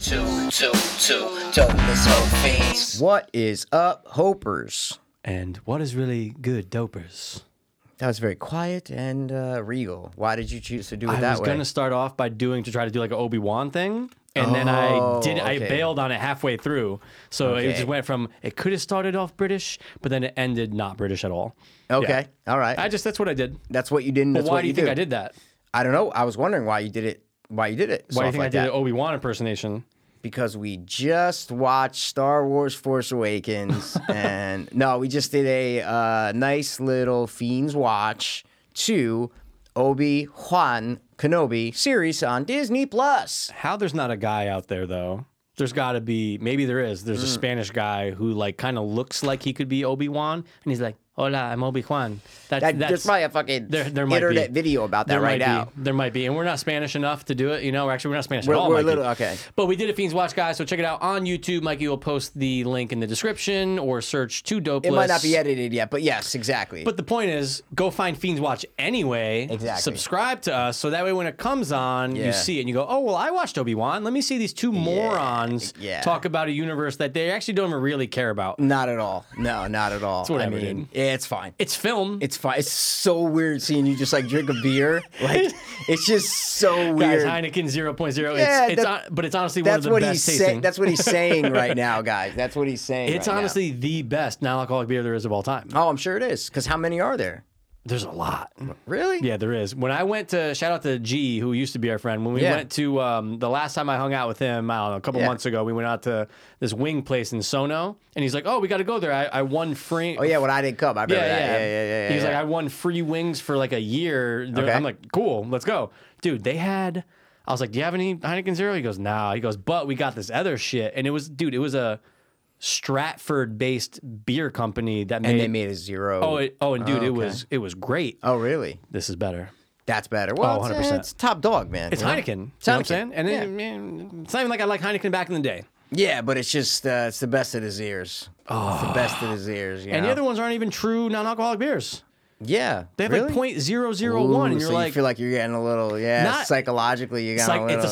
two, two, two, dopeless hope fiends. What is up, Hopers? And what is really good, dopers? That was very quiet and uh, regal. Why did you choose to do it I that was way? gonna start off by doing to try to do like an Obi Wan thing, and then I Oh, did. I okay. bailed on it halfway through, so it Okay. just went from it could have started off British, but then it ended not British at all. Yeah. Okay, all right. I just that's what I did. that's what you didn't. But That's why what do you think I did that? I don't know. I was wondering why you did it. Why you did it? Why do you soft think I like did that. an Obi Wan impersonation? because we just watched Star Wars Force Awakens and no, we just did a uh, nice little Fiends watch to Obi Wan Kenobi series on Disney Plus. How there's not a guy out there though. There's got to be. Maybe there is. There's a Mm. Spanish guy who like kind of looks like he could be Obi Wan, and he's like, "Hola, I'm Obi Wan." That, That, that's there's probably a fucking there- there might be. internet video about that there right might now. Be. There might be. And we're not Spanish enough to do it. You know, actually, we're not Spanish We're- at all. we're a Mikey. little- okay. But we did a Fiends Watch, guys. So check it out on YouTube. Mikey will post the link in the description or search to Dopeless. It might not be edited yet, but yes, exactly. But the point is, go find Fiends Watch anyway. Exactly. Subscribe to us so that way when it comes on, Yeah. you see it and you go, oh, well, I watched Obi Wan. Let me see these two morons yeah. talk about a universe that they actually don't even really care about. not at all. No, not at all. It's whatever, I mean, it's fine. It's film. It's fine. It's so weird seeing you just like drink a beer. Like it's just so Guys, weird. Heineken 0.0. Yeah, it's, it's that- on, but it's honestly That's one of what the he's best saying. tasting. That's what he's saying right now, guys. That's what he's saying. It's right now. honestly the best non-alcoholic beer there is of all time. Oh, I'm sure it is. Because how many are there? There's a lot. Really? Yeah, there is. When I went to shout out to G, who used to be our friend, when we Yeah. went to um, the last time I hung out with him, I don't know, a couple Yeah. months ago, we went out to this wing place in Sono, and he's like, "Oh, we got to go there. I, I won free." Oh yeah, when I didn't come, I remember Yeah, that. Yeah, yeah, yeah, yeah. yeah He's like, yeah. I won free wings for like a year. They're- Okay. I'm like, cool, let's go, dude. They had. I was like, do you have any Heineken Zero? He goes, nah. He goes, but we got this other shit, and it was, dude, it was a Stratford-based beer company that made. and they made a zero. oh, it, oh, and dude, it was it was great. Oh, really? This is better. That's better. Well, 100%. It's, it's top dog, man. Oh, It's you know? Heineken. You know what I'm Heineken. saying? And then, man, it's not even like I like Heineken back in the day. Yeah, but it's just uh, it's the best of his ears. Oh. It's the best of his ears. You And know? the other ones aren't even true non-alcoholic beers. yeah, They have really? like point zero zero one, and Ooh, you're so like, you feel like you're getting a little yeah Not- psychologically. You got it's like a it's little, a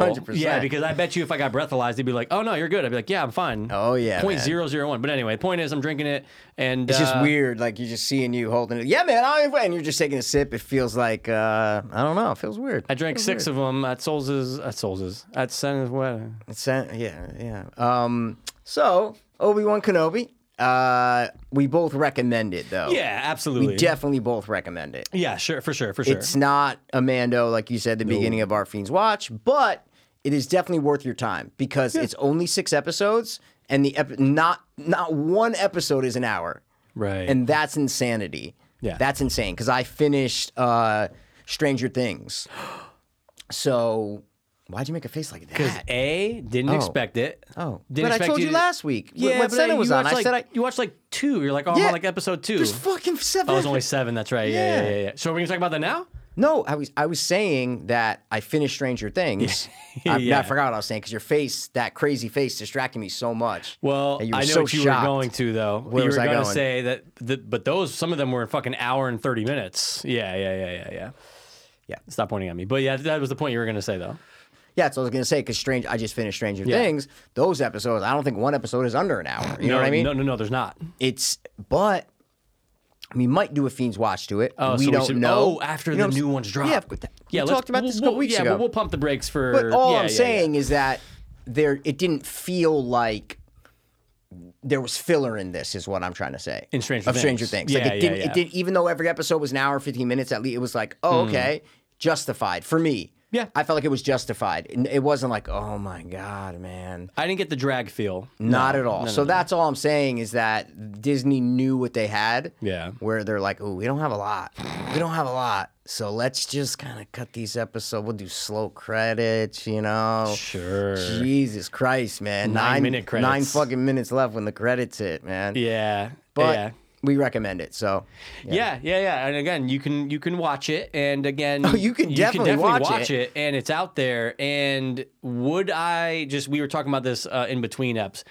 100%. Yeah, because I bet you if I got breathalyzed, they'd be like, "Oh no, you're good." I'd be like, "Yeah, I'm fine." Oh, yeah, Point man. zero zero one. But anyway, the point is, I'm drinking it, and It's just uh, weird, like you're just seeing you holding it. Yeah, man. I, and you're just taking a sip. It feels like uh, I don't know. It feels weird. I drank six of them at Solz's. At Solz's. At Sen's wedding. It's, uh, yeah, yeah. Um, so Obi Wan Kenobi, uh, we both recommend it though. Yeah, absolutely. we definitely both recommend it. yeah, sure, for sure, for sure. It's not a Mando like you said at the beginning of our Fiends Watch, but it is definitely worth your time because it's only six episodes, and the ep- not not one episode is an hour. right. and that's insanity. Yeah. that's insane. Because I finished uh, Stranger Things, so why'd you make a face like Because that? A didn't expect it. Oh, didn't but I expect told you, to- last week. wh- Yeah, what but set I- it was you on. watched I said I like, you watched like two. You're like, oh, I'm Yeah. on like episode two. there's fucking seven. I was only seven. That's right. Yeah, yeah, Yeah. yeah. yeah. So are we gonna talk about that now? no. I was I was saying that I finished Stranger Things. I, I Yeah. forgot what I was saying because your face, that crazy face, distracted me so much. Well, that you were I know so what you shocked. were going to though. you was were I gonna going? say that, the, but those some of them were a fucking hour and thirty minutes. Yeah, yeah, yeah, yeah, yeah. Yeah. Stop pointing at me. But yeah, that was the point you were gonna say though. Yeah, that's what I was gonna say because Strange. I just finished Stranger Yeah. Things. Those episodes, I don't think one episode is under an hour. You know no, what I mean? No, no, no. There's not. It's but we might do a fiends watch to it. Oh, we so don't we should, know. Oh, after You know the what I'm new s- ones drop. Yeah, but that, we yeah. let's- talked about this a we'll- couple weeks yeah, ago. but we'll pump the brakes for. but all yeah, I'm yeah, yeah. saying is that there it didn't feel like there was filler in this. Is what I'm trying to say. In Stranger of Stranger Things. Things, like Yeah, it yeah, didn't. yeah. Hmm. It didn't. Even though every episode was an hour, fifteen minutes at least, it was like, oh, okay, justified for me. Yeah. I felt like it was justified. And It wasn't like, oh my god, man. I didn't get the drag feel. Not at all. so that's all I'm saying is that Disney knew what they had. Yeah. Where they're like, "Ooh, we don't have a lot. We don't have a lot. So let's just kind of cut these episodes. We'll do slow credits, you know." Sure. Jesus Christ, man. Nine-minute credits. Nine fucking minutes left when the credits hit, man. Yeah. But yeah. we recommend it. So Yeah, yeah, yeah. And again, you can you can watch it, and again, Oh, you can definitely watch it. and it's out there. And would I just? We were talking about this uh, in between eps.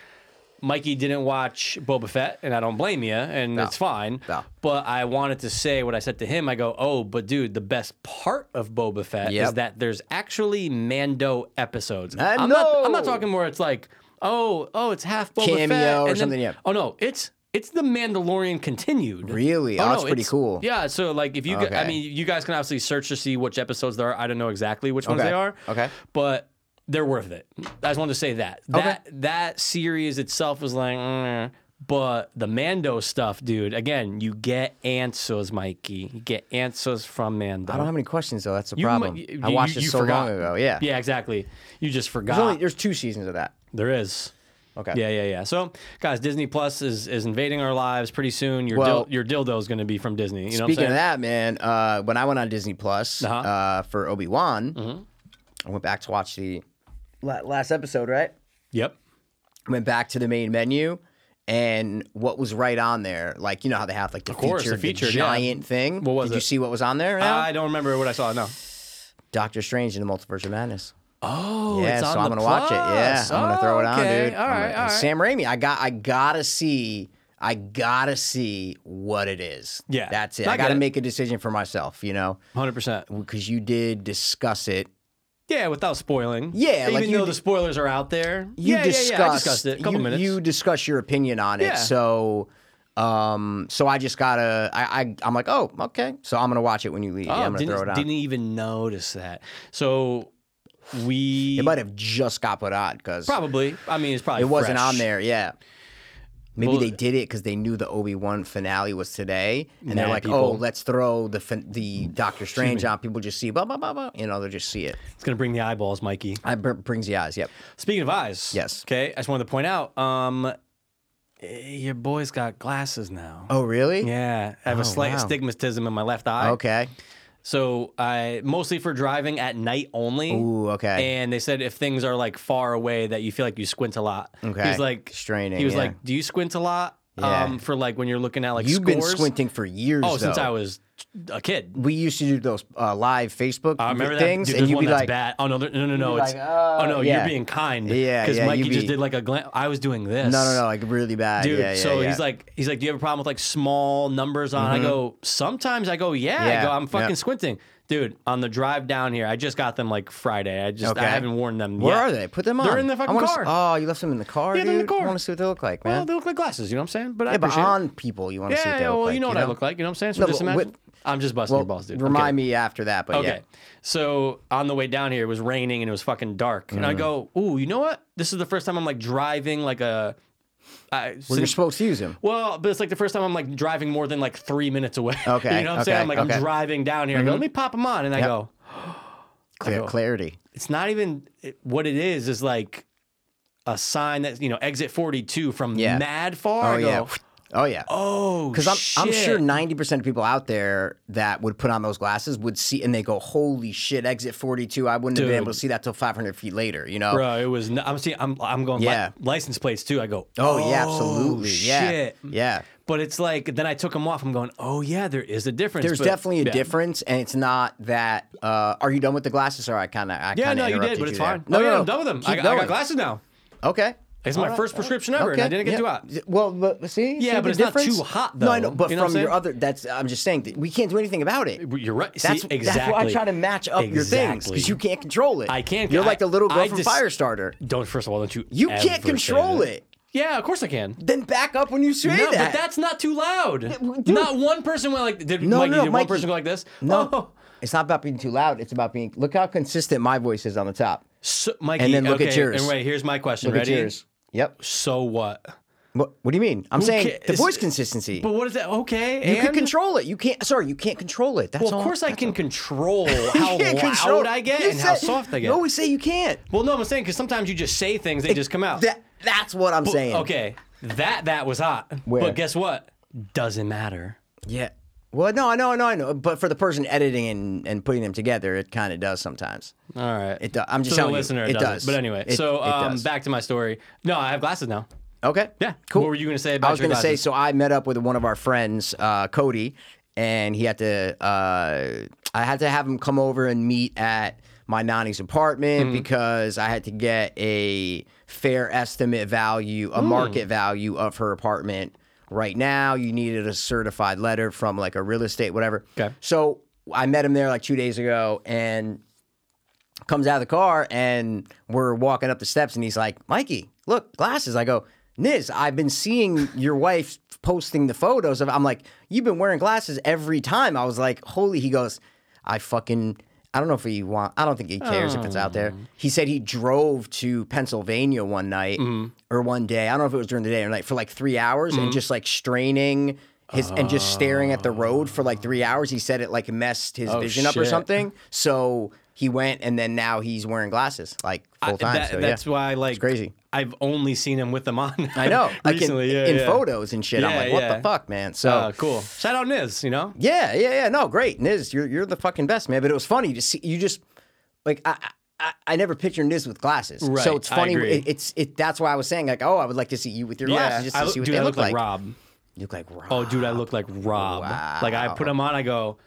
Mikey didn't watch Boba Fett, and I don't blame you, and it's fine. No. But I wanted to say what I said to him. I go, oh, but dude, the best part of Boba Fett is Yep. that there's actually Mando episodes. I I'm not. I'm not know. talking where it's like, oh, oh, it's half Boba Cameo Fett or and then- something, yeah. Oh no, it's. It's the Mandalorian continued. Really? Oh, that's pretty it's- cool. Yeah. So, like, if you, g- I Okay. mean, you guys can obviously search to see which episodes there are. I don't know exactly which ones Okay. they are Okay. but they're worth it. I just wanted to say that that that series itself was like, "Mm." but the Mando stuff, dude. Again, you get answers, Mikey. You get answers from Mando. I don't have any questions though. That's the You mi- problem. you- I watched you- it you so forgot. long ago. Yeah. Yeah, exactly. You just forgot. There's only there's two seasons of that. there is. Okay. Yeah, yeah, yeah. So, guys, Disney Plus is, is invading our lives pretty soon. Your Well- dil- your dildo is going to be from Disney. You know Speaking what of I'm that, man, saying? uh, when I went on Disney Plus Uh-huh. Mm-hmm. uh for Obi Wan, I went back to watch the la- last episode. Right. Yep. Went back to the main menu. And what was right on there? Like you know how they have like the, course, featured, the featured, yeah. giant thing. What was Did it? you see what was on there? now? I don't remember what I saw. No. Doctor Strange in the Multiverse of Madness. Oh, Yeah, it's so on I'm the gonna watch it. Yeah, Plus. I'm gonna throw it on, Okay, dude. All I'm right, gonna- all right. Sam Raimi, I got, I gotta see, I gotta see what it is. Yeah, that's it. I I, get gotta it. make a decision for myself, you know, Hundred percent. because you did discuss it. Yeah, without spoiling. Yeah, even like you though d- the spoilers are out there. You yeah, discussed, yeah, yeah. I discussed it. A couple you, minutes. You discussed your opinion on it. Yeah. So, um, so I just gotta, I, I, I'm like, oh, okay. So I'm gonna watch it when you leave. oh, I'm gonna didn't, throw it on. didn't even notice that. So we it might have just got put on because probably. I mean, it's probably It wasn't fresh. on there, yeah. Maybe Well- they did it because they knew the Obi Wan finale was today, and they're Mad like, "Oh, people. let's throw the fin- the Doctor Strange on. People just see blah blah blah blah. You know, they'll just see it. It's gonna bring the eyeballs, Mikey. I br- brings the eyes. Yep. Speaking of eyes, Yes. Okay, I just wanted to point out. Um, eh, your boy's got glasses now. Oh, really? Yeah, I have a slight wow. astigmatism in my left eye. Okay. So I mostly for driving at night only. Ooh, okay. And they said if things are like far away that you feel like you squint a lot. He Okay. was like Straining, He was yeah. like, "Do you squint a lot?" Yeah. Um, for like when you're looking at like You've scores. been squinting for years. Oh, since though. I was a kid. We used to do those uh, live Facebook I remember things, that. Dude, and there's you'd one be that's like, bad. Oh no, there- no, no, no! be It's like, "Oh," oh no, yeah, you're being kind. yeah, because yeah, Mikey you just be- did like a glance. I was doing this. "No, no, no, like really bad." dude. Uh, yeah, yeah, so yeah. Mm-hmm. he's like, he's like, do you have a problem with like small numbers on? I go, sometimes I go, yeah. Yeah, I go, I'm fucking yeah. squinting, dude. On the drive down here, I just got them like Friday. I just I Okay. haven't worn them. "Where yet. are they? Put them on." They're in the I fucking wanna s- car. oh, you left them in the car. Yeah, they're in the dude? I car. want to see what they look like, man. Well, they look like glasses. You know what I'm saying? But I yeah, but appreciate it. on people, you want to see Yeah, what they yeah. look Well, like. you know what I know? look like. You know what I'm saying? So No, just but imagine. with- I'm just busting your balls, dude. I'm Remind kidding. me after that, but Okay. yeah. So on the way down here, it was raining and it was fucking dark, and Mm-hmm. I go, "Ooh, you know what? This is the first time I'm like driving like a." I, Well, you're since- supposed to use them. well, but it's like the first time I'm like driving more than like three minutes away. Okay, you know what I'm saying? okay, I'm like okay. Mm-hmm. I'm driving down here. I go, let me pop them on, and I go, Clear, clarity. it's not even it- what it is. Is like a sign that you know exit 42 from Yeah. mad far. Oh I go, yeah. Oh yeah. Oh, Because I'm, I'm sure shit." 90% of people out there that would put on those glasses would see and they go, holy shit, exit 42. I wouldn't have been Dude. able to see that till 500 feet later, you know? Bro, it was. n I'm seeing. I'm. I'm going. Yeah. Li- license plates too. I go. Oh, yeah, absolutely. Yeah. Shit. Yeah. But it's like then I took them off. I'm going. Oh yeah, there is a difference. There's but- definitely a yeah. difference, and it's not that. Uh, are you done with the glasses? Or I kind of, I Yeah, kinda no, you interrupted did, but it's there. fine. No, oh, no, yeah, no, I'm done with them. Keep I, got- I going. got glasses now. Okay. It's my first prescription ever, and I didn't get yeah. to out. Well, but see, see Yeah, but the it's not too difference? hot, No, I though. know, but You know what from I'm your saying? other, that's I'm just saying that we can't do anything about it. You're right. See, That's exactly. that's why I try to match up your things Exactly. because you can't control it. I can't- You're like the little girl I- I from just- Firestarter. Don't first of all, don't you? You ever can't say control that. it. Yeah, of course I can. Then back up when you say No, that. but that's not too loud. dude. Not one person went like. Did No, Mikey? no, did Mikey. one person go like this? no. Oh. It's not about being too loud. It's about being. Look how consistent my voice is on the top. So, Mikey, And then look at okay, yours. And wait, here's my question. Look at Ready? yours. Yep. So what? What, what do you mean? I'm saying ca- the is- voice consistency. But what is that? Okay, you can and? control it. You can't. Sorry, you can't control it. That's Well, all. of course I can control how You loud can't control- I get You and how said- soft I get. You always say you can't. well, no, I'm saying because sometimes you just say things, they just come out. That, that's what I'm saying. okay, that that was hot. Where? But guess what? Doesn't matter. Yeah. Well, no, I know, I know, I know. But for the person editing and, and putting them together, it kind of does sometimes. All right. It do- I'm just to telling the you, listener, it it, doesn't. does. But anyway, It- so it um, does. back to my story. No, I have glasses now. Okay. Yeah. Cool. What were you gonna say about I was your gonna say, glasses? so I met up with one of our friends, uh, Cody, and he had to. Uh, I had to have him come over and meet at my nanny's apartment Mm-hmm. because I had to get a fair estimate value, Hmm. a market value of her apartment right now. You needed a certified letter from like a real estate, whatever. Okay. So I met him there like two days ago and comes out of the car and we're walking up the steps and he's like, Mikey, look, glasses. I go, Niz, I've been seeing your wife posting the photos of I'm like, you've been wearing glasses every time. I was like, holy, he goes, I fucking I don't know if he want I don't think he cares if it's out there. He said he drove to Pennsylvania one night or one day. I don't know if it was during the day or night for like three hours and just like straining his and just staring at the road for like three hours. He said it like messed his vision up or Oh. shit. something. So he went, and then now he's wearing glasses like full time. That- so, that's yeah. why, like, crazy. I've only seen him with them on. I know. I can, recently, yeah, in yeah. photos and shit. I'm Yeah, like, what yeah. the fuck, man? So Uh, cool. Shout out Niz. You know, yeah, yeah, yeah. No, great, Niz, you're you're the fucking best, man. But it was funny to see you just like I. I I- I never pictured Niz with glasses, Right, so it's I funny. agree. It, it's it. That's why I was saying like, oh, I would like to see you with your glasses just to I, see what dude, they I look, like. Rob. You look like Rob. Oh, dude, I look like Rob. Like I put him on, I go,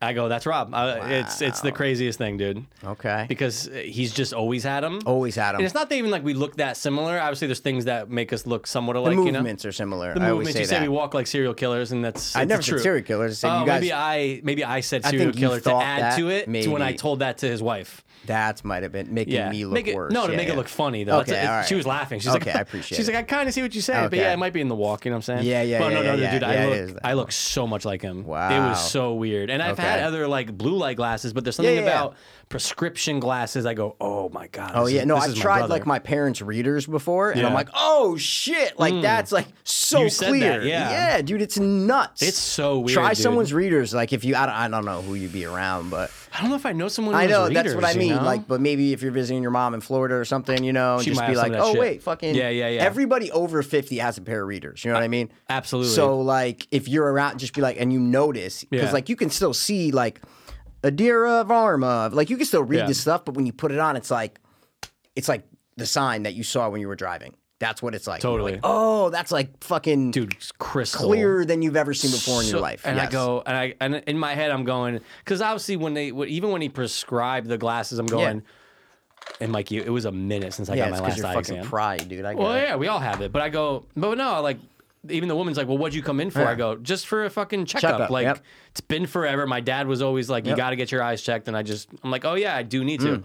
I go, that's Rob. I, It's it's the craziest thing, dude. okay. Because he's just always had him. Always had And him. it's not that even like we look that similar. Obviously, there's things that make us look somewhat The alike. you know? movements are similar. The I always movements. say You that. say we walk like serial killers, and that's I it's never true. said serial killers. I said Oh, you guys. maybe I maybe I said serial think you killer to thought add that, to it to when I maybe. told that to his wife. That might have been making Yeah, me look make it, worse. No, to Yeah, make yeah. it look funny though. Okay, That's- all right. She was laughing. She's Okay, like, I appreciate She's it. like, I kind of see what you say, but Okay. yeah, it might be in the walk. You know what I'm saying? Yeah, yeah, yeah, But no, no, yeah, no, dude, yeah, I it look, is that I look so much like him. it Wow. was so weird. And I've had Okay. other like blue light glasses, but there's something Yeah, yeah, yeah. about prescription glasses. I go, oh my god. Oh this yeah, is- no, this I've is my tried brother." like my parents' readers before, and I'm Yeah. Hmm. like, oh shit, like that's like so You said that, clear. yeah. dude, it's nuts. It's so weird. Try dude. someone's readers, like if you, I don't, I don't know who you'd be around, but I don't know if I know someone. I who's know that's what I readers, you mean. know? Like, but maybe if you're visiting your mom in Florida or something, you know, and She just might be have some like, of that oh shit. wait, fucking Yeah, yeah, yeah. Everybody over fifty has a pair of readers. You know what I mean? absolutely. So like, if you're around, just be like, and you notice because Yeah. like you can still see like Adira Varma, like you can still read Yeah. this stuff, but when you put it on, it's like it's like the sign that you saw when you were driving. That's what it's like. You're Totally. like, oh, that's like fucking dude, it's crystal clearer than you've ever seen before in your So- life. And I Yes. go, and I, and in my head, I'm going, because obviously when they, when- even when he prescribed the glasses, I'm going, and Mike, you, it was a minute since I yeah, got it's my because last you're eye fucking exam. pride, dude. I get well, it. yeah, we all have it, but I go, but no, like. Even the woman's like, "Well, what'd you come in for?" I go, "Just for a fucking checkup. Checkup, like, yep. it's been forever. My dad was always like, you got to get your eyes checked." And I just, I'm like, "Oh yeah, I do need to." Mm.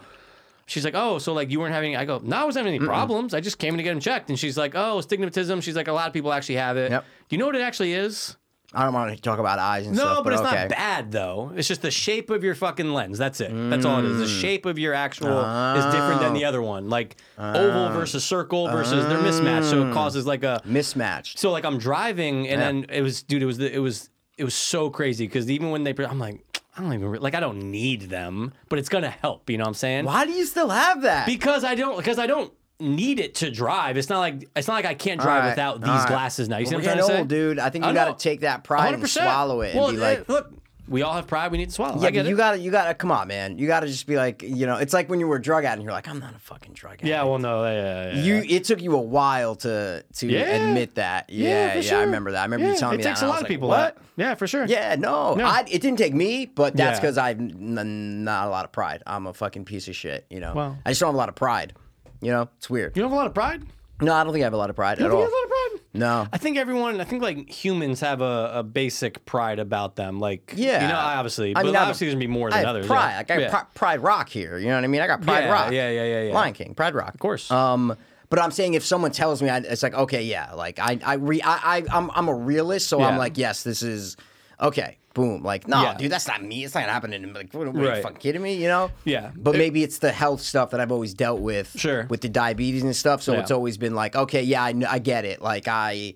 She's like, "Oh, so like you weren't having?" I go, "No, I wasn't having any problems. I just came in to get them checked." And she's like, "Oh, stigmatism." She's like, "A lot of people actually have it. Yep. Do you know what it actually is?" I don't want to talk about eyes and No, stuff. but, it's okay. not bad though. It's just the shape of your fucking lens. That's it. That's all it is. Hmm. The shape of your actual is different than the Oh. other one. Like Ah. oval versus circle versus they're mismatched, so it causes like a. Mismatched. So like I'm driving and then it was dude. It was the, it was it was so crazy because even when they pre- I'm like I don't even re- like I don't need them, but it's gonna help. You know what I'm saying? Why do you still have that? Because I don't because I don't need it to drive. It's not like it's not like I can't drive right, without these all right. glasses now. You see We're what I'm getting trying to say? old, dude. I think I you know. got to take that pride and 100%. swallow it and Well, be eh, like, look, we all have pride. We need to swallow. Yeah, I get but it. you gotta, you gotta, come on, man. You gotta just be like, you know, it's like when you were a drug addict and you're like, I'm not a fucking drug addict. yeah, well, no, yeah, yeah, yeah. You, it took you a while to to Yeah. admit that. Yeah, yeah, for I sure. remember that. I remember you Yeah, telling it me takes that. a and I was lot of like, people. What? that- Yeah, for sure. Yeah, no, I, it didn't take me, but that's Yeah. because I've n- not a lot of pride. I'm a fucking piece of shit, you know. Well. I just don't have a lot of pride. You know, it's weird. you don't have a lot of pride. No, I don't think I have a lot of pride at You don't all. have a lot of pride. No, I think everyone, I think like humans have a, a basic pride about them. Like, Yeah. you know, I obviously, I but mean, I have- obviously there's gonna be more I than have others. pride. yeah. Like I got yeah. pri- Pride Rock here. You know what I mean? I got Pride Yeah, Rock. yeah, yeah, yeah, yeah. Lion King, Pride Rock. Of course. Um, but I'm saying if someone tells me, I, it's like okay, yeah, like I, I, re, I, I I'm, I'm a realist, so Yeah. I'm like, yes, this is okay. Boom. Like, no, Yeah. dude, that's not me. It's not happening. Like, what, what are Right. you fucking kidding me? You know? Yeah. But It- maybe it's the health stuff that I've always dealt with. Sure. With the diabetes and stuff, so Yeah. it's always been like, okay, yeah, I, kn- I get it. Like I.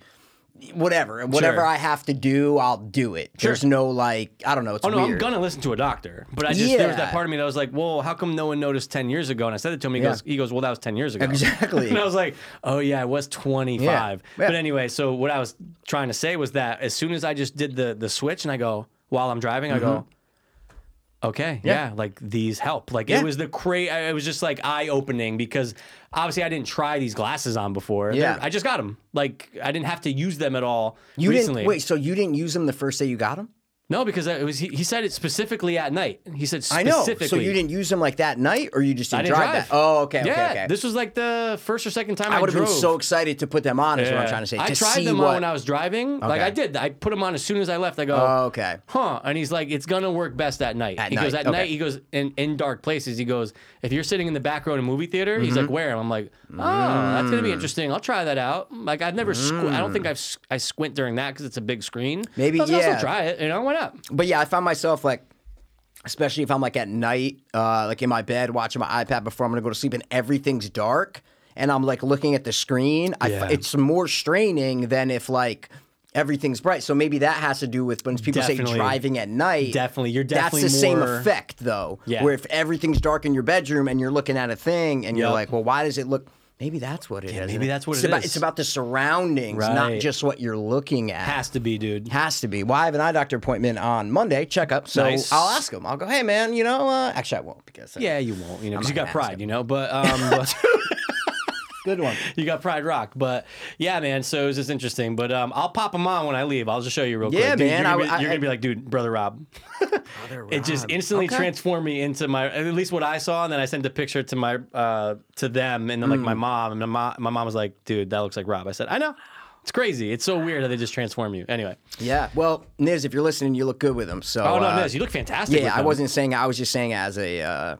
Whatever, whatever Sure. I have to do, I'll do it. There's no like, I don't know. It's Oh no, weird. I'm gonna listen to a doctor, but I just there was that Yeah. part of me that was like, "Whoa, how come no one noticed ten years ago?" And I said it to him. He Yeah. goes, "He goes, well, that was ten years ago." Exactly. and I was like, "Oh yeah, I was 25." Yeah. But anyway, so what I was trying to say was that as soon as I just did the the switch, and I go while I'm driving, I go, "Okay, yeah. like these help." Like Mm-hmm. Yeah. it was the cra- I- It was just like eye opening because obviously I didn't try these glasses on before. Yeah. They're- I just got them. Like I didn't have to use them at all You recently. didn't wait, so you didn't use them the first day you got them? No, because it was he, he said it specifically at night. He said I specifically. know. So you didn't use them like that night, or you just I didn't, didn't drive, drive. that? Oh, okay, yeah, okay, okay. This was like the first or second time I, I would have been drove. so excited to put them on. Is what I'm Yeah. trying to say. I to tried see them what, on when I was driving. Like Okay. I did. I put them on as soon as I left. I go, Oh, okay. huh? And he's like, it's gonna work best at night. At he goes night, at okay. night. He goes in, in dark places. He goes, if you're sitting in the back row in a movie theater, he's Mm-hmm. like, where? And I'm like, oh, that's gonna Mm. be interesting. I'll try that out. Like I've never, squ- I don't think I've s- I squint during that because it's a big screen. Maybe, I was like, I'll yeah. still try it. You know, why not? But yeah, I found myself like, especially if I'm like at night, uh, like in my bed watching my iPad before I'm gonna go to sleep, and everything's dark, and I'm like looking at the screen. I f- Yeah. it's more straining than if like. Everything's bright, so maybe that has to do with when people say Definitely. driving at night. Definitely. You're definitely that's the same more- effect though. Yeah. Where if everything's dark in your bedroom and you're looking at a thing and you're Yep. like, well, why does it look? Maybe that's what it is. maybe that's what it's it about, is. It's about the surroundings, not Right. just what you're looking at. Has to be, dude. Has to be. Well, I have an eye doctor appointment on Monday, checkup. So Nice. I'll ask him. I'll go, hey, man, you know, uh, actually, I won't because. uh, Yeah, you won't. You know, because you not got gonna ask pride. You know, but um, but- Good one. you got Pride Rock, but yeah, man. So it's just interesting. But um, I'll pop them on when I leave. I'll just show you real Yeah, quick. Dude, man, You're gonna, I- be, you're I- gonna be like, dude, brother Rob. It just Rob. instantly Okay. transformed me into my at least what I saw, and then I sent a picture to my uh to them, and then like Mm. my mom, and my mom, my mom was like, dude, that looks like Rob. I said, I know. It's crazy. It's so weird how they just transform you. Anyway. Yeah. Well, Niz, if you're listening, you look good with him. So. Oh no, uh, no, you look fantastic. Yeah, with I them. wasn't saying. I was just saying as a, uh,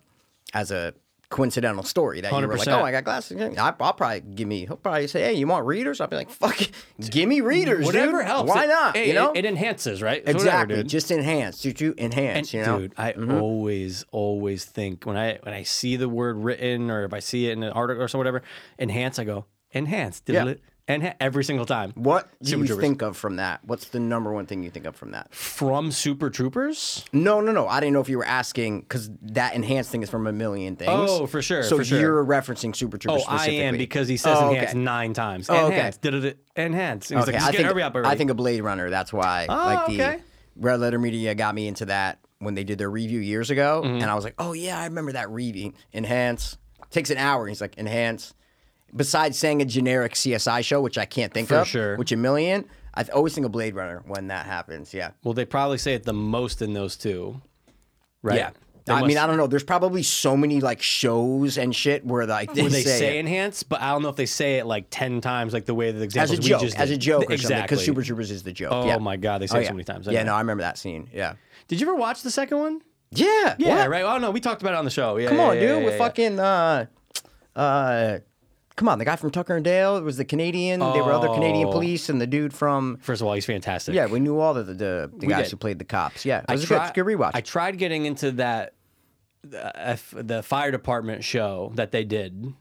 as a coincidental story that you were like, 100%. oh, I got glasses. again." I, I'll probably give me. He'll probably say, hey, you want readers? I'll be like, fuck, it. give me readers. Whatever dude. helps. Why It- not? hey, you know. it, it enhances, right? It's whatever, Exactly. dude. Just enhance. You, you enhance. you know. Mm-hmm. Dude, I always, always think when I when I see the word written or if I see it in an article or so whatever, enhance, I go, enhance, did Yeah. it enha- every single time. What do Super you Troopers. think of from that? What's the number one thing you think of from that? From Super Troopers? No, no, no. I didn't know if you were asking because that enhanced thing is from a million things. Oh, for sure, So for sure. you're referencing Super Oh, Troopers I specifically. am because he says Oh, okay. enhance nine times. Oh, okay. enhance, did it enhance. And he's Okay, like, just I get think every up I think of Blade Runner. That's why. like the okay. Red Letter Media got me into that when they did their review years ago, Mm-hmm. and I was like, oh yeah, I remember that review. Enhance takes an hour. He's like, enhance. Besides saying a generic CSI show, which I can't think For of, sure. which a million, I th- always think of Blade Runner when that happens. Yeah. Well, they probably say it the most in those two. Right? They I must- mean, I don't know. There's probably so many like shows and shit where like they, where they say, it enhance, but I don't know if they say it like ten times, like the way the as examples a we joke, just as did. a joke, or something. exactly. Because Super Troopers is the joke. Oh yeah. my god, they say Oh, it yeah. so many times. Yeah, Anyway. no, I remember that scene. Yeah, Did you ever watch the second one? yeah, Yeah, what? right. Oh no, we talked about it on the show. Yeah, Come yeah, on, yeah, dude. yeah, With yeah. fucking uh, uh, come on, the guy from Tucker and Dale it was the Canadian. They were other Canadian Oh. police, and the dude from First of all, he's fantastic. yeah, we knew all the the, the, guys did. who played the cops. Yeah, it I was a tri- good, good rewatch. I tried getting into that the, uh, F- the fire department show that they did.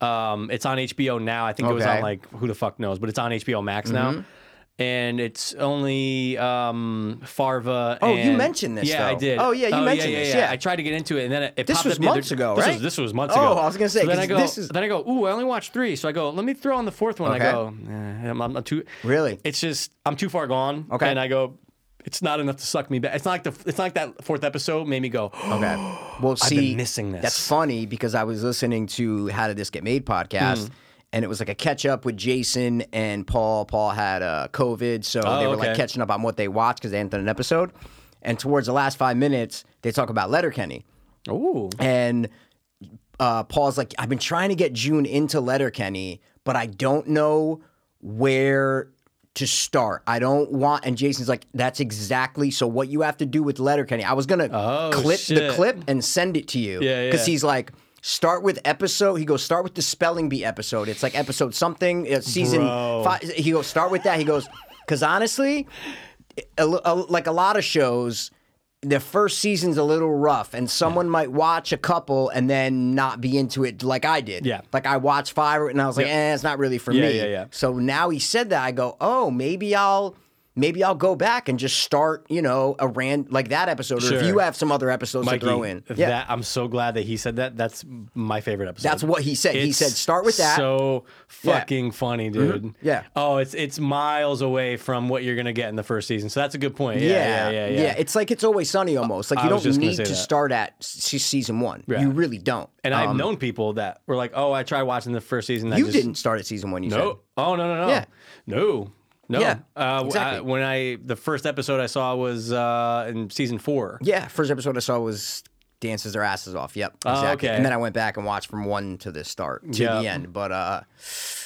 Um, it's on HBO now. I think it was Okay. Mm-hmm. on like who the fuck knows, but it's on HBO Max now. And it's only um, Farva. Oh, you and- mentioned this, Yeah, I though. did. Oh, yeah, you mentioned yeah, this, Yeah. yeah. I tried to get into it, and then it, it This popped was up the other- months ago, this right? Was, this was months Oh, ago. I was gonna say, So then 'cause I go. this is- Then I go. Ooh, I only watched three, so I go. Let me throw on the fourth one. Okay. I go. "Eh, I'm, I'm too. Really? It's just I'm too far gone. Okay. And I go. It's not enough to suck me back. It's not like the. It's not like that fourth episode made me go. Okay. Well, see, been missing this. That's funny because I was listening to How Did This Get Made podcast, Hmm. and it was like a catch up with Jason and Paul. Paul had uh, COVID, so they were like Oh, okay. catching up on what they watched because they hadn't done an episode. And towards the last five minutes, they talk about Letterkenny, Ooh. and uh, Paul's like, "I've been trying to get June into Letterkenny, but I don't know where." To start, I don't want. And Jason's like, "That's exactly." So what you have to do with Letterkenny, I was gonna Oh, clip the shit. clip and send it to you. Yeah, Because yeah. he's like, start with episode. He goes, start with the spelling bee episode. It's like episode something, it's season Bro. five. He goes, start with that. He goes, because honestly, a, l- a- like a lot of shows, the first season's a little rough, and someone might watch a couple and then not be into it like I did. Yeah. Like I watched five, and I was like, eh, it's not really for Yeah, me. yeah, yeah. So now he said that, I go, oh, maybe I'll. Maybe I'll go back and just start, you know, a rand like that episode, or if Sure. you have some other episodes Mikey, to throw in. That, I'm so glad that he said that. That's my favorite episode. That's what he said. he It's said, start with that. So Yeah. Mm-hmm. fucking funny, dude. Yeah. Oh, it's it's miles away from what you're gonna get in the first season. So that's a good point. Yeah, yeah, yeah, yeah. yeah. It's like it's always sunny almost. Like you I was don't just gonna need say to that. start at se- season one. Yeah. You really don't. and I've Um, known people that were like, "Oh, I tried watching the first season. and I you just, didn't start at season one. You No. Oh no no no. Yeah. No. No. Yeah, Uh, w- I- exactly. when I the first episode I saw was uh, in season four. Yeah, first episode I saw was dances their asses off. Yep, Oh, exactly. okay. And then I went back and watched from one to the start to Yeah. the end. But uh,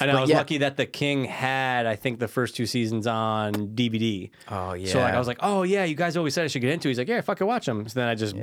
And I But was yeah. lucky that the King had I think the first two seasons on DVD. oh yeah, So like I was like, oh yeah, you guys always said I should get into. it. He's like, yeah, fucking watch them. So then I just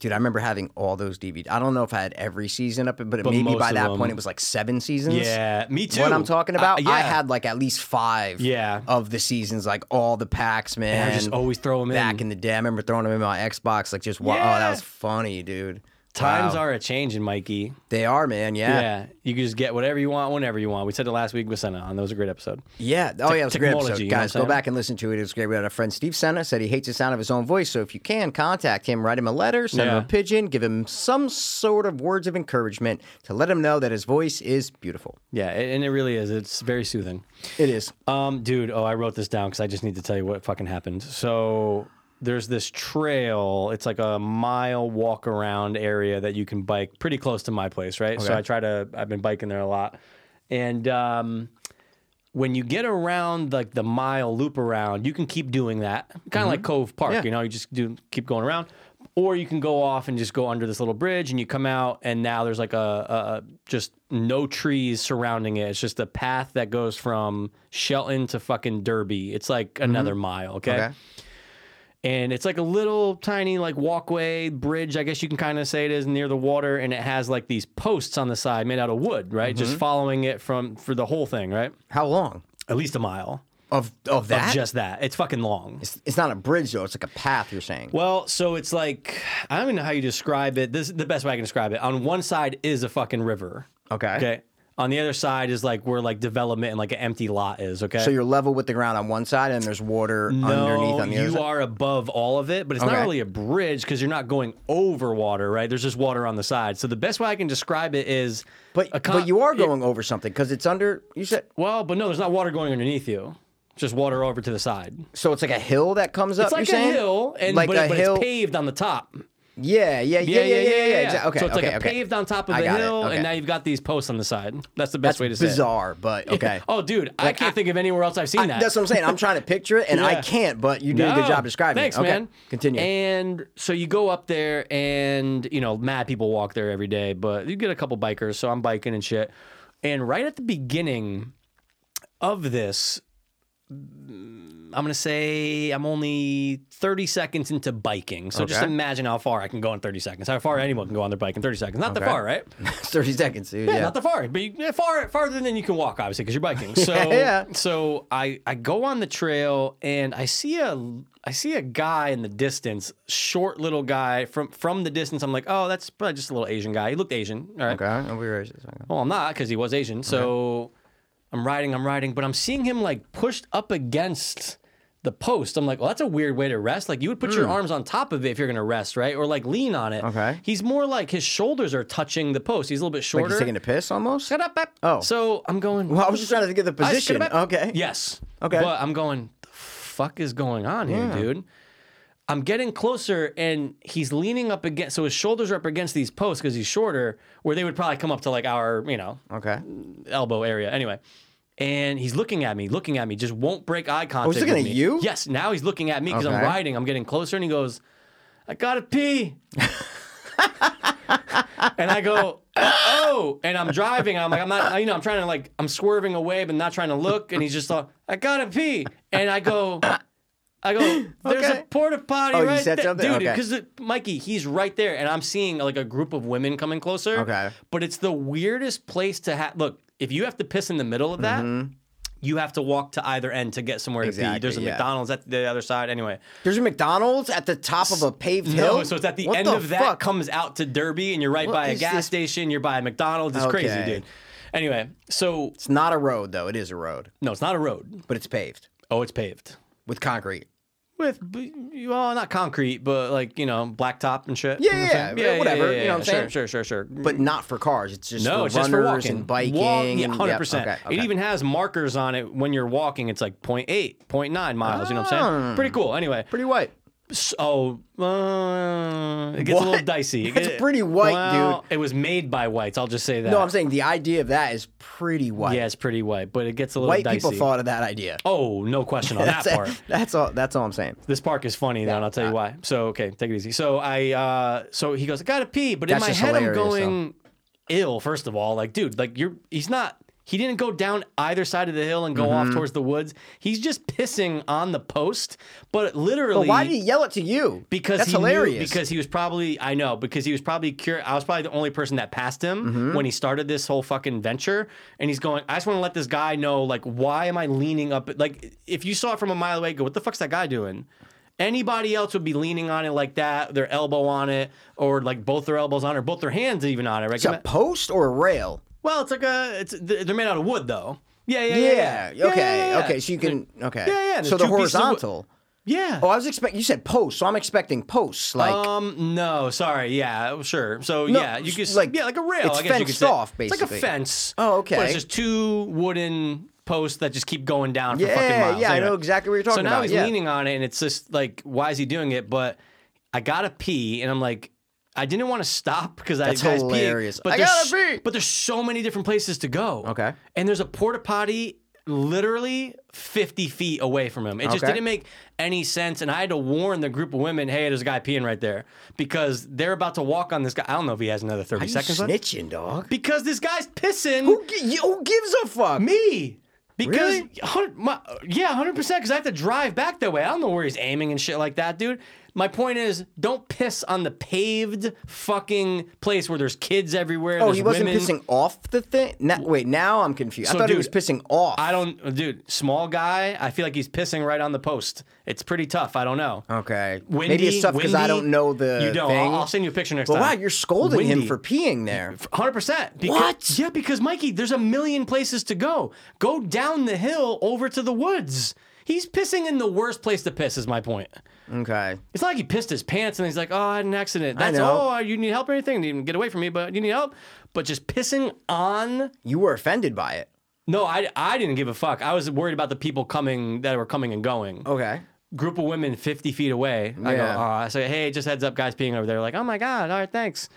dude, I remember having all those DVD. I don't know if I had every season up, but, but maybe most by of that them. point it was like seven seasons. yeah, me too. What I'm talking Uh, about, yeah. I had like at least five Yeah. of the seasons, like all the packs, man. I just always throw 'em in. back in the day. I remember throwing them in my Xbox, like just wow, oh, Yeah. that was funny, dude. Times Wow. are a changing, Mikey. they are, man. Yeah. Yeah, yeah. you can just get whatever you want, whenever you want. We said it last week with Senna, and that was a great episode. Oh yeah, it was a great technology, episode, you know what guys. Go I'm saying? back and listen to it. It was great. We had a friend Steve Senna said he hates the sound of his own voice, so if you can, contact him, write him a letter, send him Yeah. a pigeon, give him some sort of words of encouragement to let him know that his voice is beautiful. Yeah, a- and it really is. It's very soothing. It is. Um, dude, oh, I wrote this down because I just need to tell you what fucking happened. So there's this trail. It's like a mile walk around area that you can bike pretty close to my place, right? So Okay. I try to. I've been biking there a lot, and um, when you get around like the mile loop around, you can keep doing that, kind of like Cove Park. Mm-hmm. Yeah. You know, you just do keep going around, or you can go off and just go under this little bridge, and you come out, and now there's like a, a just no trees surrounding it. It's just a path that goes from Shelton to fucking Derby. It's like another mile. Mm-hmm. Okay. And it's like a little tiny like walkway bridge, I guess you can kind of say it is near the water, and it has like these posts on the side made out of wood, right? Mm-hmm. Just following it from for the whole thing, right? How long At least a mile of of that? of just that. It's fucking long. It's- It's not a bridge though. It's like a path. You're saying. Well, so it's like I don't even know how you describe it. This is the best way I can describe it. On one side is a fucking river. Okay. Okay. On the other side is like where like development and like an empty lot is. Okay. So you're level with the ground on one side, and there's water underneath on the other you side. are above all of it, but it's Okay. not really a bridge because you're not going over water, right? There's just water on the side. So the best way I can describe it is, but a con- but you are going over something because it's under. You said well, but no, there's not water going underneath you. It's just water over to the side. so. It's like a hill that comes up. It's like you're a saying? hill, and like but, a it- but hill. it's paved on the top. yeah, yeah, yeah, yeah, yeah, yeah. yeah, exactly. Okay, so it's okay, like a okay. paved on top of I the got it, hill, okay. and now you've got these posts on the side. That's the best That's way to say it. bizarre, but okay. Oh, dude, I can't think of anywhere else I've seen that. That's what I'm saying. I'm trying to picture it, and I Yeah. can't. But you did a good No. job describing. Thanks, it. Okay, man. Continue. And so you go up there, and you know, mad people walk there every day, but you get a couple bikers. So I'm biking and shit. And right at the beginning of this, mm, I'm gonna say I'm only 30 seconds into biking. So just Okay. imagine how far I can go in 30 seconds. How far anyone can go on their bike in 30 seconds. Not that Okay. far, right? Thirty seconds, dude. Yeah, Yeah. not that far, but you, yeah, far farther than you can walk, obviously, because you're biking. So, yeah. so I I go on the trail and I see a I see a guy in the distance, short little guy from from the distance. I'm like, oh, that's probably just a little Asian guy. He looked Asian, all right. okay. and we were- okay. Well, I'm not because he was Asian. So I'm riding, I'm riding, but I'm seeing him like pushed up against the post. I'm like, well, that's a weird way to rest. Like you would put your arms on top of it if you're gonna rest, right? Or like lean on it. Hmm. Okay. He's more like his shoulders are touching the post. He's a little bit shorter. He's taking a piss almost. Shut up, Pep. Oh. So I'm going. Well, I was just trying to get the I should position. have- Okay. Yes. Okay. But I'm going, the fuck is going on here, dude? I'm getting closer and he's leaning up against, so his shoulders are up against these posts because he's shorter, where they would probably come up to like our, you know, Okay. elbow area. Anyway. And he's looking at me, looking at me, just won't break eye contact. Oh, looking with at me. you? Yes. Now he's looking at me because I'm Okay. riding. I'm getting closer and he goes, I gotta pee. and I go, oh, and I'm driving. And I'm like, I'm not, you know, I'm trying to like, I'm swerving away, but not trying to look. And he's just like, I gotta pee. And I go, I go, there's Okay. a porta potty Oh, you right said there, something? dude. Okay. Because Mikey, he's right there, and I'm seeing like a group of women coming closer. Okay. But it's the weirdest place to have. Look, if you have to piss in the middle of that. You have to walk to either end to get somewhere to Mm-hmm. Exactly, pee. There's a yeah. McDonald's at the other side. Anyway, There's a McDonald's at the top of a paved hill. no, so it's at the What end the of that fuck? comes out to Derby, and you're right What by a is gas this? station. You're by a McDonald's. It's crazy, Okay. dude. Anyway, so It's not a road though. It is a road, no, it's not a road. but it's paved Oh, it's paved with concrete. with b- well, not concrete, but like you know, blacktop and shit. Yeah, You yeah, know what I'm saying? yeah, whatever, you know what I'm sure, saying? Sure, sure, sure. But not for cars. It's just no, for it's runners just for walking, and biking. Walk- and- yeah, yep, hundred percent. okay, okay. It even has markers on it when you're walking. It's like 0.8, 0.9 miles. You know what I'm saying? Pretty cool. Anyway, Ah. pretty white. So uh, it gets a little What? dicey. It It's get- pretty white, well, It was made by whites. I'll just say that. No, I'm saying the idea of that is pretty white. yeah, it's pretty white, but it gets a little white dicey. people thought of that idea. oh, no question on that that's, part. that's all. That's all I'm saying. This park is funny though, and I'll tell you why. So okay, take it easy. So I uh so he goes, I gotta pee, but in That's my just head I'm hilarious, though. going ill, first of all. Like, dude, like you're he's not he didn't go down either side of the hill and go off Mm-hmm. towards the woods. He's just pissing on the post, but But literally why did he yell it to you? because that's he knew- hilarious. because he was probably I know because he was probably cur I was probably the only person that passed him Mm-hmm. when he started this whole fucking venture, and he's going. I just want to let this guy know like why am I leaning up? Like if you saw it from a mile away, go what the fuck's that guy doing? Anybody else would be leaning on it like that, their elbow on it, or like both their elbows on it, or both their hands even on it. Right? it's a post or a rail. well, it's like a it's they're made out of wood though. Yeah, yeah, yeah. Yeah. yeah. okay. Yeah, yeah, Okay. So you can. Okay. Yeah, yeah, there's So the two pieces of wood. horizontal. yeah. Oh, I was expecting. You said post, so I'm expecting posts. Like Um, no, sorry, yeah, sure. So yeah, you could s- like like, yeah, like a rail. it's I guess you could fenced say. off, It's like a basically. fence. Oh, But okay. it's just two wooden posts that just keep going down for fucking yeah, miles. yeah. I Anyway. know exactly what you're talking So now about. he's yeah. leaning on it, and it's just like, why is he doing it? But I gotta pee, and I'm like, I didn't want to stop because I That's guys hilarious. Peeing, but I there's- gotta pee. But there's so many different places to go. Okay. And there's a porta potty literally 50 feet away from him. It just Okay. didn't make any sense, and I had to warn the group of women, hey, there's a guy peeing right there, because they're about to walk on this guy. I don't know if he has another 30 You seconds left. snitching, dog. Because this guy's pissing. Who, gi- who gives a fuck? Me. Because Really? 100, my, yeah, hundred percent. Because I have to drive back that way. I don't know where he's aiming and shit like that, dude. My point is, don't piss on the paved fucking place where there's kids everywhere. Oh, there's he wasn't women. pissing off the thing. Now, wait, now I'm confused. So, I thought dude, he was pissing off. I don't, dude. Small guy. I feel like he's pissing right on the post. It's pretty tough. I don't know. Okay. Windy, Maybe it's tough because I windy. don't know the You don't. I'll- thing. I'll, send you a picture next but time. wow, you're scolding him Windy. for peeing there. Hundred percent. What? Yeah, because Mikey, there's a million places to go. Go down the hill over to the woods. He's pissing in the worst place to piss. Is my point. Okay. It's not like he pissed his pants and he's like, "Oh, I had an accident." I That's know. oh, you need help or anything? You can get away from me, but you need help. But just pissing on. You were offended by it. No, I, I didn't give a fuck. I was worried about the people coming that were coming and going. Okay. Group of women fifty feet away. I go, Oh. Yeah. "Oh," I say, "Hey, just heads up, guys peeing over there." Like, "Oh my god, all right, thanks."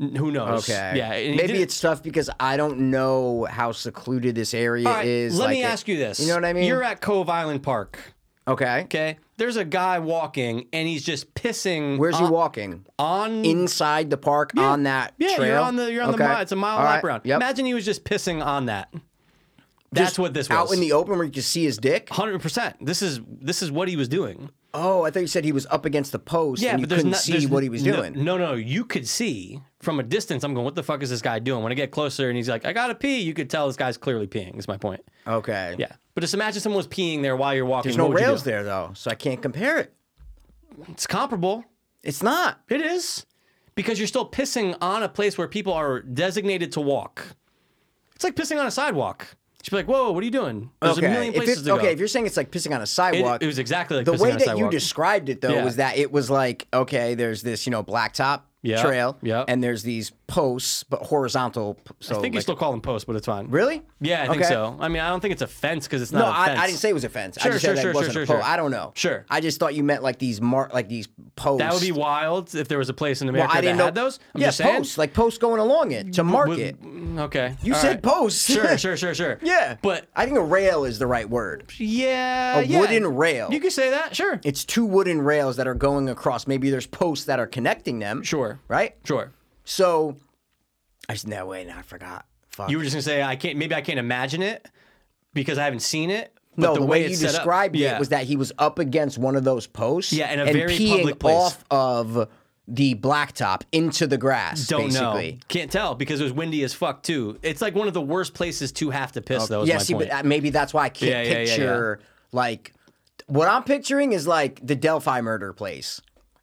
N- Who knows? Okay. Yeah. and he Maybe didn't- it's tough because I don't know how secluded this area All right, is. Let like me it- ask you this. You know what I mean? You're at Cove Island Park. okay. Okay. There's a guy walking and he's just pissing. Where's on, he walking? on Inside the park on that Yeah, trail. you're on the you're on Okay. the mile. It's a mile All lap right. round. Yep. Imagine he was just pissing on that. That's Just what this was. Out in the open where you can see his dick. hundred percent. This is this is what he was doing. Oh, I thought you said he was up against the post Yeah, and you but there's couldn't not, see there's what he was no- doing. No, no, you could see from a distance. I'm going, what the fuck is this guy doing? When I get closer and he's like, I gotta pee. You could tell this guy's clearly peeing. Is my point. Okay. Yeah, but just imagine someone was peeing there while you're walking. There's no What would you do? rails there though, so I can't compare it. It's comparable. It's not. It is. Because you're still pissing on a place where people are designated to walk. It's like pissing on a sidewalk. She'd be like, whoa, what are you doing? There's a if million places it- to go. okay, if you're saying it's like pissing on a sidewalk, it, it was exactly like the pissing way on a that you sidewalk. described it though Yeah. was that it was like okay, there's this you know blacktop Yeah, trail, yeah. and there's these posts, but horizontal. p- So I think you like- still call them posts, but it's fine. really? Yeah, I think Okay. so. I mean, I don't think it's a fence because it's No, not a fence. I, I didn't say it was a fence. Sure, I just sure, said that sure, it sure, wasn't sure, a post. sure. I don't know. Sure. I just thought you meant like these mark, like these posts. That would be wild if there was a place in America I didn't that know had those. I'm yeah, just saying. posts like posts going along it to mark Would- mm, it. okay. You all said right. posts. Sure, sure, sure, sure. yeah, But I think a rail is the right word. yeah, A yeah. wooden rail. You could say that, sure. it's two wooden rails that are going across. Maybe there's posts that are connecting them. Sure. Right? Sure. So I just no wait, no, I forgot. Fuck. You were just gonna say I can't. Maybe I can't imagine it because I haven't seen it. But no, the, way, you it's set up- described it yeah. was that he was up against one of those posts. Yeah, in a and very peeing public place. off of the blacktop into the grass. Don't basically. know. Can't tell because it was windy as fuck too. It's like one of the worst places to have to piss. Though. Is Yeah, my see, point. but uh, maybe that's why I can't Yeah, yeah, yeah, yeah. picture like what I'm picturing is like the Delphi murder place.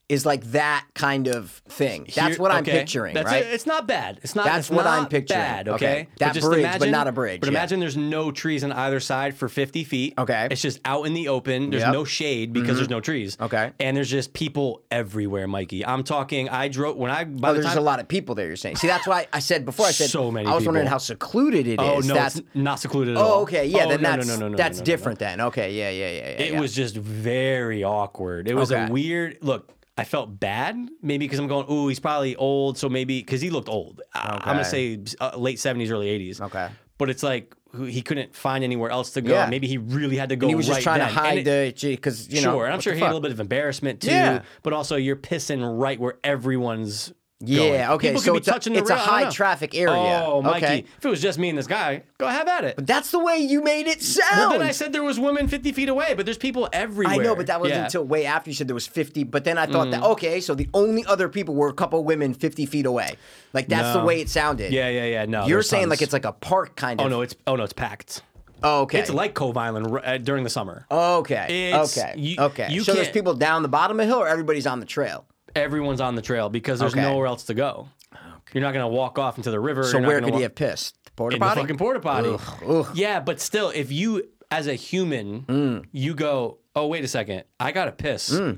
is like that kind of thing. That's Here- what I'm okay. picturing, That's right? It. It's not bad. It's not. That's it's what not I'm picturing. Bad, Okay. okay. That just bridge, but not a bridge, But yeah. imagine there's no trees on either side for 50 feet. Okay. It's just out in the open. There's Yep. Mm-hmm. no shade because there's no trees. Okay. And there's just people everywhere, Mikey. I'm talking. I drove when I by Oh, the there's time. a lot of people there. You're saying. See, that's why I said before. I said So many I was wondering people. how secluded it is. Oh no, that's, it's not secluded at all. oh okay, yeah. Oh, then no, no, that's no, no, no, that's no, no, no. different. Then okay, yeah, yeah, yeah. yeah It yeah. was just very awkward. It was Okay. a weird look. I felt bad, maybe because I'm going, ooh, he's probably old. So maybe because he looked old. I- I'm gonna say uh, late 70s, early 80s. Okay. But it's like who- he couldn't find anywhere else to go. Yeah. Maybe he really had to go. And he was right just trying to then. And hide it- the because you know. Sure, and I'm what sure the he had a fuck. little bit of embarrassment too. Yeah. But also, you're pissing right where everyone's. going. Yeah. Okay. People could so be it's, a, touching the it's a rail, I don't high know. traffic area. Oh, Mikey! Okay. If it was just me and this guy, go have at it. That's the way you made it Well, sound. then I said there was women 50 feet away, but there's people everywhere. I know, but that wasn't Yeah. Mm. until way after you said there was 50. But then I thought that, okay, so the only other people were a couple women 50 feet away. Like, that's the No. way it sounded. Yeah, yeah, yeah. No, You're there's saying like tons. it's like a park kind of. Oh no, it's oh no, it's packed. Oh, okay. It's like Cove Island r- uh, during the summer. Oh. Okay. It's- okay. you- okay. you so there's can't- people down the bottom of the hill or everybody's on the trail? Everyone's on the trail because there's Okay. nowhere else to go. You're not gonna walk off into the river. So you're not where gonna could he walk- have pissed? The porta in the potty? fucking porta potty? Ugh, ugh. Mm. Yeah, but still, if you as a human, you go, oh wait a second, I gotta piss. I'm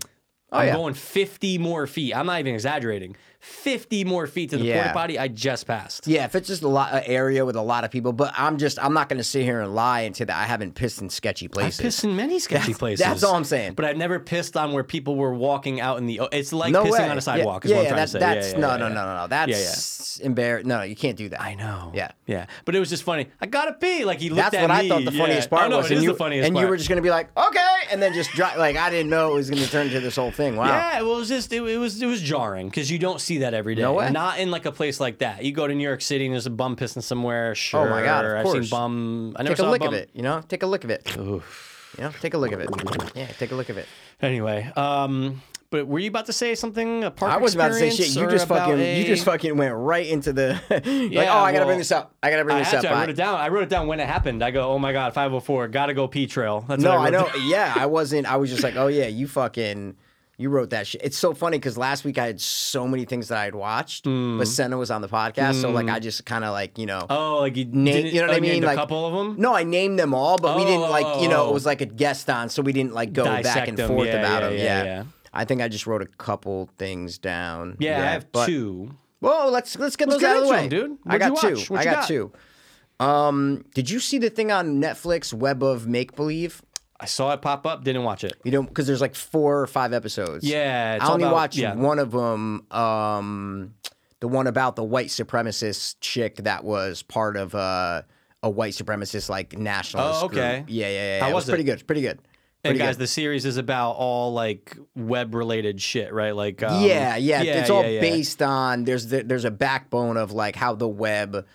Oh, yeah. going 50 more feet. I'm not even exaggerating. 50 more feet to the Yeah. porta potty I just passed. Yeah, if it's just a lot a area with a lot of people, but I'm just I'm not gonna sit here and lie and say that I haven't pissed in sketchy places. Piss in many sketchy places. that's all I'm saying. But I've never pissed on where people were walking out in the. oh, It's like no pissing way. on Yeah, a sidewalk. Yeah, is what I'm yeah, trying that's to say. Yeah, that's yeah, no yeah, no yeah. no no no. yeah. That's embarrassing. No, no, you can't do that. I know. Yeah. yeah. But it was just funny. I gotta pee. Like he looked That's at what I me, thought the funniest yeah. part oh, no, was. It is you, the funniest and part. you were just gonna be like, okay, and then just dry, like I didn't know it was gonna turn into this whole thing. Wow. Yeah, well, it was just it, it was it was jarring because you don't see that every day. No way. Not in like a place like that. You go to New York City and there's a bum pissing somewhere. Sure. Oh my God, of I've course. seen bum. I never Take a saw look bum. of it, you know? Take a look of it. You know, take a look of it. Yeah, take a look of it. Anyway, um, but were you about to say something? A park I was about to say experience shit. You or just about fucking you a- just fucking went right into the like, oh, Yeah, I gotta well, bring this up. I gotta bring I this had up. to. I wrote it down. I wrote it down when it happened. I go, oh my god, five hundred four. Gotta go pee trail. That's No, what I wrote know. down. yeah, I wasn't. I was just like, oh yeah, you fucking, you wrote that shit. It's so funny because last week I had so many things that I had watched, but Senna was on the podcast, so like I just kind of like you know. Mm. Oh, like you, na- didn't, you know what I mean? A Like couple of them. No, I named them all, but we didn't like you know it Oh. was like a guest on, so we didn't like go back Dissect and them. forth Yeah, about yeah, them. yeah, Yeah. yeah. I think I just wrote a couple things down. Yeah, I have but- two. Whoa, let's let's get Let's this get out of the into way, 'em, dude. I What'd got you two. watch? I What you got, got? two. Um, did you see the thing on Netflix, Web of Make Believe? I saw it pop up. Didn't watch it. You know, because there's like four or five episodes. Yeah, it's I all only about- watched yeah. one of them. Um, the one about the white supremacist chick that was part of uh, a white supremacist like nationalist. Oh, okay. Group. Yeah, yeah, yeah. How it was it? pretty good. Pretty good. And Pretty guys, good. the series is about all like web related shit, right? Like um, yeah, yeah, It's all yeah, yeah. based on there's the, there's a backbone of like how the web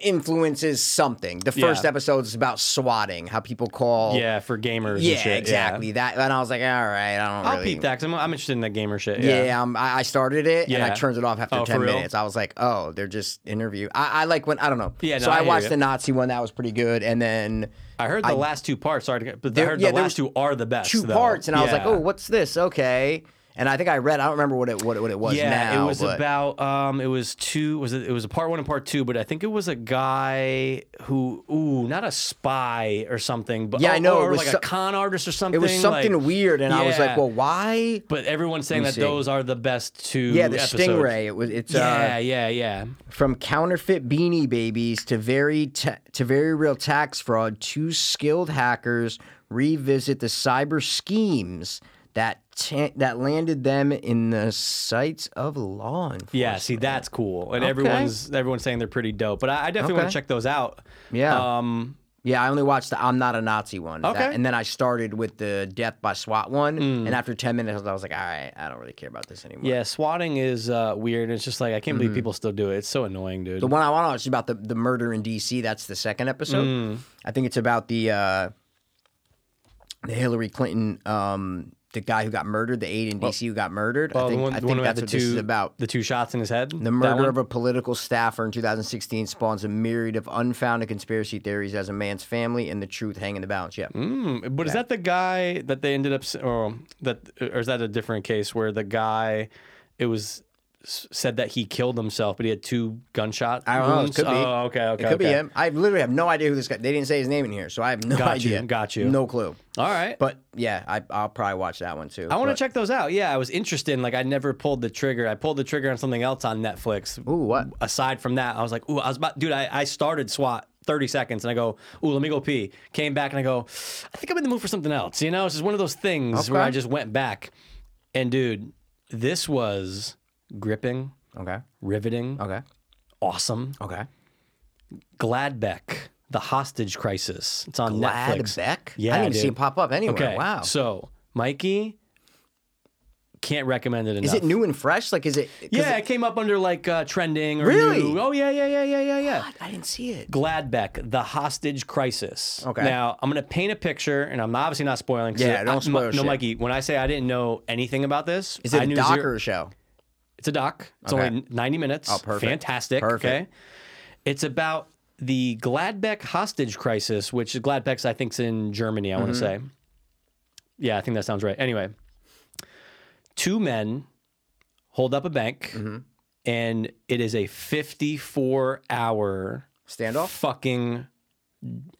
influences something. The Yeah. first episode is about swatting, how people call. Yeah, for gamers. and Yeah, shit, exactly. That, and I was like, all right, I don't I'll really. peep that 'cause I'm, I'm interested in that gamer shit. Yeah, Yeah. um, I, I started it and I Yeah. turned it off after Oh, for ten real? minutes. I was like, oh, they're just interview. I, I like when I don't know. Yeah, no, so I I, hear watched you. the Nazi one that was pretty good, and then I heard the last two parts are, but I heard yeah, the there last was two are the best. two though. parts, and I was like, Yeah. oh, what's this? Okay, and I think I read. I don't remember what it what it, what it was. Yeah, now, it was but- about um, it was two was it, it was a part one and part two, but I think it was a guy who ooh not a spy or something, but Yeah, I oh, know, it or was like so- a con artist or something. It was something like- weird, and I was like, Yeah. well, why? But everyone's saying me that see. those are the best two. Yeah, the episodes. stingray. It was. It's Yeah, uh, yeah, yeah. from counterfeit beanie babies to very ta- to very real tax fraud, two skilled hackers revisit the cyber schemes that ta- that landed them in the sights of law enforcement. Yeah, see, that's cool, and everyone's everyone's saying they're pretty dope. But I, I definitely want Okay. to check those out. Yeah. Um, Yeah, I only watched the I'm Not a Nazi one. That- Okay. Mm. and then I started with the Death by SWAT one. And after 10 minutes, I was like, all right, I don't really care about this anymore. yeah, swatting is uh, weird. It's just like I can't Mm-hmm. believe people still do it. It's so annoying, dude. The one I want to watch is about the, the murder in D.C. That's the second episode. Mm. I think it's about the uh, the Hillary Clinton um, the guy who got murdered, the aide in DC who got murdered. Oh, I the think, one, I the think one who had that's the what two, this is about. the two shots in his head. The murder of a political staffer in 2016 spawns a myriad of unfounded conspiracy theories as a man's family and the truth hang in the balance. Yeah. Mm, but is that the guy that they ended up, s- or that, or is that a different case where the guy, it was s- said that he killed himself, but he had two gunshot. I don't know. It wounds? could be. Oh, okay, okay, It could be okay. him. I literally have no idea who this guy. They didn't say his name in here, so I have no Got you, idea. got you. No clue. All right. But yeah, I, I'll probably watch that one too. I want to But- check those out. Yeah, I was interested. In, like, I never pulled the trigger. I pulled the trigger on something else on Netflix. Ooh, what? Aside from that, I was like, ooh, I was about, dude. I, I started SWAT 30 seconds, and I go, ooh, let me go pee. Came back, and I go, I think I'm in the mood for something else. You know, it's just one of those things where Okay. I just went back, and dude, this was gripping, Okay. riveting, Okay. awesome. Okay. Gladbeck, the hostage crisis. It's on Glad Netflix. Beck. Yeah, I didn't see dude. it pop up anywhere. Okay, Wow. So, Mikey, can't recommend it enough. is it new and fresh? Like, is it? 'cause Yeah, it- it came up under like uh, trending. Or Really? new- Oh yeah, yeah, yeah, yeah, yeah, yeah. God, I didn't see it. Gladbeck, the hostage crisis. Okay. Now I'm gonna paint a picture, and I'm obviously not spoiling. 'cause Yeah, I- don't I- spoil No, shit. Mikey. When I say I didn't know anything about this, Is it I a knew doc zero- or a show? It's a doc. It's Okay. only 90 minutes. Oh, perfect. Fantastic. Perfect. Okay. It's about the Gladbeck hostage crisis, which Gladbeck's I think's in Germany. I Mm-hmm. want to say. Yeah, I think that sounds right. Anyway, two men hold up a bank, Mm-hmm. and it is a 54 hour Standoff. fucking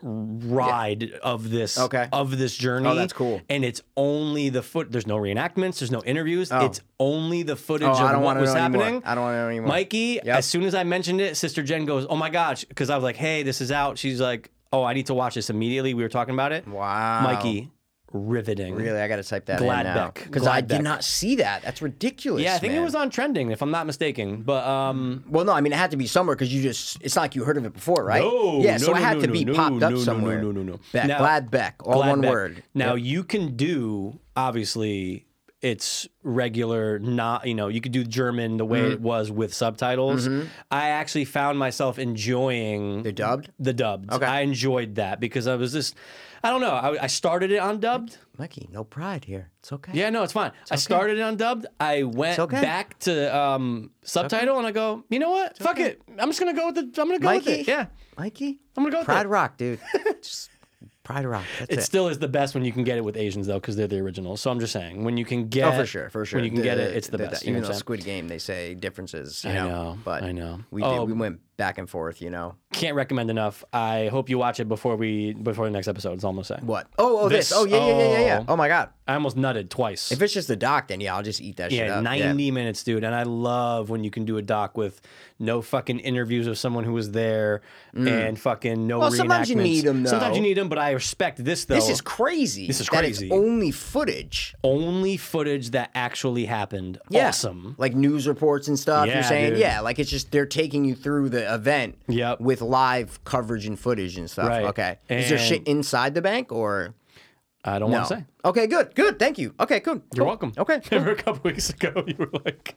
ride of this Okay. of this journey. Oh, that's cool. And it's only the foot. There's no reenactments. There's no interviews. It's only the footage Oh, of I don't what want to was know happening. anymore. I don't want to know anymore. Mikey, Yep. as soon as I mentioned it, Sister Jen goes, "Oh my gosh!" Because I was like, "Hey, this is out." She's like, "Oh, I need to watch this immediately." We were talking about it. Wow. Mikey, riveting. Really, I got to type that in now Gladbeck. because I did Gladbeck. not see that. That's ridiculous. Yeah, I think man. it was on trending, if I'm not mistaken. But um, Well, no, I mean it had to be somewhere because you just—it's not like you heard of it before, right? No, yeah, no, so it no, had no, to no, be no, popped no, up no, no, somewhere. no, no, no. Beck, Now- glad Beck, all one Gladbeck. word. Now you can do obviously it's regular, not you know you could do German the way it Mm-hmm. was with subtitles. I actually found myself enjoying They're dubbed. the dubbed. Okay. I enjoyed that because I was just I don't know I, I started it on dubbed. Mikey, no pride here. It's okay. Yeah, no, it's fine. I started it undubbed. I went okay. back to um, subtitle and I go, you know what? Fuck it. I'm just gonna go with the. I'm gonna go with it. Mikey? Yeah, Mikey, I'm gonna go with pride it. rock, dude. just pride rock. That's It it. still is the best when you can get it with Asians though, because they're the original. So I'm just saying, when you can get, Oh, for sure, for sure. when you can get it, it's the, best. you know even though what I'm saying? Squid Game, they say differences. You I know, know, but I know. We Oh. did. We went back and forth. You know Can't recommend enough. I hope you watch it before we before the next episode. It's almost saying. what? Oh, oh, this. This- Oh, yeah, yeah, yeah, yeah, yeah. oh. Oh my God. I almost nutted twice. If it's just the doc, then yeah, I'll just eat that shit yeah, up. 90 minutes, dude. And I love when you can do a doc with no fucking interviews of someone who was there and fucking no Mm. Well, sometimes you reenactments. need 'em, Sometimes though. you need them, but I respect this though. This is crazy. This is that it's crazy. only footage. only footage that actually happened. Awesome. Like news reports and stuff. Yeah, you're saying, dude. yeah, like it's just they're taking you through the event Yep. with live coverage and footage and stuff. Right. Okay. Is there shit And- inside the bank or I don't no? want to say. Okay, good, good. Thank you. Okay, cool. You're cool. welcome. Okay. Remember a couple weeks ago, you were like,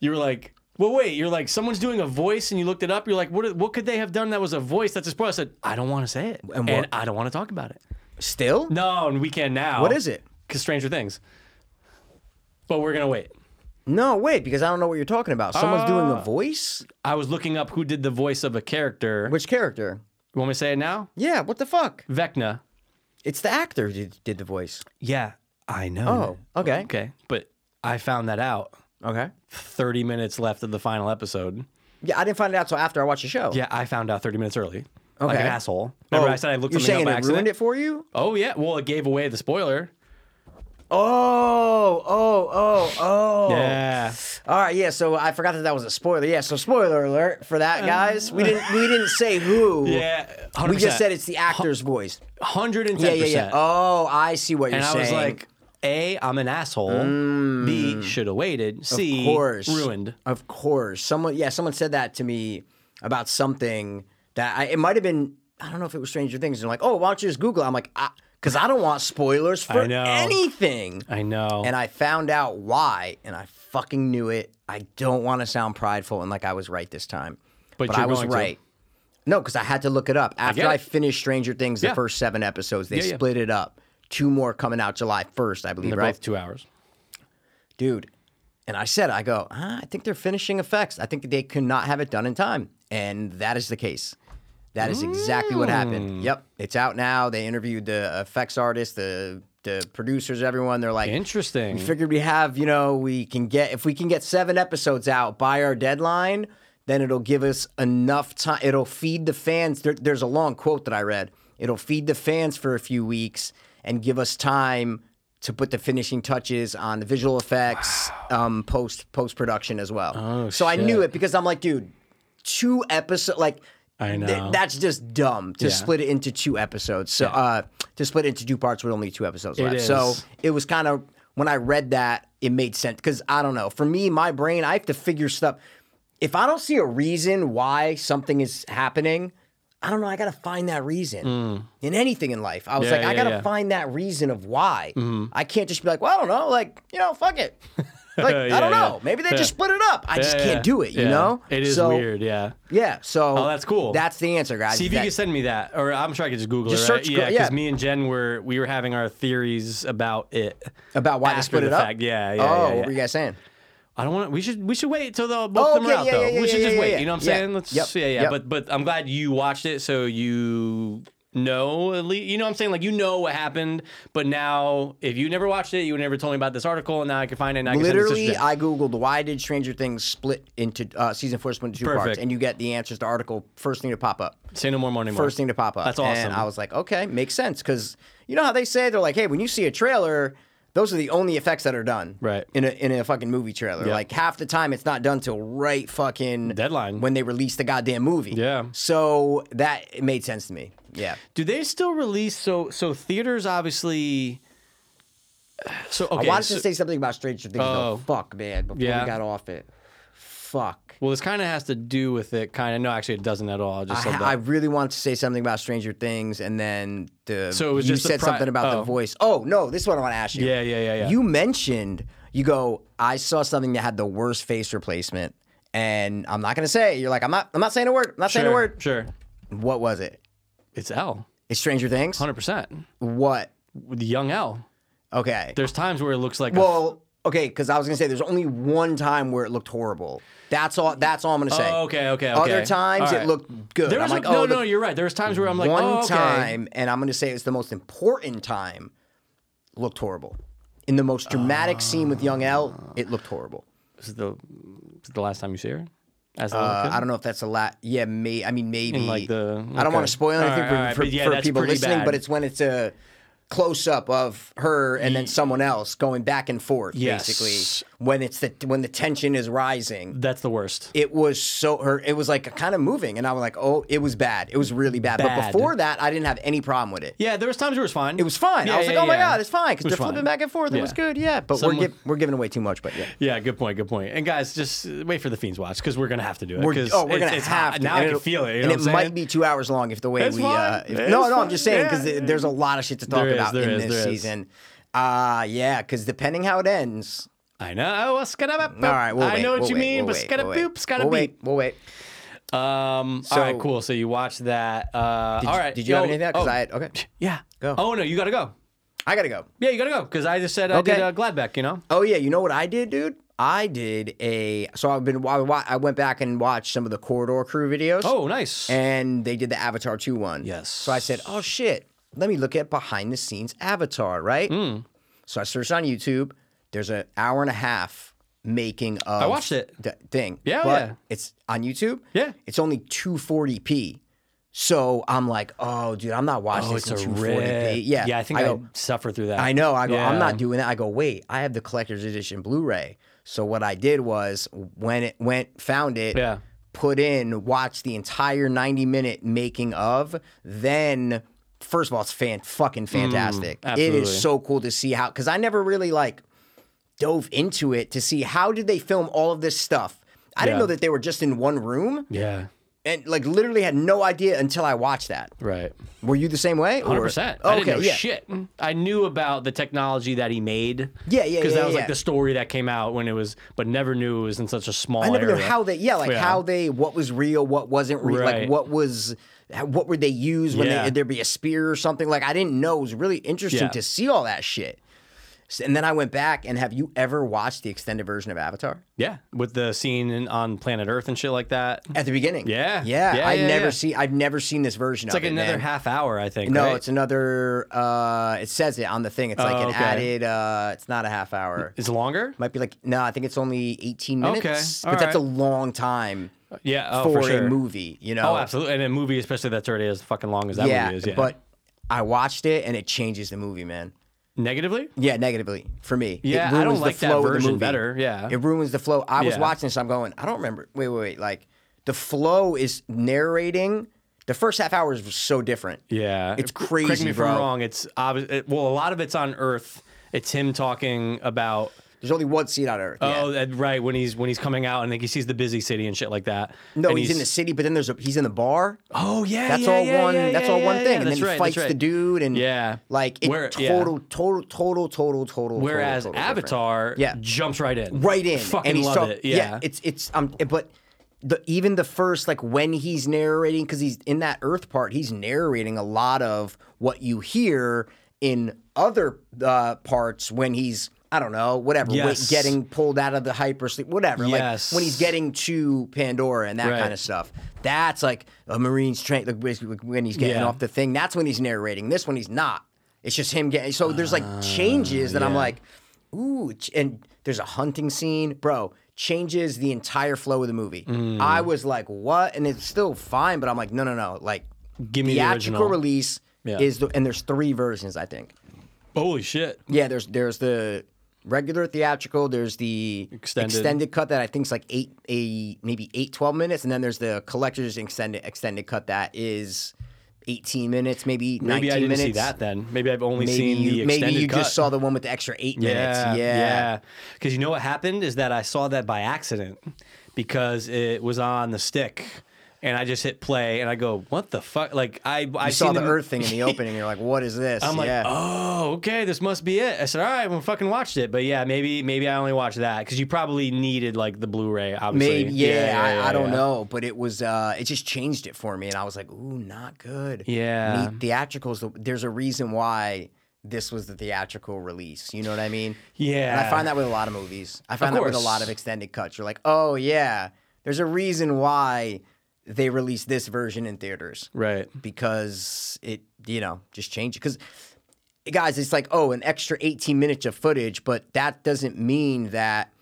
you were like, well, wait. You're like, someone's doing a voice, and you looked it up. You're like, what? What could they have done that was a voice? That's just. I said, I don't want to say it, And and, what- I don't want to talk about it. Still? No, and we can now. What is it? Because Stranger Things. But we're gonna wait. No, wait, because I don't know what you're talking about. Someone's Uh. doing a voice? I was looking up who did the voice of a character. Which character? You want me to say it now? Yeah, what the fuck? Vecna. It's the actor who did, did the voice. Yeah, I Oh, know. okay. Okay, but I found that out Okay. 30 minutes left of the final episode. Yeah, I didn't find it out till after I watched the show. Yeah, I found out 30 minutes early. Like Okay. an asshole. Remember Oh, I said I looked You're something up saying by it accident? ruined it for you? Oh yeah, well it gave away the spoiler. Oh, oh, oh, oh. Yeah. All right, yeah. So I forgot that that was a spoiler. Yeah. So spoiler alert for that, guys. We didn't we didn't say who. Uh, Yeah. 100%. We just said it's the actor's voice. 110%. Yeah, yeah, yeah. Oh, I see what you're and I saying. Mm. was like, A, I'm an asshole. B, should have waited. C, of course, E, ruined. Of course, someone. Yeah, someone said that to me about something that I, it might have been. I don't know if it was Stranger Things. And like, oh, why don't you just Google? it? I'm like, because I don't want spoilers for I know. anything. I know. and I found out why, and I fucking knew it. I don't want to sound prideful and like I was right this time, But I you're was going to. right. No, because I had to look it up after get I, it. finished Stranger Things. The Yeah. first seven episodes, they Yeah, yeah. split it up two more coming out July 1st, I believe, They're right? both two hours. dude. And I said, I go, ah, I think they're finishing effects. I think they could not have it done in time. And that is the case. That is exactly what Mm. happened. Yep. It's out now. They interviewed the effects artists, the the producers, everyone. They're like, Interesting. we figured we have, you know, we can get if we can get seven episodes out by our deadline, then it'll give us enough time. It'll feed the fans. There, there's a long quote that I read. It'll feed the fans for a few weeks and give us time to put the finishing touches on the visual effects, um, post post production as well. Oh, so I knew shit. it because I'm like, dude, two episode like. I th- know. that's just dumb to Yeah. split it into two episodes. So, uh, to split it into two parts with only two episodes left. is. So, it was kind of when I read that, it made sense because I don't know. For me, my brain, I have to figure stuff. If I don't see a reason why something is happening, I don't know. I gotta find that reason in anything in life. I was Mm. Yeah, like, I yeah, Mm-hmm. gotta yeah. find that reason of why. I can't just be like, well, I don't know. Like, you know, fuck it. Like, I Yeah, don't know. yeah. Maybe they Yeah. just split it up. I just Yeah, can't yeah. do it. You Yeah. know. It is So, weird. Yeah. Yeah. So. Oh, that's cool. That's the answer, guys. See if you That- can send me that, or I'm sure I could just Google Just it. Right? search- yeah, yeah. because me and Jen were we were having our theories about it. about why they after split the it up. fact. Yeah, yeah, oh, yeah, what yeah. were you guys saying? I don't want. to We should. We should wait till the both Oh, of them are yeah, out yeah, though. yeah, we yeah, should yeah, just yeah, wait. yeah. You know what I'm Yeah. saying? Let's. Yep. Yeah, yeah. Yep. But but I'm glad you watched it, so you know at least. You know what I'm saying? Like you know what happened, but now if you never watched it, you never told me about this article, and now I can find it. And I can send it to Literally, Jen. I googled why did Stranger Things split into uh, season four split into two parts, Perfect. and you get the answers to article first thing to pop up. say no more morning. First thing to pop up. That's And awesome. I was like, okay, makes sense because you know how they say they're like, hey, when you see a trailer, those are the only effects that are done, Right. In a in a fucking movie trailer, Yeah. like half the time it's not done till right fucking Deadline. when they release the goddamn movie. Yeah. So that it made sense to me. Yeah. Do they still release? So so theaters obviously. So okay. I wanted so- to say something about Stranger Things. Oh. though. fuck, man! Before Yeah. we got off it, fuck. Well, this kind of has to do with it. Kind of. No, actually, it doesn't at all. I just I, said ha- that. I really wanted to say something about Stranger Things, and then the So it was you just the said pri- something about the oh. voice. Oh no, this is what I want to ask you. Yeah, yeah, yeah, yeah. You mentioned you go. I saw something that had the worst face replacement, and I'm not gonna say. You're like, I'm not. I'm not saying a word. I'm not saying a Sure, word. Sure. What was it? It's L. It's Stranger Things. Hundred percent. What? With Young L. Okay. There's times where it looks like. a, well, okay, because I was gonna say there's only one time where it looked horrible. That's all. That's all I'm gonna say. Oh, okay, okay, okay. Other times All it right. looked good. There I'm was like, a, no, oh, the no, you're right. There was times where I'm like, one oh, okay. time, and I'm going to say it's the most important time, looked horrible. In the most dramatic scene with Young L, it looked horrible. Uh, This is the this is the last time you see her. As a little Uh, kid? I don't know if that's a lot. Yeah, may, I mean, maybe. like, the- I don't want okay. to spoil anything Alright, for, alright, for, but yeah, for that's people pretty listening, bad. but it's when it's a close up of her and then someone else going back and forth, Yes. basically. When it's the when the tension is rising. That's the worst. It was so her. It was like kind of moving, and I was like, "Oh, it was bad. It was really bad." But Bad. before that, I didn't have any problem with it. Yeah, there was times where it was fine. It was fine. Yeah, I was like, yeah, oh my yeah. god, it's fine It because was they're fine. flipping back and forth. It was Yeah. good, yeah. But Someone- we're, gi- we're giving away too much, but yeah. Yeah, good point, good point. And guys, just uh, wait for the Fiends watch because we're gonna have to do it. We're, 'cause oh, we're it's- gonna it's have hot. to. Now and I can it'll- feel it. You and know it what I'm might saying? be two hours long if the way It's we. Uh, fine. if- It's no, no, I'm fine. just saying because Yeah, there's a lot of shit to talk There is, about there in is, this there is. season. Uh yeah, because depending how it ends. I know. Oh, well, skadaboop. All right, we'll I wait, know what we'll you wait, mean, we'll but wait, we'll wait. skadaboop, We'll wait. skadabeep. We'll wait. Um. So- all right, cool. So you watched that. Uh, Did all you- right. Did you have Yo, anything? Because oh, I had, okay, yeah. Go. Oh no, you gotta go. I gotta go. Yeah, you gotta go because I just said I did Okay. uh, Gladbeck. You know. Oh yeah, you know what I did, dude? I did a so I've been I wa- I went back and watched some of the Corridor Crew videos. Oh, nice. and they did the Avatar 2 one. Yes. So I said, oh shit, let me look at behind the scenes Avatar, right? Hmm. So I searched on YouTube. There's an hour and a half making of I watched it. The thing. Yeah, but yeah. It's on YouTube. Yeah. It's only 240p. So I'm like, oh, dude, I'm not watching oh, this it's a in 240p. rip. Yeah. Yeah, I think I, go, suffer through that. I know. I go, I'm Yeah. not doing that. I go, wait, I have the collector's edition Blu-ray. So what I did was when it went, found it, Yeah. put in, watched the entire 90 minute making of, then first of all, it's fan fucking fantastic. it Mm, absolutely. is so cool to see how because I never really like dove into it to see how did they film all of this stuff. I didn't Yeah. know that they were just in one room Yeah. and like literally had no idea until I watched that. Right. Were you the same way? or- Oh, Hundred percent. I didn't know shit. I knew about the technology that he made. Yeah, yeah, Because yeah, that was yeah. like the story that came out when it was, but never knew it was in such a small. I never area. knew how they, yeah, like Yeah. how they, what was real, what wasn't real, like Right. what was how- what would they use when Yeah. they, there'd be a spear or something? Like I didn't know. It was really interesting Yeah. to see all that shit. S- And then I went back and have you ever watched the extended version of Avatar Yeah, with the scene in, on planet Earth and shit like that. It's at the beginning? Yeah. yeah. Yeah, I yeah, never yeah. see. I've never seen this version. It's like of another it, man. half hour, I think. No, right? it's another. uh It says it on the thing. It's like Oh, an okay. added. uh It's not a half hour. it's longer. Might be like no. I think it's only eighteen Okay, minutes. but all that's right. a long time Yeah, oh, for, for, sure. a movie. You know. Oh, absolutely. And a movie, especially that's already as fucking long as that Yeah, movie is. Yeah, But I watched it and it changes the movie, man. negatively. Yeah, negatively for me. It Yeah, I don't ruins the like that flow of the version movie. better. Yeah. It ruins the flow. I was Yeah. watching this. I'm going. I don't remember. Wait, wait, wait. Like the flow is narrating. The first half hour is so different. Yeah, It's Cor- Correct crazy, me if I'm bro. wrong. It's obvious. It, well, a lot of it's on Earth. It's him talking about There's only one scene on Earth. yeah. oh that, right when he's when he's coming out and like he sees the busy city and shit like that. No, And he's, in the city, but then there's a he's in the bar. Oh yeah, That's yeah, all yeah, one. yeah, that's yeah, all one yeah, thing, yeah, and then that's he right, that's fights the right. dude, and Yeah. like it Where- yeah. total, total, total, total, total. Whereas total, total different. Avatar Yeah. jumps right in, right in, Fucking and he's love talk- it. Yeah. it's it's um, but the even the first like when he's narrating because he's in that Earth part, he's narrating a lot of what you hear in other uh, parts when he's. I don't know, whatever. wa- Yes. Getting pulled out of the hypersleep, whatever. Yes. Like when he's getting to Pandora and that Right. kind of stuff. That's like a Marine's train, like basically when he's getting Yeah. off the thing. That's when he's narrating. This one he's not. It's just him getting. So there's Ah, like changes that I'm like, ooh, ch- and there's a hunting scene, bro. Changes the entire flow of the movie. Mm. I was like, what? And it's still fine, but I'm like, no, no, no. Like, Give me the theatrical original. release Yeah. is the and there's three versions, I think. holy shit. Yeah, there's there's the regular theatrical, there's the Extended. cut that I think is like eight a maybe eight, 12 minutes, and then there's the collector's extended extended cut that is eighteen minutes, maybe nineteen Maybe I didn't minutes. see that then. Maybe I've only Maybe seen the you, extended maybe you cut. just saw the one with the extra eight minutes. Yeah, Because you know what happened is that I saw that by accident because it was on the stick, and I just hit play, and I go, "What the fuck?" Like I, I You saw the Earth thing in the opening. You're like, what is this? I'm like, yeah. oh, okay, this must be it. I said, all right, well, fucking watched it, but yeah, maybe maybe I only watched that because you probably needed like the Blu-ray, obviously. maybe yeah, I, yeah, I don't yeah. know, but it was uh, it just changed it for me, and I was like, ooh, not good. Yeah. Me- theatricals. There's a reason why this was the theatrical release. You know what I mean? And I Yeah. find that with a lot of movies. I find that with a lot of course. extended cuts. You're like, oh yeah, there's a reason why they released this version in theaters Right. because it you know just changed because guys it's like oh an extra 18 minutes of footage but that doesn't mean that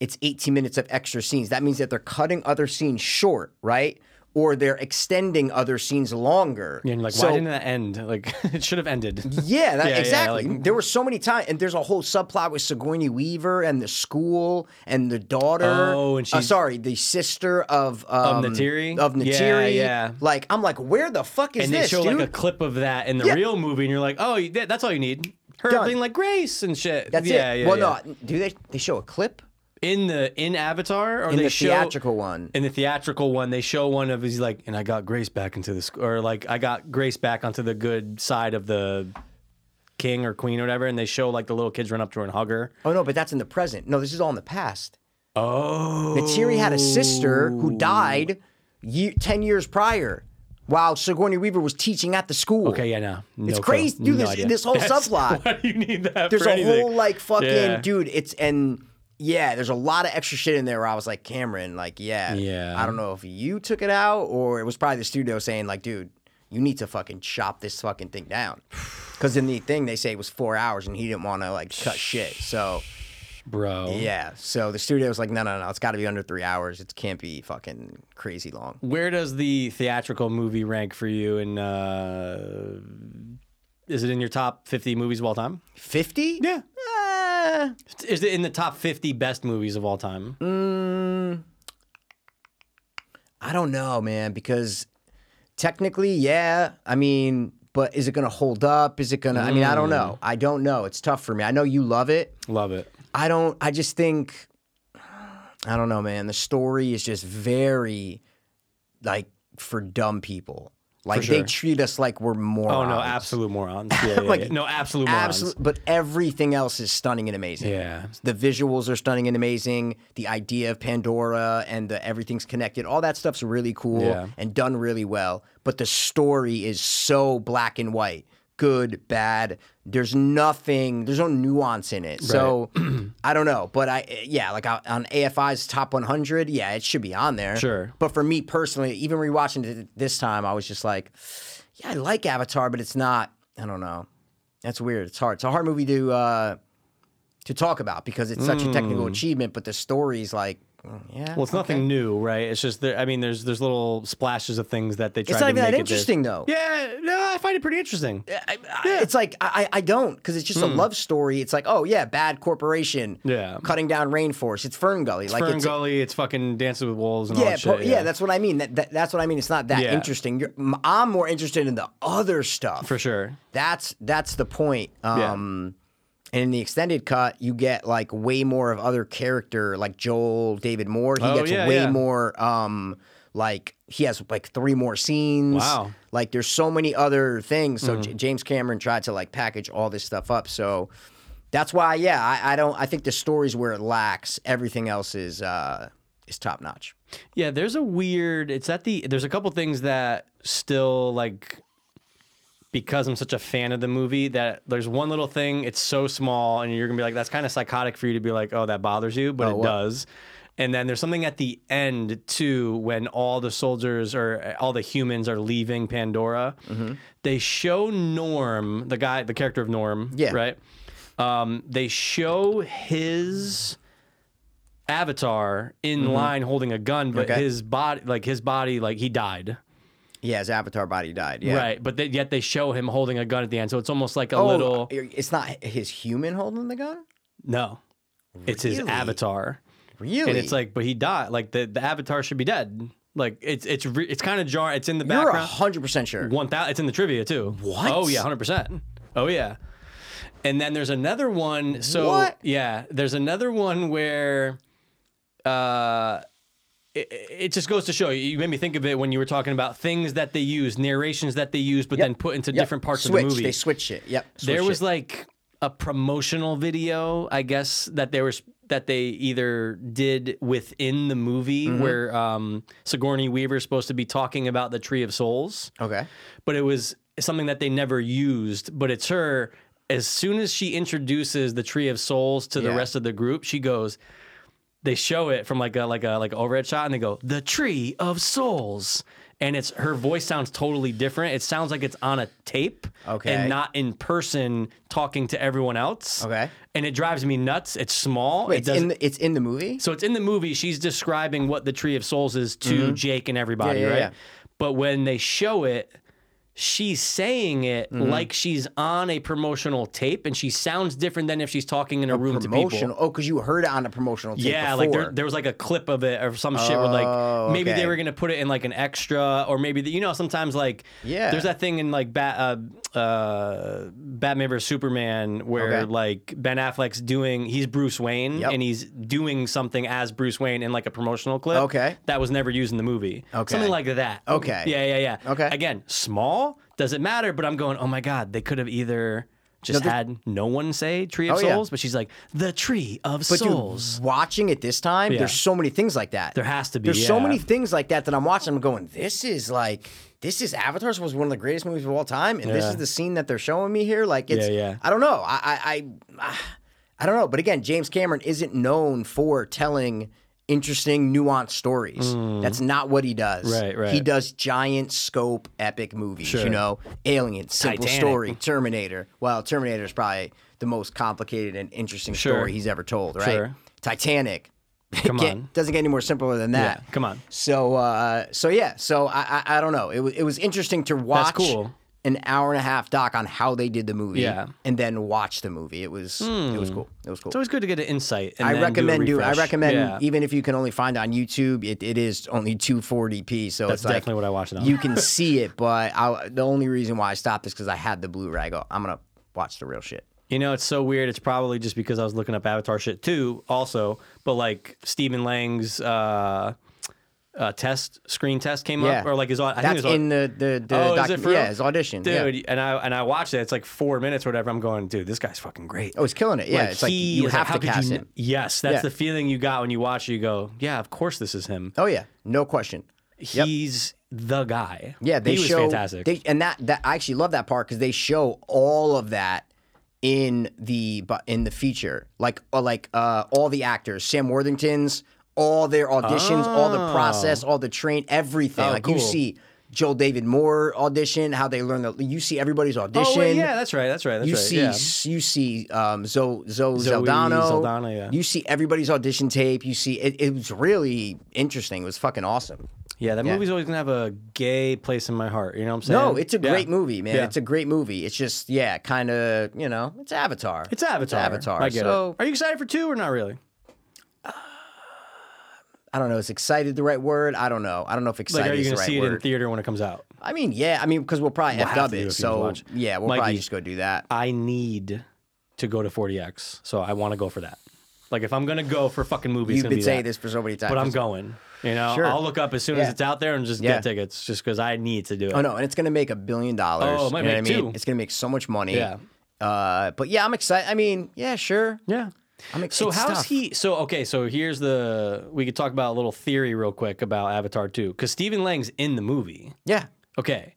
it's 18 minutes of extra scenes that means that they're cutting other scenes short right or they're extending other scenes longer And you're like, So- why didn't that end? Like, it should have ended. yeah, that, Yeah, yeah, exactly. like- mm. there were so many times, and there's a whole subplot with Sigourney Weaver and the school and the daughter. Oh, and uh, she's- sorry, the sister of um, Natiri? Of Yeah, Natiri. yeah. Like, I'm like, where the fuck is and this, they show dude? like a clip of that in the Yeah. real movie, and you're like, oh, you- that- that's all you need. Her Done. being like Grace and shit. That's yeah, it. Yeah, well, yeah. no, do they? They show a clip In the in Avatar, or in they the show theatrical one. in the theatrical one, they show one of his like, and I got Grace back into the sc- or like I got Grace back onto the good side of the king or queen or whatever, and they show like the little kids run up to her and hug her. oh no, but that's in the present. No, this is all in the past. Oh, Natiri had a sister who died ye ten years prior. While Sigourney Weaver was teaching at the school. Okay, yeah, no, no It's clue. crazy, dude. No this, idea. this whole That's- subplot. Why do you need that? there's for a anything? whole like fucking Yeah. dude. It's and yeah, there's a lot of extra shit in there where I was like, Cameron, like yeah, Yeah. I don't know if you took it out or it was probably the studio saying like, dude, you need to fucking chop this fucking thing down, because in the thing they say it was four hours and he didn't want to like cut shit. So bro. yeah, so the studio was like, no, no, no, it's got to be under three hours. It can't be fucking crazy long. Where does the theatrical movie rank for you? And uh, is it in your top fifty movies of all time? Fifty? Yeah. Uh, Is it in the top fifty best movies of all time? I don't know, man, because technically, yeah. I mean, but is it going to hold up? Is it going to, I mean, I don't Mm. know. I don't know. It's tough for me. I know you love it. Love it. I don't, I just think, I don't know, man. The story is just very, like, for dumb people. Like they sure. treat us like we're morons. Oh no, absolute morons. Yeah, yeah, Like, yeah. No, absolute morons. Absolute, but everything else is stunning and amazing. Yeah. The visuals are stunning and amazing. The idea of Pandora and the everything's connected, all that stuff's really cool Yeah. and done really well. But the story is so black and white good, bad. There's nothing, there's no nuance in it. So I don't know. But I, yeah, like I- on AFI's top 100, yeah, it should be on there. Sure. But for me personally, even rewatching it this time, I was just like, yeah, I like Avatar, but it's not, I don't know. That's weird. It's hard. It's a hard movie to uh, to talk about because it's such a technical achievement, but the story's like, mm, yeah. Hmm. Well, it's nothing new, right? It's just there. I mean, there's there's little splashes of things that they try. it's not to even that make it this- interesting, though. Yeah, no, I find it pretty interesting. I, I, It's like I, I I don't because it's just a love story. It's like oh yeah, bad corporation, Hmm. Yeah. cutting down rainforest. It's Fern Gully, like Fern it's Gully, it's fucking Dances with Wolves and all yeah, that pro- shit. yeah, that's what I mean. That, that that's what I mean. It's not that Yeah. interesting. You're, m- I'm more interested in the other stuff. for sure. That's that's the point. Yeah. Um, And in the extended cut, you get like way more of other character, like Joel David Moore. He Oh, gets yeah, way yeah. more. Um, like he has like three more scenes. Wow. Mm-hmm. Like there's so many other things. So J- James Cameron tried to like package all this stuff up. So that's why, yeah, I, I don't. I think the story's where it lacks. Everything else is uh is top notch. Yeah, there's a weird. It's at the. There's a couple things that still like. Because I'm such a fan of the movie, that there's one little thing. It's so small, and you're gonna be like, "That's kind of psychotic for you to be like, oh, that bothers you," but it what? does. And then there's something at the end too, when all the soldiers or all the humans are leaving Pandora. Mm-hmm. They show Norm, the guy, the character of Norm, Yeah. right. Um, they show his avatar in line holding a gun, but Mm-hmm. Okay. his body, like his body, like he died. Yeah, his avatar body died. Yeah. Right. But they, yet they show him holding a gun at the end. So it's almost like a Oh, little. it's not his human holding the gun. No. It's his Really? avatar. Really? And it's like, but he died. Like the, the avatar should be dead. Like it's it's re- it's kind of jar. It's in the you're background. hundred percent sure. One thousand. It's in the trivia too. What? Oh yeah, hundred percent. Oh yeah. And then there's another one. So What? yeah, there's another one where, uh, it, it just goes to show you. You made me think of it when you were talking about things that they use, narrations that they use, but then put into Yep. different parts switch. of the movie. They switch it. Yep. there switch was it. like a promotional video, I guess that there was that they either did within the movie Mm-hmm. where um, Sigourney Weaver is supposed to be talking about the Tree of Souls okay. but it was something that they never used. But it's her. As soon as she introduces the Tree of Souls to the Yeah. rest of the group, she goes. They show it from like a like a like overhead shot, and they go the Tree of Souls, and it's her voice sounds totally different. It sounds like it's on a tape, Okay. and not in person talking to everyone else. Okay. and it drives me nuts. It's small. it Wait, it's doesn't. in the, it's in the movie. Mm-hmm. So it's in the movie. She's describing what the Tree of Souls is to Jake and everybody, Yeah, yeah, right? yeah. But when they show it, she's saying it Mm-hmm. like she's on a promotional tape, and she sounds different than if she's talking in a, room to people. promotional. Oh, because you heard it on a promotional tape Yeah, before. Oh, like there, there was like a clip of it or some shit where like maybe okay. they were gonna put it in like an extra or maybe the, you know sometimes like Yeah. there's that thing in like Bat uh, uh, Batman vs Superman where Okay. like Ben Affleck's doing he's Bruce Wayne Yep. and he's doing something as Bruce Wayne in like a promotional clip. Okay. that was never used in the movie. Okay. something like that. Okay. yeah, yeah, yeah. Okay. again, small doesn't matter, but I'm going. Oh my god, they could have either. Just had no one say Tree of Oh, yeah. Souls, but she's like the Tree of but Souls. dude, watching it this time, Yeah. there's so many things like that. There has to be. There's so yeah. many things like that that I'm watching. I'm going, this is like, this is Avatar was one of the greatest movies of all time, and this Yeah. is the scene that they're showing me here. Like, it's, Yeah, yeah. I don't know. I, I, I, I don't know. But again, James Cameron isn't known for telling interesting, nuanced stories. That's not what he does. Mm. Right, right. He does giant scope, epic movies. You Sure. know, Alien, simple Titanic. story, Terminator. Well, Terminator is probably the most complicated and interesting Sure. story he's ever told. Right. Sure. Titanic. Come Get- on. doesn't get any more simpler than that. Yeah, come on. So, uh, so yeah, so I, I, I don't know. It was, it was interesting to watch cool. an hour and a half doc on how they did the movie, Yeah. Hmm. and then watch the movie. It was, it was cool. It was cool. It's always good to get an insight. And I then do a recommend do. I refresh. recommend e- Yeah. even if you can only find it on YouTube, it, it is only 240p. So That's it's like, definitely what I watched it on. You can see it, but I, the only reason why I stopped is because I had the Blu-ray. I go, I'm gonna watch the real shit. You know, it's so weird. It's probably just because I was looking up Avatar shit too, also. But like Stephen Lang's uh, uh, test screen test came Yeah. up, or like his. au- I think That's his au- in the the, the Oh, is it docu- for real? Yeah, his audition. yeah. dude. And I and I watched it. It's like four minutes or whatever. I'm going, dude, this guy's fucking great. Oh, he's killing it. Yeah, it's like he you is have how to could you cast n- him. Yes, that's Yeah. the feeling you got when you watch it. You go, yeah, of course this is him. Oh yeah, no question. Yep. He's the guy. Yeah, they he was show fantastic. They, and that that I actually love that part because they show all of that in the bu- in the feature, like uh, like uh, all the actors, Sam Worthington's, all their auditions, all the process, all the train, everything. Oh, like you cool. see Joel David Moore audition, how they learn the. You see everybody's audition. oh wait, yeah, that's right. That's right. That's You right. see, yeah. you see, um, Zoe, Zoe, Zoe Zeldano. Saldana, yeah. You see everybody's audition tape. You see, it, it was really interesting. It was fucking awesome. Yeah, that movie's always gonna have a gay place in my heart. You know what I'm saying? No, it's a Yeah. great movie, man. Yeah. It's a great movie. It's just, yeah, kind of, you know, it's Avatar. It's Avatar. Avatar. I get so it. Are you excited for two or not really? I don't know. Is excited the right word? I don't know. I don't know if Like, excited are you is the gonna right see it word. in theater when it comes out? I mean, yeah. I mean, because we'll probably We'll f have dub to it. do if you So watch. yeah, we'll Mikey. probably just go do that. I need to go to 40x, so I want to go for that. Like, if I'm gonna go for fucking movies, You've it's gonna been be saying that. this for so many times. but I'm going. You know, Sure. I'll look up as soon Yeah. as it's out there and just Yeah. get tickets, just because I need to do it. Oh no, and it's gonna make a billion dollars. Oh, it might you know make what I mean? two. It's gonna make so much money. Yeah. Uh, but yeah, I'm excited. I mean, yeah, sure. Yeah. I'm So excited. how's he? So okay. So here's the we could talk about a little theory real quick about Avatar 2 because Stephen Lang's in the movie. Yeah. Okay.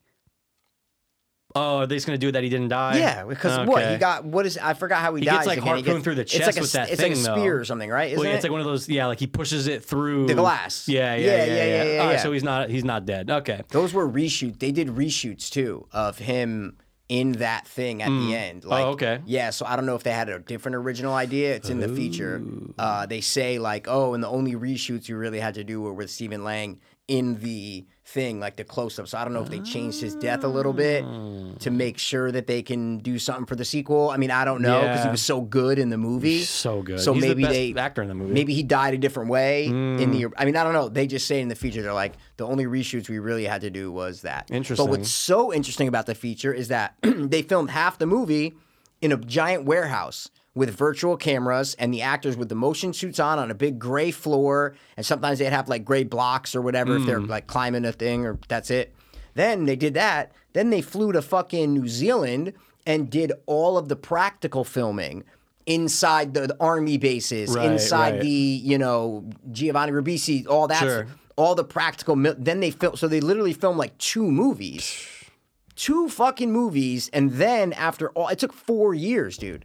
Oh, are they just gonna do it that he didn't die? Yeah, because what Okay. he got? What is? I forgot how he, He dies. gets, like, again. harpooned through the it's like chest a with that s- it's thing, like a though. spear or something, right? Isn't Well, it's it? like one of those. Yeah, like he pushes it through The glass. Yeah, yeah, Yeah, yeah, yeah, yeah. yeah, yeah, All right, yeah. so he's not he's not dead. Okay. Those were reshoot. They did reshoots too of him in that thing at the end. Like, Mm. Oh, okay. Yeah, so I don't know if they had a different original idea. It's in the feature. Uh, they say like, oh, and the only reshoots you really had to do were with Stephen Lang in the thing, like the close up. So I don't know if they changed his death a little bit Ah. to make sure that they can do something for the sequel. I mean, I don't know because he Yeah. was so good in the movie. So good. So He's the maybe best they actor in the movie. Mm. Maybe he died a different way in the. I mean, I don't know. They just say in the feature they're like the only reshoots we really had to do was that. Interesting. But what's so interesting about the feature is that they filmed half the movie in a giant warehouse with virtual cameras and the actors with the motion suits on on a big gray floor and sometimes they'd have like gray blocks or whatever if Mm. they're like climbing a thing or that's it. Then they did that. Then they flew to fucking New Zealand and did all of the practical filming inside the, the army bases, Right, inside right. the you know Giovanni Ribisi, all that, Sure. all the practical. Mil- then they film, so they literally filmed like two movies, two fucking movies, and then after all, it took four years, dude.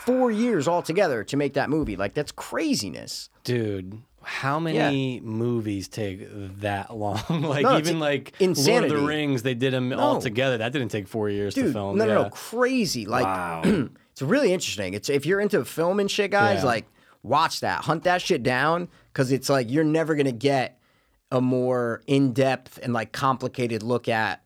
Four years altogether to make that movie. Like that's craziness. Dude, how many movies take that long? like No, it's even like Lord insanity. of the Rings, they did them all together. That didn't take four years to Dude, film. no, no, yeah. no, crazy. Like it's really interesting. It's if you're into film and shit, guys, Yeah. like watch that, hunt that shit down, because it's like you're never gonna get a more in depth and like complicated look at.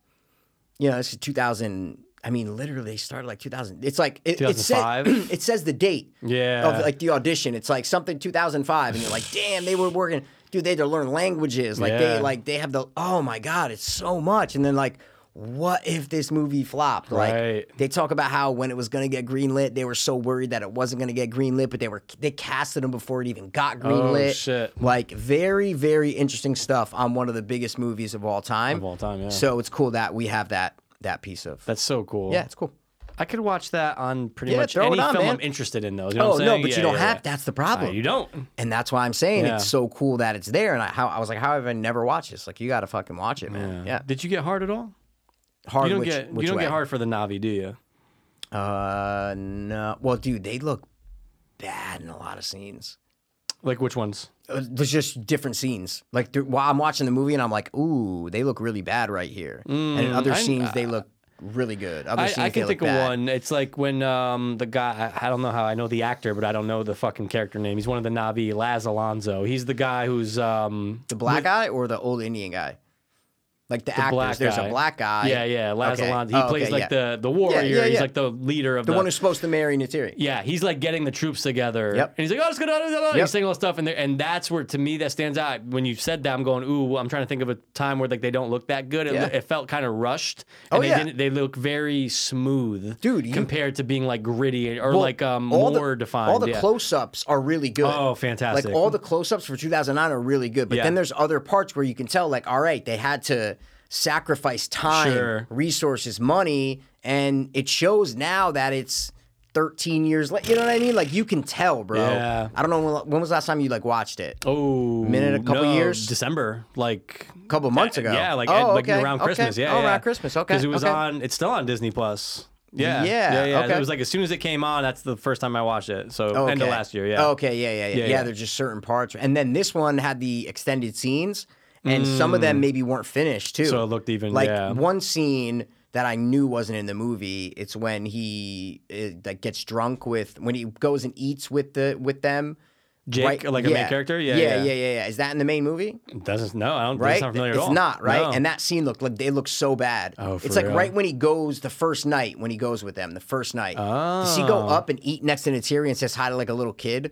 You know, this is 2000. I mean, literally, they started like 2000. It's like it, it says 2005? it says the date. Yeah. Of like the audition, it's like something 2005, and you're like, damn, they were working. Dude, they had to learn languages. Like they Yeah. like they have the oh my god, it's so much. And then like, what if this movie flopped? Like Right. they talk about how when it was going to get greenlit, they were so worried that it wasn't going to get greenlit, but they were they casted him before it even got greenlit. Oh, shit. Like very very interesting stuff on one of the biggest movies of all time. Of all time, yeah. So it's cool that we have that that piece of. That's so cool. yeah, it's cool. I could watch that on pretty Yeah, much throw it any on, film man. I'm interested in, though. You know Oh what I'm saying? no, but Yeah, you don't yeah, have. yeah. That's the Uh, problem. you don't. And that's why I'm saying Yeah. it's so cool that it's there. And I, how, I was like, how have I never watched this? Like, you got to fucking watch it, man. Yeah. Did you get hard at all? Hard You don't which, get which you don't way? get hard for the Navi, do you? Uh, no. Well, dude, they look bad in a lot of scenes. Like which ones? Uh, There's just different scenes. Like, there- while I'm watching the movie and I'm like, ooh, they look really bad right here. and in other Mm, I- scenes, they look really good. Other I, scenes, I they can look think of bad. one. It's like when um, the guy, I, I don't know how I know the actor, but I don't know the fucking character name. He's one of the Navi, Laz Alonso. He's the guy who's um, The black guy or the old Indian guy? Like the, actors, black there's guy. a black guy. Yeah, yeah, Laz Okay. Alonso. He Oh, plays okay, like yeah. the the warrior. He's yeah. like the leader of the one who's supposed to marry Natiri. Yeah, he's like getting the troops together. Yep. And he's like, oh, it's good. Blah, blah, blah. Yep. He's saying all this stuff. And, there- and that's where, to me, that stands out. When you said that, I'm going, ooh, I'm trying to think of a time where like they don't look that good. It, Yeah. it felt kind of rushed. Oh, and they, yeah. didn't, they look very smooth Dude, you- compared to being like gritty or Well, like um, all more the, defined. All the yeah. close-ups are really good. Oh, fantastic. Like all the close-ups for 2009 are really good, but Yeah. then there's other parts where you can tell, like, all right, they had to sacrifice time, Sure. resources, money, and it shows now that it's 13 years late. You know what I mean? Like you can tell, bro. Yeah. I don't know when, when was the last time you like watched it. Oh, Minute, a couple no, years? December, like A couple months ago. yeah, like, oh, like okay, around okay, Christmas, yeah, oh, yeah. around Christmas. Okay, it was okay. on. It's still on Disney Plus. Yeah, Yeah, yeah, yeah. okay. It was like as soon as it came on, that's the first time I watched it. So Oh, Okay. end of last year, yeah. Okay, yeah, yeah, yeah. Yeah, Yeah, yeah. there's just certain parts. And then this one had the extended scenes, and some of them maybe weren't finished too. Mm. So it looked even- like yeah. one scene that I knew wasn't in the movie. It's when he uh, like gets drunk with when he goes and eats with the with them. Jake, like our main character? Yeah, yeah, yeah. yeah, yeah, yeah. Is that in the main movie? Doesn't no, I don't. Right? Right, It's not familiar it's at all. not right. No. And that scene looked like it looks so bad. Oh, for it's like real? right when he goes the first night when he goes with them the first night. Does he go Oh. up and eat next to Natiri and says hi to like a little kid?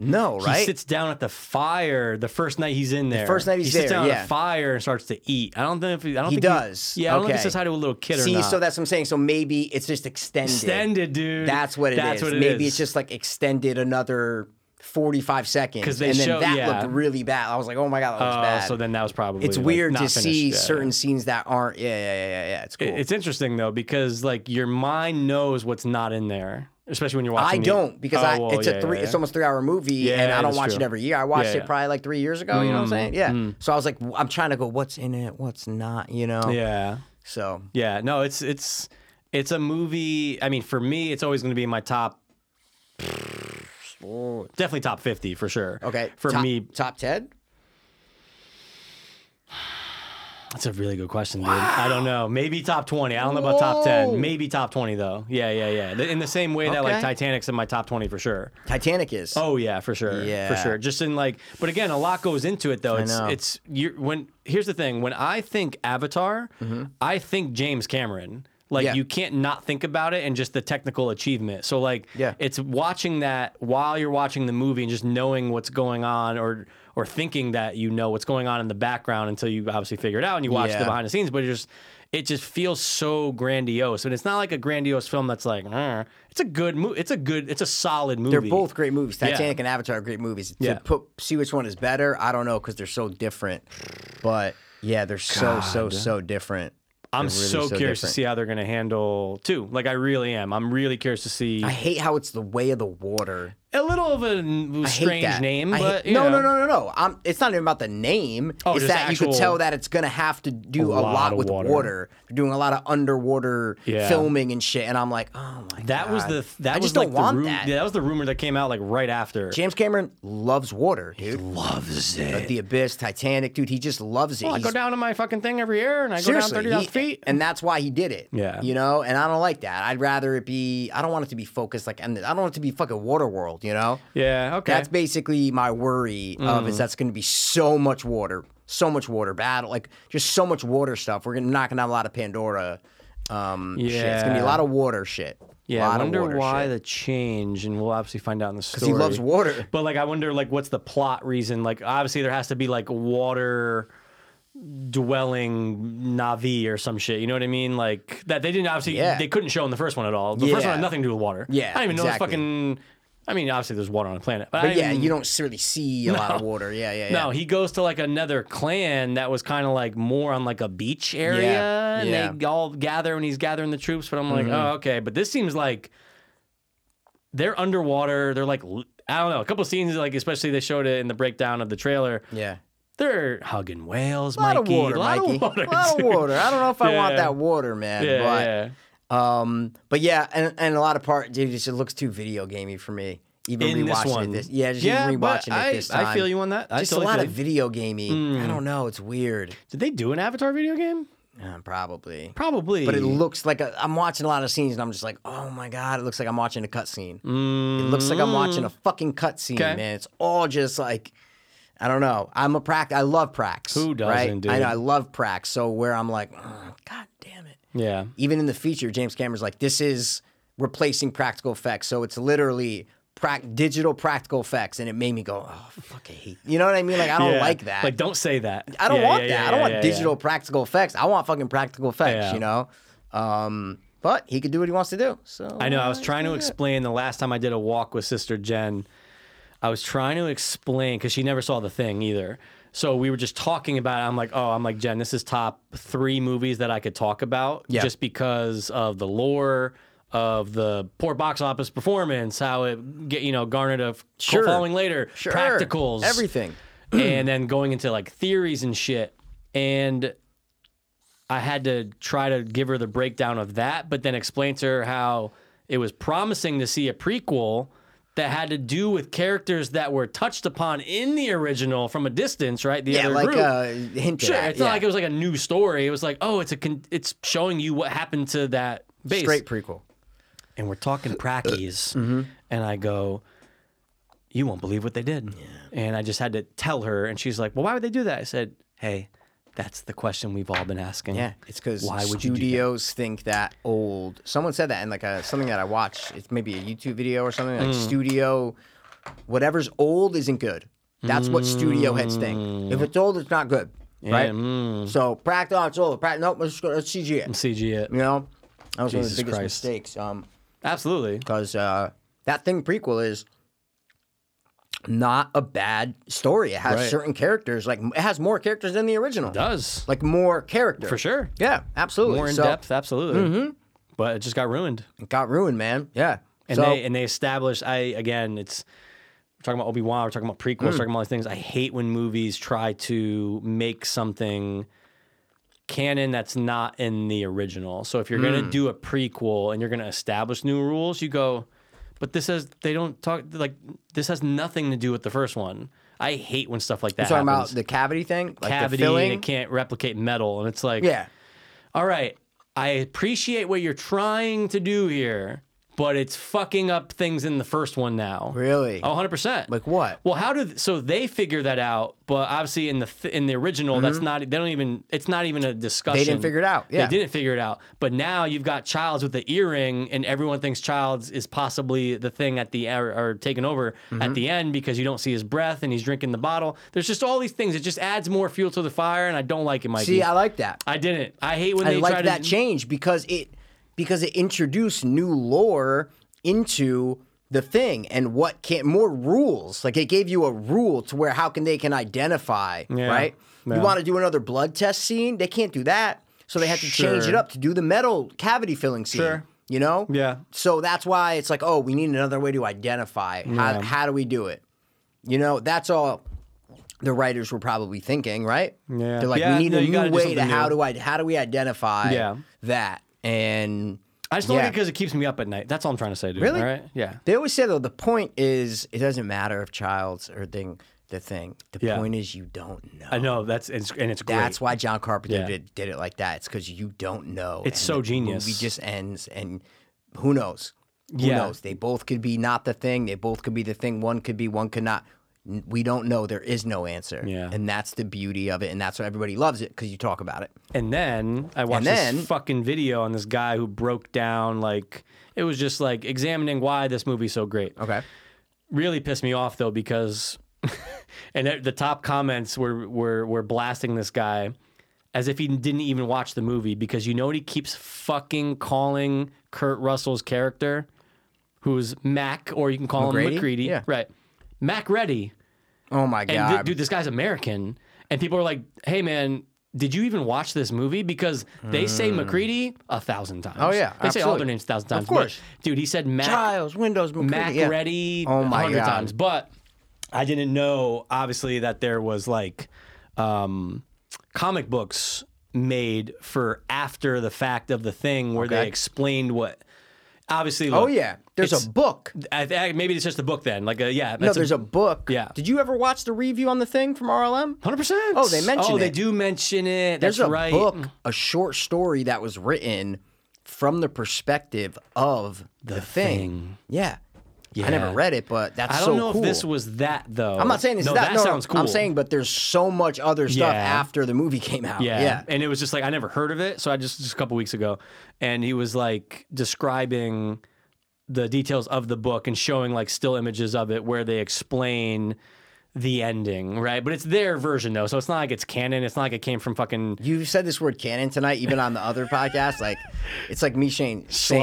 No, he right? sits down at the fire the first night he's in there. first night he's he sits there, down at yeah. the fire and starts to eat. I don't think if he, I don't He think does. yeah, I don't know if Okay. he says hi to a little kid See, or not. so that's what I'm saying. So maybe it's just extended. extended, dude. That's what it is. That's what it maybe is. it's just like extended another 45 seconds. 'Cause they and then show- that yeah. looked really bad. I was like, oh my god, that looks Oh, bad. so then that was probably it's like, weird to not finished. see Yeah, yeah. certain scenes that aren't. Yeah, yeah, yeah, yeah. yeah. It's cool. It- It's interesting though because like your mind knows what's not in there, especially when you're I watching. the- don't because Oh, I well, it's yeah, a three yeah, it's yeah. almost three hour movie and Yeah, I don't that's watch it true. every year. I watched Yeah, Mm, it yeah. probably like three years ago. You know what I'm saying? Yeah. So I was like, w- I'm trying to go, what's in it? What's not? You know? Yeah, So yeah. No, it's it's it's a movie. I mean, for me, it's always going to be in my top, definitely top fifty for sure. okay. for top, me, top ten. that's a really good question, dude. I don't know. Maybe top twenty. I don't know about top Whoa. ten. Maybe top twenty though. Yeah, yeah, yeah. Th- In the same way that like Okay. Titanic's in my top twenty for sure. Titanic is. Oh yeah, for sure. Yeah. for sure. Just in like, but again, a lot goes into it though. It's know. it's you when here's the thing. When I think Avatar, I think James Cameron. Like Mm-hmm. Yeah. you can't not think about it and just the technical achievement. So like, Yeah. it's watching that while you're watching the movie and just knowing what's going on or or thinking that you know what's going on in the background until you obviously figure it out and you watch Yeah. the behind the scenes. But it just it just feels so grandiose, and it's not like a grandiose film that's like, "Eh." it's a good movie. It's a good. It's a solid movie. They're both great movies. Yeah. Titanic and Avatar are great movies. To Yeah. put see which one is better, I don't know because they're so different. But yeah, they're so so so different. I'm They're really so, so curious different. to see how they're going to handle two. Like I really am. I'm really curious to see I hate how it's the way of the water. a little of a n- I hate strange that. name, I hate- but you no, know. no, no, no, no. I'm, it's not even about the name. Oh, it's just that you actual- could tell that it's gonna have to do a, lot lot, of with water. water. They're doing a lot of underwater Yeah. filming and shit, and I'm like, oh my. That was the that I was just like don't the want ru- that. Yeah, that was the rumor that came out like right after. James Cameron loves water, dude. loves it. Like the Abyss, Titanic, dude. He just loves it. "Oh, I He's- go down to my fucking thing every year and I seriously, go down 30,000 he- feet. and that's why he did it. Yeah. you know. And I don't like that. I'd rather it be. I don't want it to be focused like, and I don't want it to be fucking water world. You know. yeah, okay. Mm. That's basically my worry of is that's going to be so much water, so much water battle, like just so much water stuff. We're gonna, not going to have a lot of Pandora. Um, shit. it's going to be a Yeah. lot of water shit. yeah, Lot I of wonder water why shit. the change and we'll obviously find out in the story. 'Cause he loves water. But like, I wonder, like, what's the plot reason? Like, obviously, there has to be like water dwelling Navi or some shit. You know what I mean? Like that they didn't obviously Yeah. they couldn't show in the first one at all. The first Yeah. one had nothing to do with water. Yeah, I don't even exactly. know it's fucking. I mean, obviously, there's water on the planet, but, I But yeah, even- you don't really see a lot of water. Yeah, yeah, yeah. no, he goes to like another clan that was kind of like more on like a beach area, Yeah, Mm-hmm. and they all gather and he's gathering the troops. But I'm like, oh, okay. But this seems like they're underwater. They're like, l- I don't know, a couple scenes like, especially they showed it in the breakdown of the trailer. yeah. They're hugging whales, A lot Mikey. of water, a lot Mikey. of water. a lot dude. of water. I don't know if I want Yeah. that water, man. Yeah, but, yeah. Um, but yeah, and, and a lot of part, dude, it just looks too video gamey for me. Even In rewatching this one, it this, yeah, just yeah, even but rewatching I, it this time. I feel you on that. I just totally a lot feel of you. Mm. video gamey. I don't know. It's weird. Did they do an Avatar video game? Uh, probably. Probably, But it looks like a, I'm watching a lot of scenes and I'm just like, oh my God, it looks like I'm watching Mm, a cutscene. It looks like I'm watching a fucking cutscene, Okay. man. It's all just like, I don't know. I'm a prac. I love pracs. Who doesn't, right? dude? I know. I love pracs. So where I'm like, "Ugh, God damn it. Yeah. Even in the feature, James Cameron's like, this is replacing practical effects. So it's literally prac- digital practical effects, and it made me go, oh fuck, I hate. You know what I mean? Like I don't Yeah. like that. Like, don't say that. I don't Yeah, want yeah, that. yeah, I don't yeah, want yeah, digital practical effects. I want fucking practical effects. Yeah. You know. Um, but he could do what he wants to do. So I know. I was trying to explain the last time I did a walk with Sister Jen. I was trying to explain because she never saw the thing either. So we were just talking about. It. I'm like, oh, I'm like Jen. This is top three movies that I could talk about, Yeah. just because of the lore of the poor box office performance, how it get you know garnered a f- Sure. following later, Sure. practicals, everything. and then going into like theories and shit. And I had to try to give her the breakdown of that, but then explain to her how it was promising to see a prequel that had to do with characters that were touched upon in the original from a distance, right? The Yeah, other like group. uh, hint. to Sure, that, it's not yeah. like it was like a new story. It was like, oh, it's a con- it's showing you what happened to that base straight prequel. and we're Uh, talking prackies, mm-hmm. and I go, "You won't believe what they did." And I just had to tell her, and she's like, "Well, why would they do that?" I said, "Hey, that's the question we've all been asking. Yeah, it's because why would you do that? studios think that old. Someone said that in like a, something that I watched. It's maybe a YouTube video or something. Mm. Like studio, whatever's old isn't good. That's what studio heads think. Mm. If it's old, it's not good, right? So practical, it's old. Pract- nope, let's go. Let's CG it. CG it? You know, that was one of Jesus the biggest Christ. mistakes. Um, Absolutely. because uh, that thing prequel is not a bad story. It has Right. certain characters. Like it has more characters than the original. Does Like more character for sure. yeah, absolutely. More in So, Mm-hmm. depth, absolutely. But it just got ruined, it Got ruined, man. Yeah. and so they and they established. I again, it's. We're talking about Obi Wan. We're talking about prequels. Hmm. We're talking about all these things. I hate when movies try to make something canon that's not in the original. So if you're Hmm. gonna do a prequel and you're gonna establish new rules, you go, but this has they don't talk like this has nothing to do with the first one. I hate when stuff like that you're talking about happens. the cavity thing, like the Cavity filling. and it can't replicate metal, and it's like, yeah. all right, I appreciate what you're trying to do here, but it's fucking up things in the first one now. Really? Oh, 100%. Like what? Well, how do so they figure that out? But obviously, in the th- in the original, that's not they don't even it's not even a discussion. Mm-hmm. figure it out, yeah. they didn't figure it out. But now you've got Childs with the earring, and everyone thinks Childs is possibly the thing at the or, or taken over Mm-hmm. at the end because you don't see his breath and he's drinking the bottle. There's just all these things. It just adds more fuel to the fire, and I don't like it, Mikey. See, I like that. I didn't. I hate when I they try like that to. change because it because it introduced new lore into the thing and what can more rules. Like it gave you a rule to where how can they can identify, right? Yeah. You want to do another blood test scene? They can't do that. So they have to change it Sure. up to do the metal cavity filling scene. Sure. You know? Yeah. So that's why it's like, oh, we need another way to identify. How, how do we do it? You know, that's all the writers were probably thinking, right? Yeah. They're like, Yeah, we need no, a you new gotta do way to something how new. do I how do we identify Yeah. that? And I just don't like Yeah. it because it keeps me up at night. That's all I'm trying to say, dude. Really? All right? Yeah. they always say though, the point is it doesn't matter if child's or thing the thing. The Yeah. point is you don't know. I know that's it's, and it's great. That's why John Carpenter Yeah. did, did it like that. It's because you don't know. It's and so the genius. Movie just ends, and who knows? Who Yeah. knows? They both could be not the thing. They both could be the thing. One could be. One could not. N- We don't know. There is no answer. Yeah. And that's the beauty of it, and that's why everybody loves it because you talk about it. And then I watched then- this fucking video on this guy who broke down like it was just like examining why this movie's so great. Okay. Really pissed me off though because and the- the top comments were were were blasting this guy as if he didn't even watch the movie because you know what he keeps fucking calling Kurt Russell's character who's Mac or you can call McGrady? him McCready. Yeah. Right. Mac Reddy. Oh my And god. thi- dude, this guy's American. And people are like, hey, man, did you even watch this movie? Because they say McCready a thousand times. Hmm. Oh, yeah, They say all absolutely. their names a thousand times. course. But, dude, he said Mac, Giles, Windows, McCready, Mac yeah. Reddy Oh, a my hundred God. times. But I didn't know, obviously, that there was like um, comic books made for after the fact of the thing where Okay. they explained what. Obviously, Oh look, yeah. There's it's- a book. I, I, maybe it's just the book then. Like, uh, yeah, No, there's a, book. yeah. Did you ever watch the review on the thing from RLM? Hundred percent. Oh, they mention Oh, they it. do mention it. There's That's a right. book, a short story that was written from the perspective of the, thing. Thing. Yeah. I never Yeah. read it, but that's I don't so know cool. if this was that though. I'm not saying this no, is that. That no, no, sounds cool. I'm saying, but there's so much other stuff Yeah. after the movie came out. Yeah. yeah. And it was just like I never heard of it. So I just just a couple weeks ago, and he was like describing the details of the book and showing like still images of it where they explain the ending, right? But it's their version though, so it's not like it's canon. It's not like it came from fucking You said this word canon tonight, even on the other podcast. Like, it's like me saying saying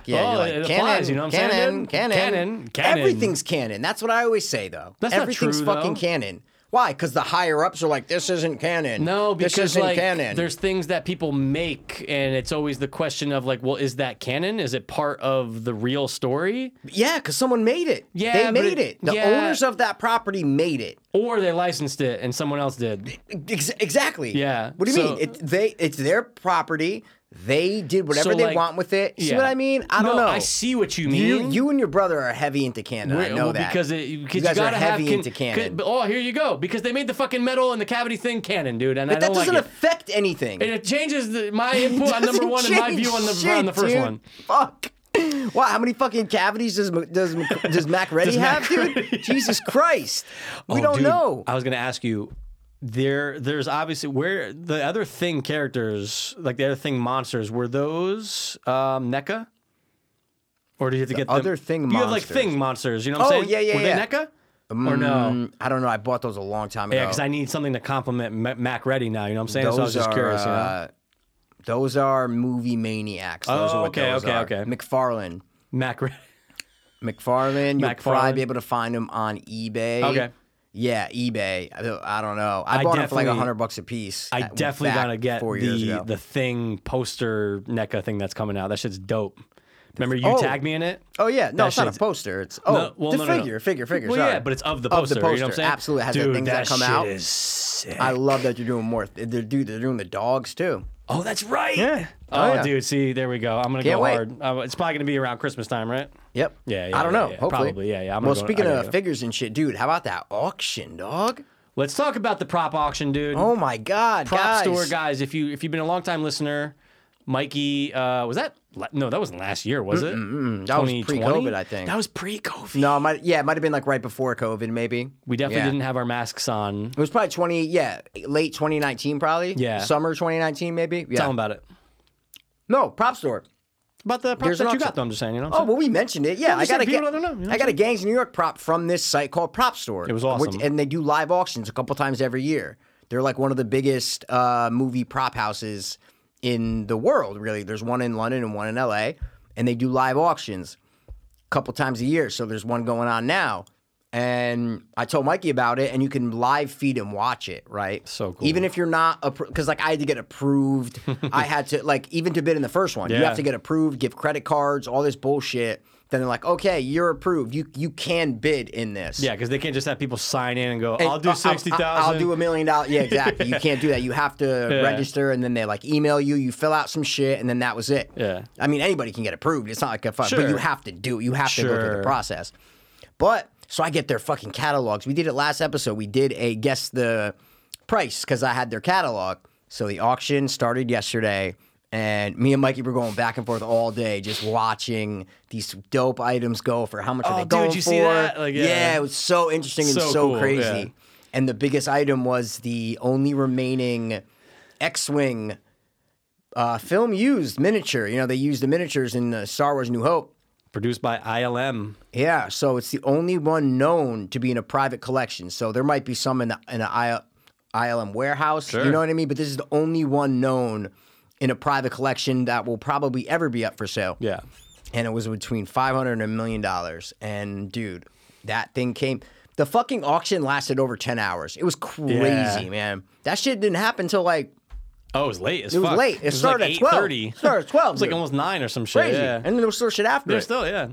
schlock. Yeah, Oh, you're like it canon, applies, you know what I'm saying, canon, dude? canon, Canon, canon. Everything's canon. That's what I always say, though. That's not Everything's true, fucking though. canon. Why? Because the higher ups are like, this isn't canon. no, this because isn't like canon. there's things that people make, and it's always the question of like, well, is that canon? Is it part of the real story, yeah, because someone made it. Yeah, they but made it- it. The yeah. owners of that property made it. or they licensed it and someone else did? Ex- exactly. Yeah, What do you so- mean? It, they it's their property. They did whatever So, they like, want with it. See yeah. what I mean? I don't No, know. I see what you mean. You, you and your brother are heavy into canon. I know Well, well, that because it, because guys you are gotta heavy have can- into canon. can- oh, here you go. Because they made the fucking metal and the cavity thing canon, dude. And I but that don't like doesn't it. affect anything. and it changes the, my input on number Doesn't one and my change view on the shit, on the first dude. one. Fuck. Wow, how many fucking cavities does Mc- does Mc- does Mac Reddy Mac have, dude? Jesus Christ, we Oh, don't dude, know. I was gonna ask you. There, there's obviously where the other thing characters, like the other thing monsters, were those um, NECA? Or do you have to get other thing You have like monsters. thing monsters. You know what I'm Oh, saying? yeah, yeah, Were yeah. they NECA? or no? Mm, I don't know. I bought those a long time ago. Yeah, because I need something to complement Ma- Mac Ready now. You know what I'm saying? those so I was just are curious. you know? uh, those are movie maniacs. Those Oh, are what okay, those okay, are. okay. McFarlane. Mac Ready. McFarlane. You'll probably McFarlane. be able to find them on eBay. Okay. Yeah, eBay. I don't, I don't know. I, I bought them for like a definitely- hundred bucks a piece. I at- definitely back gotta get four years the ago. the thing poster NECA thing that's coming out. That shit's dope. Remember you Oh. tagged me in it? Oh yeah, no, That it's not a shit's- poster. It's oh No, well, the no, no, no. figure, figure, figure. Well, sorry. yeah, but it's of the Of the poster. You know what I'm poster. saying? Absolutely, it has the Dude, things that come shit out. Is sick. I love that you're doing more. They're dude, they're doing the dogs too. oh, that's right. Yeah. Oh, Oh, yeah. dude, see, there we go. I'm gonna Can't go wait. hard. Uh, it's probably gonna be around Christmas time, right? Yep. Yeah, yeah, I don't yeah, know. yeah. Hopefully. Probably, yeah, yeah. I'm gonna well, go- I speaking gotta of go. figures and shit, dude, how about that auction, dog? Let's talk about the prop auction, dude. Oh my god, prop guys. store guys. If you if you've been a long time listener, Mikey, uh, was that la- no? That wasn't last year, was it? That was 2020? pre-COVID, I think. That was pre-COVID. no, it might, yeah, it might have been like right before COVID, maybe. We definitely Yeah. didn't have our masks on. It was probably 20, yeah, late 2019, probably. Yeah. Summer 2019, maybe. Yeah. Tell them about it. no, prop store. About the props Here's an that you auction. got, though, I'm just saying, you know. what I'm Oh well, we mentioned it. Yeah, I'm I just got a saying, ga- people don't know, you know what I I'm got a Gangs New York prop from this site called Prop Store. It was awesome. and they do live auctions a couple times every year. They're like one of the biggest uh, movie prop houses in the world. Really, there's one in London and one in L.A. And they do live auctions a couple times a year. So there's one going on now. And I told Mikey about it, and you can live feed and watch it, right? So cool. Even if you're not, because like I had to get approved. I had to, like, even to bid in the first one, you Yeah. have to get approved, give credit cards, all this bullshit. Then they're like, okay, you're approved. You you can bid in this. Yeah, because they can't just have people sign in and go, And, "I'll uh, do sixty I'll thousand. do a million dollars. Yeah, exactly. You can't do that. You have to register, and then they like email you. You fill out some shit, and then that was it. Yeah. I mean, anybody can get approved. It's not like a fuck, but you Sure. have to do. You have to go through the Sure. process. But so I get their fucking catalogs. We did it last episode. We did a guess the price because I had their catalog. So the auction started yesterday, and me and Mikey were going back and forth all day, just watching these dope items go for how much are Oh, they dude, going you for? see that? Like, yeah. it was so interesting and so, So cool, crazy. yeah. And the biggest item was the only remaining X-wing uh, film used miniature. You know, they used the miniatures in uh, Star Wars: New Hope. Produced by ILM. Yeah, so it's the only one known to be in a private collection. So there might be some in the in an ILM warehouse. You Sure. know what I mean? But this is the only one known in a private collection that will probably ever be up for sale. Yeah. And it was between five hundred and a million dollars. And dude, that thing came. The fucking auction lasted over ten hours. It was crazy, man. That shit didn't happen until like Oh, it was late. As it was fuck. late. It, started like at twelve. 8:30. It started at twelve. It was like dude. almost nine or some shit. crazy. Yeah. And then there was still shit after. They're it. still, yeah.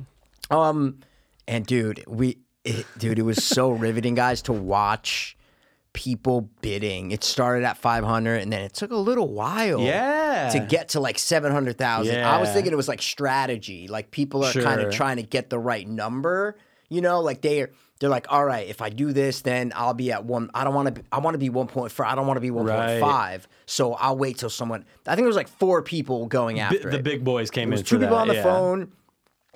Um, and dude, we, it, dude, it was so riveting, guys, to watch people bidding. It started at 500, and then it took a little while, Yeah. to get to like 700,000. I was Yeah. thinking it was like strategy, like people are kind Sure. of trying to get the right number, you know, like they are. They're like, all right, if I do this, then I'll be at one. I don't want to. I want to be one point four. I don't want to be one point five. So I'll wait till someone. I think it was like four people going Bi- after the it. big boys came It was in. two for people that, on the yeah. phone.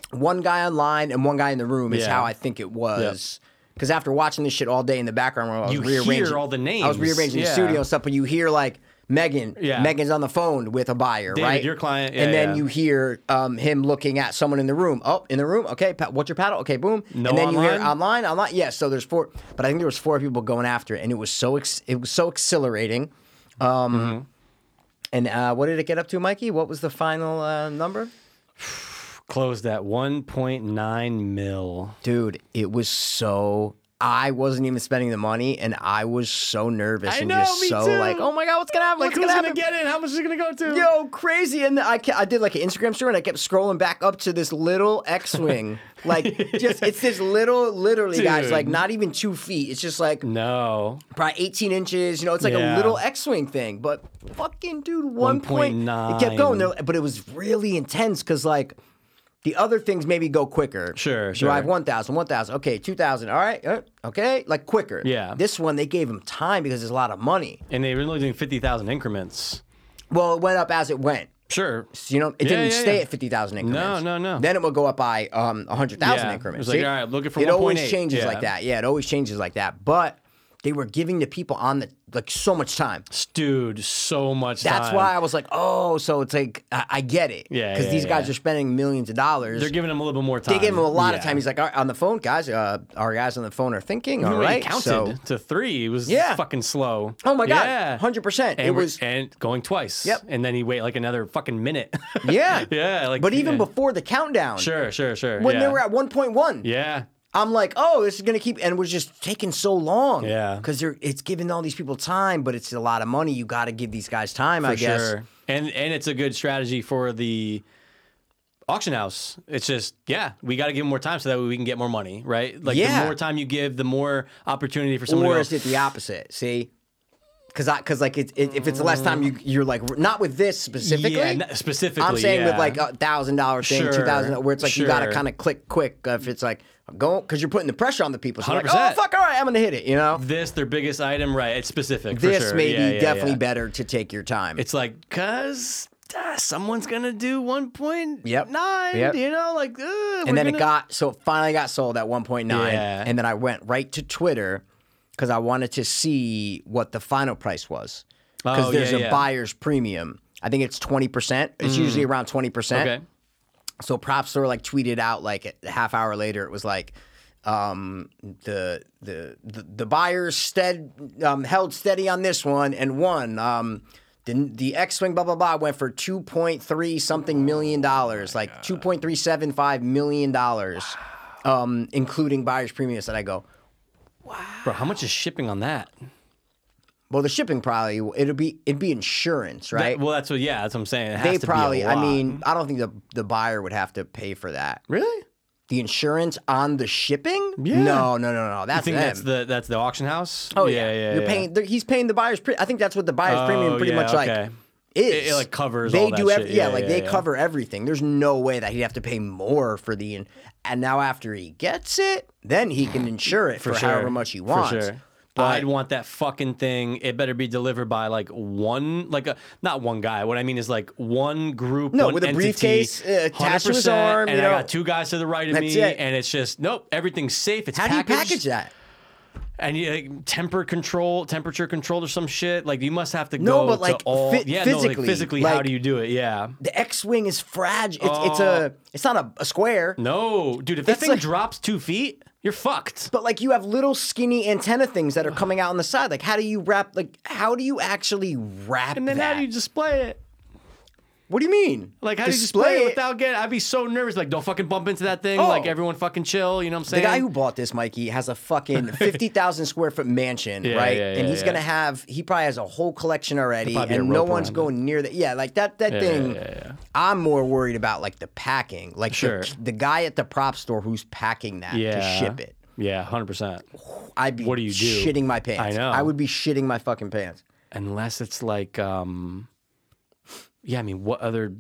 one guy online and one guy in the room is Yeah. how I think it was. Because after watching this shit all day in the background, where I was You hear rearranging all the I was names. rearranging the Yeah. studio and stuff, but you hear like Megan. Yeah. Megan's on the phone with a buyer, David, right? your client, yeah, and then yeah. you hear um, him looking at someone in the room. Oh, in the room. Okay, pa- what's your paddle? Okay, boom. No and then you hear online? online, online. Yes. so there's four, but I think there was four people going after it, and it was so ex- it was so exhilarating. Um, Mm-hmm. And uh, what did it get up to, Mikey? What was the final uh, number? Closed at 1.9 mil. Dude, it was so. I wasn't even spending the money, and I was so nervous I and know, just me so too. like, oh my god, what's gonna happen? Like, what's who's gonna happen? going to get in? How much is it going to go to? Yo, crazy! And I, ca- I did like an Instagram story, and I kept scrolling back up to this little X-wing, like just it's this little, literally, guys, Dude. like not even two feet. It's just like No. probably 18 inches. You know, it's like a Yeah. little X-wing thing. But fucking dude, one point 1.9. It kept going, there, but it was really intense because like the other things maybe go quicker. Sure, So I have sure. 1,000, 1,000, okay, 2,000, all right, uh, okay, like quicker. Yeah. This one they gave him time because there's a lot of money. And they were only doing 50,000 increments. Well, it went up as it went. Sure. So, you know, it Yeah, didn't yeah, stay yeah. at 50,000 increments. no, no. Then it would go up by um, 100,000 Yeah. increments. It was like, See? all right, look at- for It always 1.8. changes Yeah. like that. Yeah, it always changes like that. But they were giving the people on the, like, so much time. Dude, so much That's time. why I was like, oh, so it's like, I, I get it. Yeah, Because yeah, these guys yeah. are spending millions of dollars. They're giving him a little bit more time. they gave him a lot of Yeah. time. He's like, all right, on the phone, guys, uh, our guys on the phone are thinking, all When he right. counted So, to three. It was Yeah. fucking slow. oh my God, Yeah. 100%. And it we're- was, and going twice. Yep. And then he wait like another fucking minute. yeah. yeah. Like, But even yeah. before the countdown, Sure, sure, sure. when yeah. they were at 1.1, Yeah. I'm like, oh, this is gonna keep, and it was just taking so long. Yeah. because they're it's giving all these people time, but it's a lot of money. You got to give these guys time, I for guess. sure. And and it's a good strategy for the auction house. It's just yeah, we got to give them more time so that way we can get more money, right? Like Yeah. the more time you give, the more opportunity for someone Or to is go, it the opposite? See, because I because like it, it, if it's the last time you you're like not with this specifically. yeah, n- specifically. I'm saying yeah. with like uh, a thousand dollar thing, Sure, two thousand, where it's like you got to sure. kind of click quick. If it's like go because you're putting the pressure on the people. So like, oh 100%. fuck, all right, I'm gonna hit it. You know, this their biggest item, right? It's specific. for this sure. may Yeah, be yeah, definitely yeah. better to take your time. It's like cause. ah, someone's gonna do one point nine. Yep. Yep. you know, like, uh, we're and then gonna- it got so it finally got sold at 1.9 Yeah. and then i went right to twitter because i wanted to see what the final price was because Oh, there's yeah, a yeah. Mm. buyer's premium i think it's 20% it's usually around 20% okay. so prop store like tweeted out like a half hour later it was like um the the the, the buyers stead um, held steady on this one and won um the, the X-wing blah blah blah went for two point three something million Oh dollars, like two point three seven five million dollars, um, including buyer's premiums. And I go, Bro, how much is shipping on that? well, the shipping probably it'll be it'd be insurance, right? Well, that's what. Yeah, that's what I'm saying. It has they to be a probably, I lot. mean, I don't think the the buyer would have to pay for that. really? The insurance on the shipping? Yeah. No, no, no, no. I That's think them. that's the that's the auction house. oh yeah, You're paying. they're- He's paying the buyer's. Pre- I think that's what the buyer's premium Oh, pretty yeah, much okay. like is. It- it, like, covers They all that do shit. Yeah, Yeah, like yeah, they yeah. cover everything. There's no way that he'd have to pay more for the. in- And now after he gets it, then he can insure it for, however much he wants. For sure. I'd want that fucking thing. It better be delivered by like one, like a not one guy. What I mean is like one group. No, one with a entity, briefcase, uh, attached to his 100%, arm, And you I know. got two guys to the right of That's me, it. and it's just nope. Everything's safe. It's How do you packaged, package that? And you, like, temper control, temperature control, or some shit. Like you must have to No, go but, like, to all. phy- yeah, no, physically, like physically, how like- do you do it? Yeah. The X-wing is fragile. It's, it's a. It's not a, a square. Oh. No, dude. If that It's thing like- drops two feet, you're fucked. But like you have little skinny antenna things that are coming out on the side. Like how do you wrap? Like how do you actually wrap And then that? how do you display it? what do you mean? Like how do you display it without getting? I'd be so nervous. Like don't fucking bump into that thing. Oh. Like everyone fucking chill. You know what I'm The saying? guy who bought this, Mikey, has a fucking fifty thousand square foot mansion, Yeah, right? yeah, and yeah, he's yeah. gonna have he probably has a whole collection already, probably and a no rope one's around going near that. Yeah, like that that Yeah, thing. yeah, yeah. I'm more worried about like the packing, like the- Sure. the, guy at the prop store who's packing that to Yeah. ship it. Yeah, hundred percent. I'd be What do you do? shitting my pants. I know. I would be shitting my fucking pants. Unless it's like, um, yeah. I mean, what other,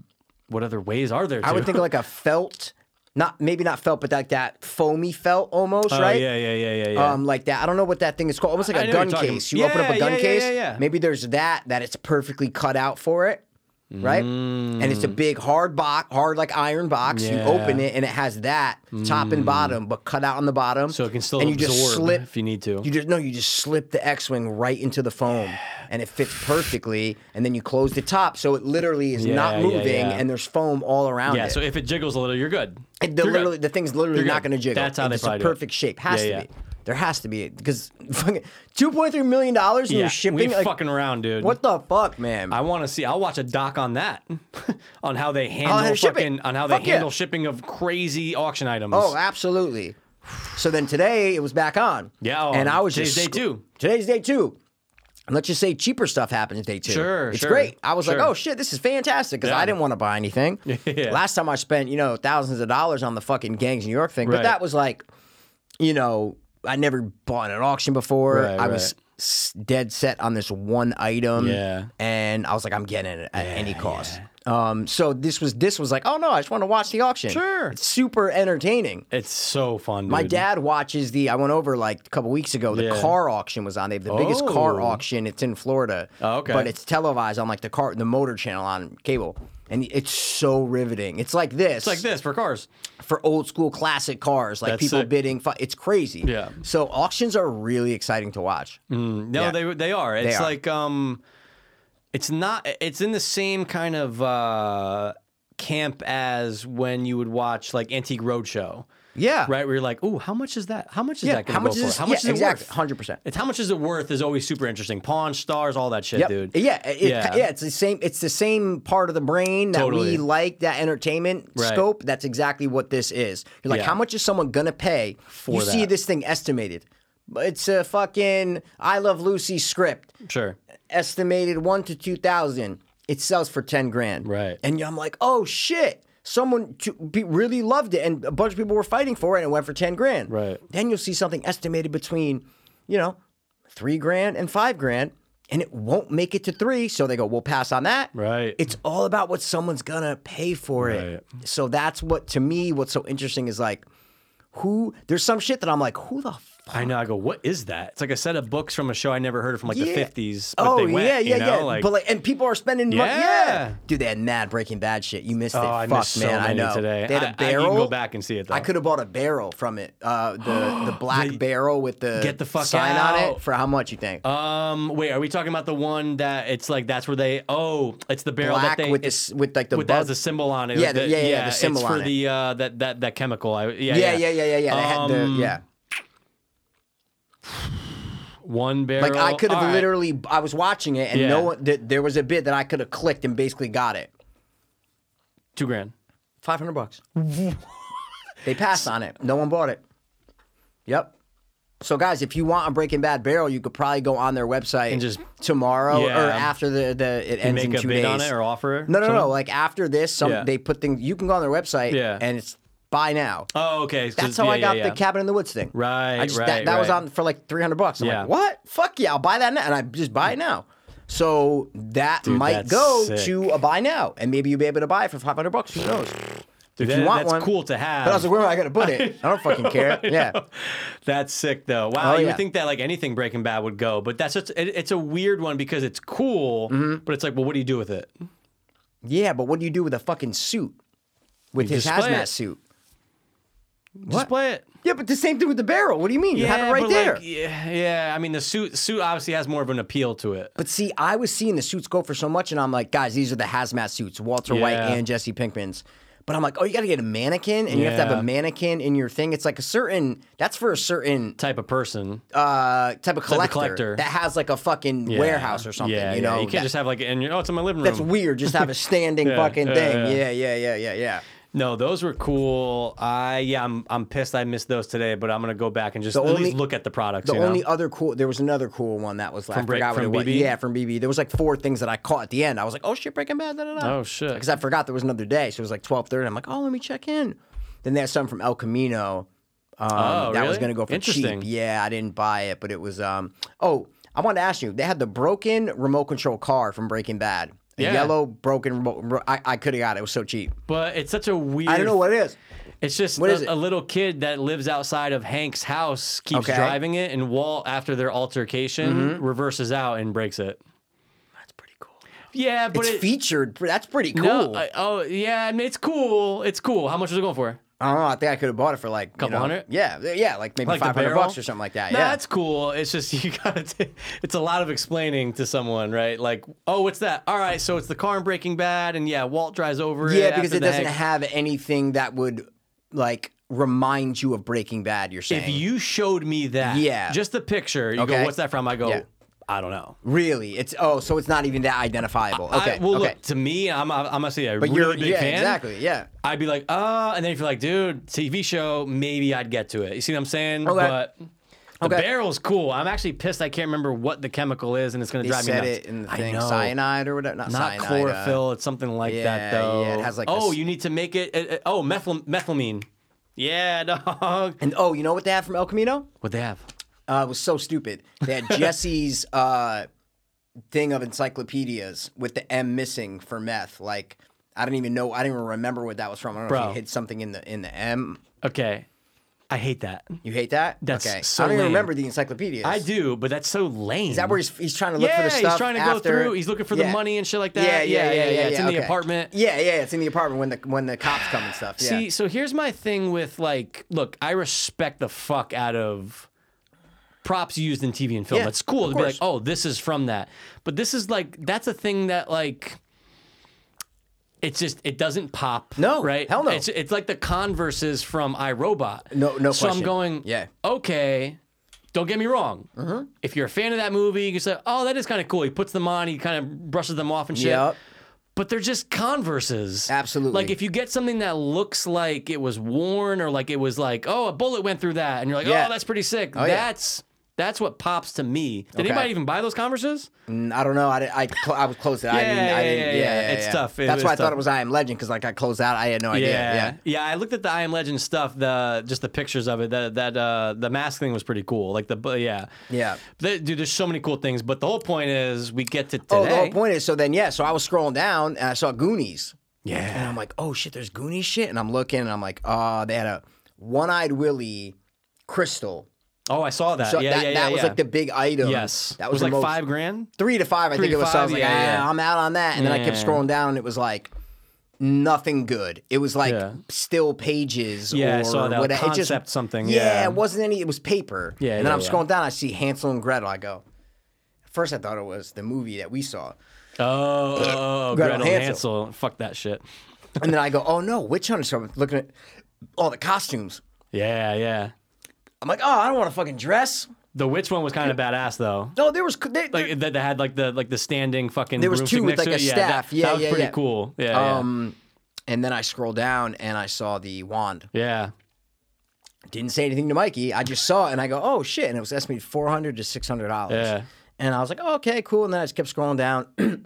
what other ways are there? To? I would think like a felt, not maybe not felt, but like that foamy felt almost, oh, right? Yeah, yeah, yeah, yeah, yeah. Um, like that. I don't know what that thing is called. Almost like a I know what gun you're talking case. about. You open up a Yeah, gun yeah, yeah, case. yeah, yeah. Maybe there's that that it's perfectly cut out for it. right? And it's a big hard box, hard like iron box. You open Mm. Yeah. Mm. it and it has that top and bottom, but cut out on the bottom. So it can still and you absorb just slip if you need to. you just no, you just slip the X wing right into the foam, and it fits perfectly. And then you close the top, so it literally is Yeah, not yeah, moving, yeah. and there's foam all around yeah. it. So if it jiggles a little, you're good. It- the You're good. literally the thing's literally You're not good. going to jiggle. That's how they it's probably a do it. perfect shape. Has Yeah, to yeah. be. There has to be because fucking two point three million dollars and Yeah, you're shipping. we ain't like, fucking around, dude. What the fuck, man? I want to see. I'll watch a doc on that, on how they they handle ship it. fucking, on how they Fuck yeah. handle shipping of crazy auction items. oh, absolutely. So then today it was back on. Yeah, oh, and I was just today's day sc- two. Today's day two. And let's just say cheaper stuff happens day two. Sure, it's sure, great. I was like, sure. oh shit, this is fantastic because I Yeah. didn't want to buy anything. Yeah. Last time I spent you know thousands of dollars on the fucking gangs New York thing, but Right. that was like, you know, I never bought at an auction before. Right, I was s- dead set on this one item. Yeah. and I was like, I'm getting it at any cost. Um, so this was this was like, oh no, I just want to watch the auction. Sure. It's super entertaining. it's so fun. Dude. My dad watches the. I went over like a couple weeks ago. The Yeah. car auction was on. They have the biggest car Oh. auction. It's in Florida. Oh, okay. But it's televised on like the car, the motor channel on cable, and it's so riveting. It's like this. It's like this for cars. for old school classic cars, like That's people sick. bidding. fu- It's crazy. Yeah. Mm. So auctions are really exciting to watch. No, Yeah. they they are. It's are. like um, it's not. It's in the same kind of uh camp as when you would watch like Antique Roadshow, Yeah. right? Where you're like, oh, how much is that? How much is Yeah. that? Gonna How much go is for? this? How much yeah, is it exactly? worth? Hundred percent. It's how much is it worth is always super interesting. Pawn stars, all that shit, Yep. dude. Yeah, it- Yeah. yeah, it's the same. It's the same part of the brain that we Totally. like that entertainment Right. scope. That's exactly what this is. You're like, Yeah. how much is someone gonna pay? For you see that. this thing estimated. But It's a fucking I Love Lucy script, Sure. estimated one to two thousand. It sells for ten grand, Right. And I'm like, oh shit. Someone to be, really loved it, and a bunch of people were fighting for it, and it went for ten grand. Right. Then you'll see something estimated between, you know, three grand and five grand, and it won't make it to three. So they go, we'll pass on that. Right. It's all about what someone's gonna pay for it. So that's what to me, what's so interesting is like, who? There's some shit that I'm like, who the. Fuck? I know. I go, what is that? It's like a set of books from a show I never heard of from like Yeah. the 50s. But Oh they went, yeah, yeah, you know? yeah. Like, but like, and people are spending money. Yeah, Yeah. dude, they had mad Breaking Bad shit. You missed it. oh, I Fuck, missed man, so I many know. today. They had I- a I- barrel. you can go back and see it, though. I could have bought a barrel from it. Uh, the the black barrel with the Get the fuck sign on it out. for how much you think? Um, wait, are we talking about the one that it's like that's where they? Oh, it's the barrel black that they with it's- this with like the with bug. that as a symbol on it. Yeah, the- yeah, yeah, the it's symbol for on it. the uh, that that that chemical. I, yeah, yeah, yeah, yeah, yeah, yeah. They had the, Um, yeah. One barrel. Like I could have All right. literally, I was watching it, and Yeah. no one. Th- there was a bit that I could have clicked and basically got it. two grand. Five hundred bucks. they passed on it. No one bought it. Yep. So guys, if you want a Breaking Bad barrel, you could probably go on their website And just- tomorrow or Yeah. after the, the it You ends make in a two bid days. on it or offer it. no, no, no. Something? Like after this, some Yeah. they put things. You can go on their website, Yeah. and it's buy now. Oh, okay. so- That's how yeah, I got yeah, the yeah. cabin in the woods thing. Right, I just, That, right, that was right. on for like three hundred bucks. I'm Yeah. like, what? Fuck yeah, I'll buy that now, and I just buy it now. So that might that's go sick. to a buy now, and maybe you'll be able to buy it for five hundred bucks. Who knows? if Dude, that- you want that's one, cool to have. But I was like, where am I gonna put it? I don't fucking care. yeah, That's sick though. Wow, Oh, you yeah. would think that like anything Breaking Bad would go, but that's just, it, it's a weird one because it's cool, Mm-hmm. but it's like, well, what do you do with it? yeah. But what do you do with a fucking suit? With You his display hazmat it. suit. Just play it. Yeah, but the same thing with the barrel. What do you mean? you have it right but there. Like, yeah, yeah, I mean the suit suit obviously has more of an appeal to it. But see, I was seeing the suits go for so much, and I'm like, guys, these are the hazmat suits, Walter White Yeah. and Jesse Pinkman's. But I'm like, oh, you got to get a mannequin, and you have to have Yeah. a mannequin in your thing. It's like a certain that's for a certain Type of person. uh, type of collector, collector. that has like a fucking Yeah. warehouse or something. Yeah, you yeah. know, you can't That- just have like and you're, oh, it's in my living room. that's weird. Just have a standing Yeah, fucking yeah, thing. Yeah. yeah. yeah, yeah, yeah, yeah. No, those were cool. I yeah, I'm I'm pissed I missed those today, but I'm gonna go back and just The at only- least look at the products. The you know? only other cool, there was another cool one that was like, I Break- forgot what from it was. BB? Yeah, from BB. There was like four things that I caught at the end. I was like, oh shit, Breaking Bad. Da, da, da. Oh, shit. Because I forgot there was another day, so it was like twelve thirty. I'm like, oh, let me check in. Then they had something from El Camino. Um, Oh, that was really? going to go for cheap. Interesting. Yeah, I didn't buy it, but it was. um Oh, I wanted to ask you. They had the broken remote control car from Breaking Bad. A Yeah. yellow broken remote. ro- I, I could have got it. It was so cheap. but it's such a weird I don't know what it is. It's just What a, is it? a little kid that lives outside of Hank's house keeps Okay. Mm-hmm. driving it, and Walt, after their altercation, reverses out and breaks it. That's pretty cool. Yeah, but it's it, featured. That's pretty cool. no, I- oh yeah, I mean, it's cool. It's cool. How much was it going for? I don't know. I think I could have bought it for like Couple you know, hundred? Yeah, yeah, like maybe Like the five hundred barrel? bucks or something like that. Nah, yeah, it's cool. It's just you gotta. T- it's a lot of explaining to someone, right? Like, oh, what's that? All right, so it's the car in Breaking Bad, and yeah, Walt drives over. yeah, it because after it the doesn't hex. have anything that would like remind you of Breaking Bad. You're saying If you showed me that, Yeah. just the picture, you Okay. go, what's that from? I go, Yeah. I don't know. really? It's oh, so it's not even that identifiable. Okay, I, well, okay. look to me, I'm I'm gonna say a but really you're big yeah, fan. exactly. Yeah, I'd be like, uh, and then if you're like, dude, TV show, maybe I'd get to it. You see what I'm saying? Okay. But the Okay. barrel's cool. I'm actually pissed. I can't remember what the chemical is, and it's gonna they drive said me nuts. it in the I thing, know. cyanide or whatever. Not, Not cyanide, uh, chlorophyll. it's something like that, yeah, though. yeah, it has like oh, this- you need to make it. it, it- oh, methyl, methylamine. Yeah, dog. and oh, you know what they have from El Camino? What they have? Uh, it was so stupid. They had Jesse's uh, thing of encyclopedias with the M missing for meth. Like I don't even know. I don't even remember what that was from. I don't know if Bro. you hid something in the in the M. Okay, I hate that. You hate that? That's okay. so I don't even lame. remember the encyclopedias. I do, but that's so lame. Is that where he's, he's trying to look yeah, for the stuff? he's trying to after- go through. He's looking for the Yeah. money and shit like that. Yeah, yeah, yeah, yeah. It's in yeah, the okay. apartment. Yeah, yeah, it's in the apartment when the when the cops come and stuff. Yeah. See, so here's my thing with like, look, I respect the fuck out of props used in TV and film. Yeah, it's cool of to be course. like, oh, this is from that. But this is like, that's a thing that like, it's just it doesn't pop. No, right? hell no. It's, it's like the converses from iRobot. No- no So I'm question. going, Yeah. Mm-hmm. okay. Don't get me wrong. If you're a fan of that movie, you can say, "Oh, that is kind of cool." He puts them on, he kind of brushes them off and shit Yep. but they're just converses. Absolutely. Like if you get something that looks like it was worn or like it was like, oh, a bullet went through that, and you're like, Yeah. oh, that's pretty sick. yeah. that's that's what pops to me. Did Okay. anybody even buy those converses? Mm, I don't know. I, did- I, cl- I was closed. I Yeah, didn't. I yeah, didn't yeah, yeah, yeah. yeah, It's yeah. tough. It That's is why I tough. thought it was I Am Legend because like I closed out. I had no idea. yeah, Yeah. Yeah, I looked at the I Am Legend stuff, the just the pictures of it. That that uh, the mask thing was pretty cool. Like the bu- yeah, Yeah. They- dude, there's so many cool things. But the whole point is we get to today. Oh, the whole point is so then yeah. So I was scrolling down and I saw Goonies. And Yeah, I'm like, oh shit, there's Goonies shit. And I'm looking and I'm like, oh, they had a one-eyed Willy crystal. Oh, I saw that. So yeah, that, yeah, that yeah, was yeah. like the big item. yes. That was, like the most, five grand. three to five. I Three think to it was. so I was five, like, yeah, "Ah, yeah. I'm out on that. And then I kept Yeah. scrolling down. It was like nothing good. It was like Yeah. still pages. Yeah, or I saw that whatever. It just- concept something. Yeah, Yeah, it wasn't any. It was paper. Yeah, And yeah, then I'm yeah. scrolling down. I see Hansel and Gretel. I go. At first, I thought it was the movie that we saw, Oh, oh, oh, Gretel Gretel, Hansel. Hansel. Fuck that shit. and then I go, "Oh no, Witch Hunter!" So I'm looking at all the costumes. Yeah, yeah. I'm like, "Oh, I don't want to fucking dress." The witch one was kind of badass though. No, there was they, Like that, that had like the like the standing fucking. There was broomstick two with, next like, to a it. staff. Yeah, Yeah, that, that was yeah, pretty yeah. cool. Yeah, um, and then I scroll down and I saw the wand. yeah. yeah. didn't say anything to Mikey. I just saw it and I go, oh shit. And it was estimated 400 to $600. Yeah. And I was like, okay, cool. And then I just kept scrolling down.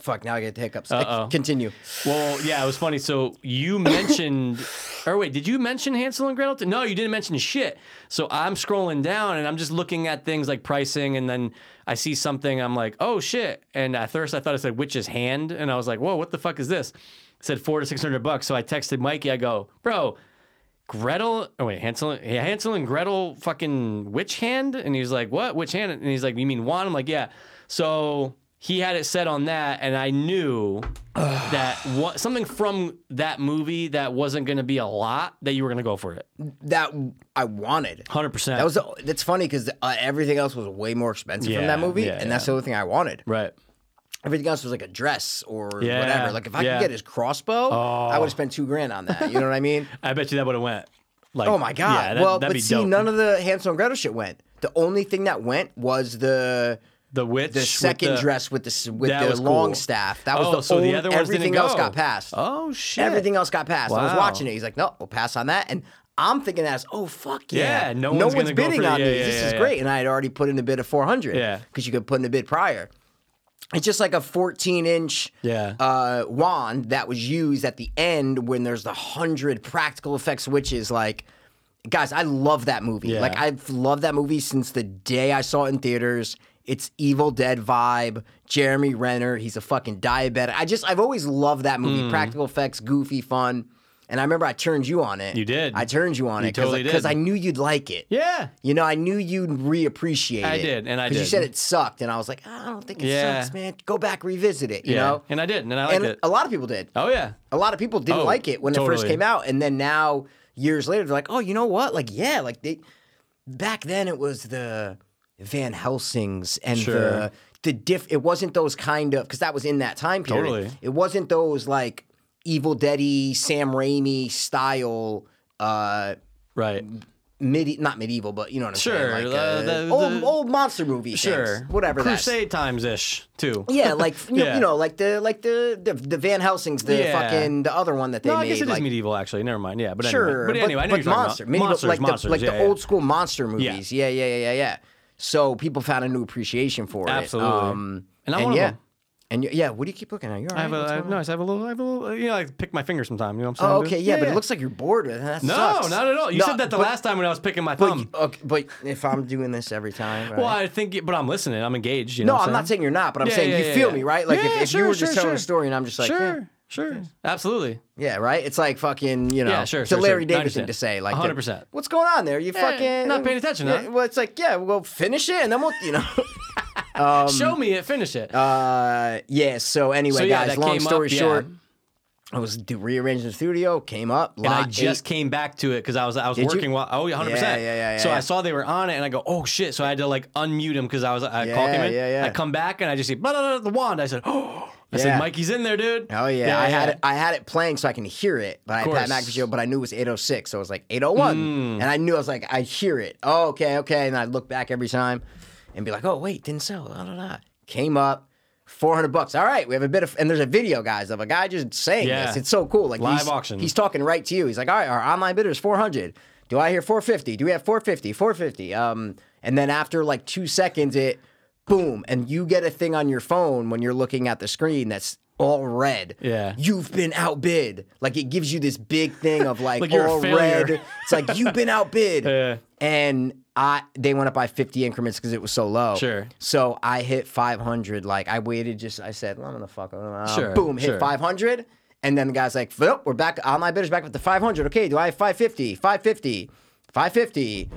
Fuck, now I get the hiccups. Like, Uh-oh. Continue. Well, yeah, it was funny. So you mentioned, or wait, did you mention Hansel and Gretel? No, you didn't mention shit. So I'm scrolling down and I'm just looking at things like pricing, and then I see something. I'm like, oh shit! And at first I thought it said witch's hand, and I was like, whoa, what the fuck is this? It said four to six hundred bucks. So I texted Mikey. I go, bro, Gretel. Oh wait, Hansel. Yeah, Hansel and Gretel. Fucking witch hand. And he's like, what? Which hand? And he's like, you mean wand? I'm like, yeah. So he had it set on that, and I knew that what, something from that movie that wasn't going to be a lot that you were going to go for it. That I wanted. Hundred percent. That was the, that's funny because uh, everything else was way more expensive from Yeah, that movie, yeah, and that's the only thing I wanted. right. Everything else was like a dress or Yeah, whatever. Like if I yeah. Oh. could get his crossbow, I would have spent two grand on that. You know what I mean? I bet you that would have went. Like, Oh my god! Yeah, that, well, that'd but be see, dope. none of the Hansel and Gretel shit went. The only thing that went was the the witch, the with second the- dress with the s- with That the was cool. long staff. That was Oh, the so only, the other ones didn't everything else go. got passed. Oh shit! Everything else got passed. I was Wow. watching it. He's like, no, we'll pass on that. And I'm thinking that's oh fuck yeah, Yeah, no one's gonna go bidding for- on yeah, these. yeah, this yeah, is yeah. great. And I had already put in a bid of 400. Yeah. because you could put in a bid prior. It's just like a 14 inch Yeah. uh, wand that was used at the end when there's the hundred practical effects witches. Like, guys, I love that movie. Yeah. Like, I've loved that movie since the day I saw it in theaters. It's Evil Dead vibe. Jeremy Hmm. Renner, he's a fucking diabetic. I just, I've always loved that movie. Practical effects, goofy, fun. And I remember I turned you on it. You did. I turned you on You it because totally did. I knew you'd like it. Yeah. You know, I knew you'd reappreciate it. I did, and I Because you did. said it sucked, and I was like, "Ah, I don't think it Yeah. sucks, man. Go back, revisit it, you yeah. know? and I did, and I liked and it. a lot of people did. Oh yeah. A lot of people didn't Oh, like it when it first totally. came out, and then now years later, they're like, "Oh, you know what? Like, yeah, like they back then it was the Van Helsing's and Sure. the the diff. It wasn't those kind of because that was in that time period. Totally. It wasn't those like Evil Deady, Sam Raimi style." Uh, Right. medi- not medieval, but you know what I'm Sure, saying, like the- uh, the- old the- old monster movie, things, Sure. whatever. that's- Crusade times ish too. yeah, like you, Yeah. you know, like the like the the, the Van Helsing's, the Yeah. fucking the other one that they No, I made. guess it is like, medieval actually. Never mind. Yeah, but Sure, anyway. But anyway, I know but you're talking monster, about medieval- monsters, like monsters, the like yeah, the yeah. old school monster movies. Yeah. yeah, yeah, yeah, yeah. So people found a new appreciation for it. Absolutely. And I'm one of yeah, them. and you, yeah, what do you keep looking at? You all I have right? What's a going no, I on? just have a little, I have a little, you know, I pick my finger sometimes. You know what I'm saying? Oh, dude? okay, yeah, but it looks like you're bored with it. That no, sucks. not at all. You No, said that the but- last time when I was picking my But, thumb. okay, but if I'm doing this every time, right? well, I think, it, but I'm listening. I'm engaged. You know No, what I'm not saying you're not, but I'm Yeah, saying yeah, you yeah, feel yeah. me, right? Like Yeah, if, yeah, if you sure, were just sure, telling sure. a story and I'm just like, sure, yeah, sure, absolutely. yeah, right? It's like fucking, you know, Yeah, sure, it's sure, a sure. Larry I David thing understand. to say, like, 100%. What's going on there? You fucking not paying attention, Yeah, huh? Well, it's like, yeah, well, finish it, and then we'll, you know. Show me it. Finish it. Um, uh, yeah. So anyway, so yeah, guys, that long came story up, yeah. short, I was do, rearranging the studio, came up, and I lot just eight- came back to it because I was I was Did you? working while oh 100 percent Yeah, yeah, yeah, so yeah. I saw they were on it and I go oh shit so I had to like unmute him because I was I Yeah, called him in yeah, yeah. I come back and I just see blah, blah, blah, the wand I said oh I Yeah. said Mikey's in there dude Oh yeah, I had it. I had it playing so I can hear it, but I had Pat course. Mm. McAfee show, but I knew it was 806, so it was like 801, and I knew I was like I hear it. Oh okay, okay, and I'd look back every time, and be like, oh wait, didn't sell. Blah, blah, blah. Came up, 400 bucks. All right, we have a bit of, and there's a video, guys, of a guy just saying Yeah. this. It's so cool. Like Live he's, auction. He's talking right to you. He's like, all right, our online bidder is 400. Do I hear 450? Do we have 450? 450. Um, and then after like two seconds, it boom, and you get a thing on your phone when you're looking at the screen that's all red. Yeah. You've been outbid. Like it gives you this big thing of like, Like you're a all failure. red. It's like you've been outbid. Yeah. And I they went up by 50 increments because it was so low. Sure. So I hit 500. Like I waited just I said, well, I'm gonna fuck. uh, Sure, Boom, hit sure. 500. And then the guy's like, nope, we're back. All my bidders back up to 500. Okay, do I have 550? 550. 550.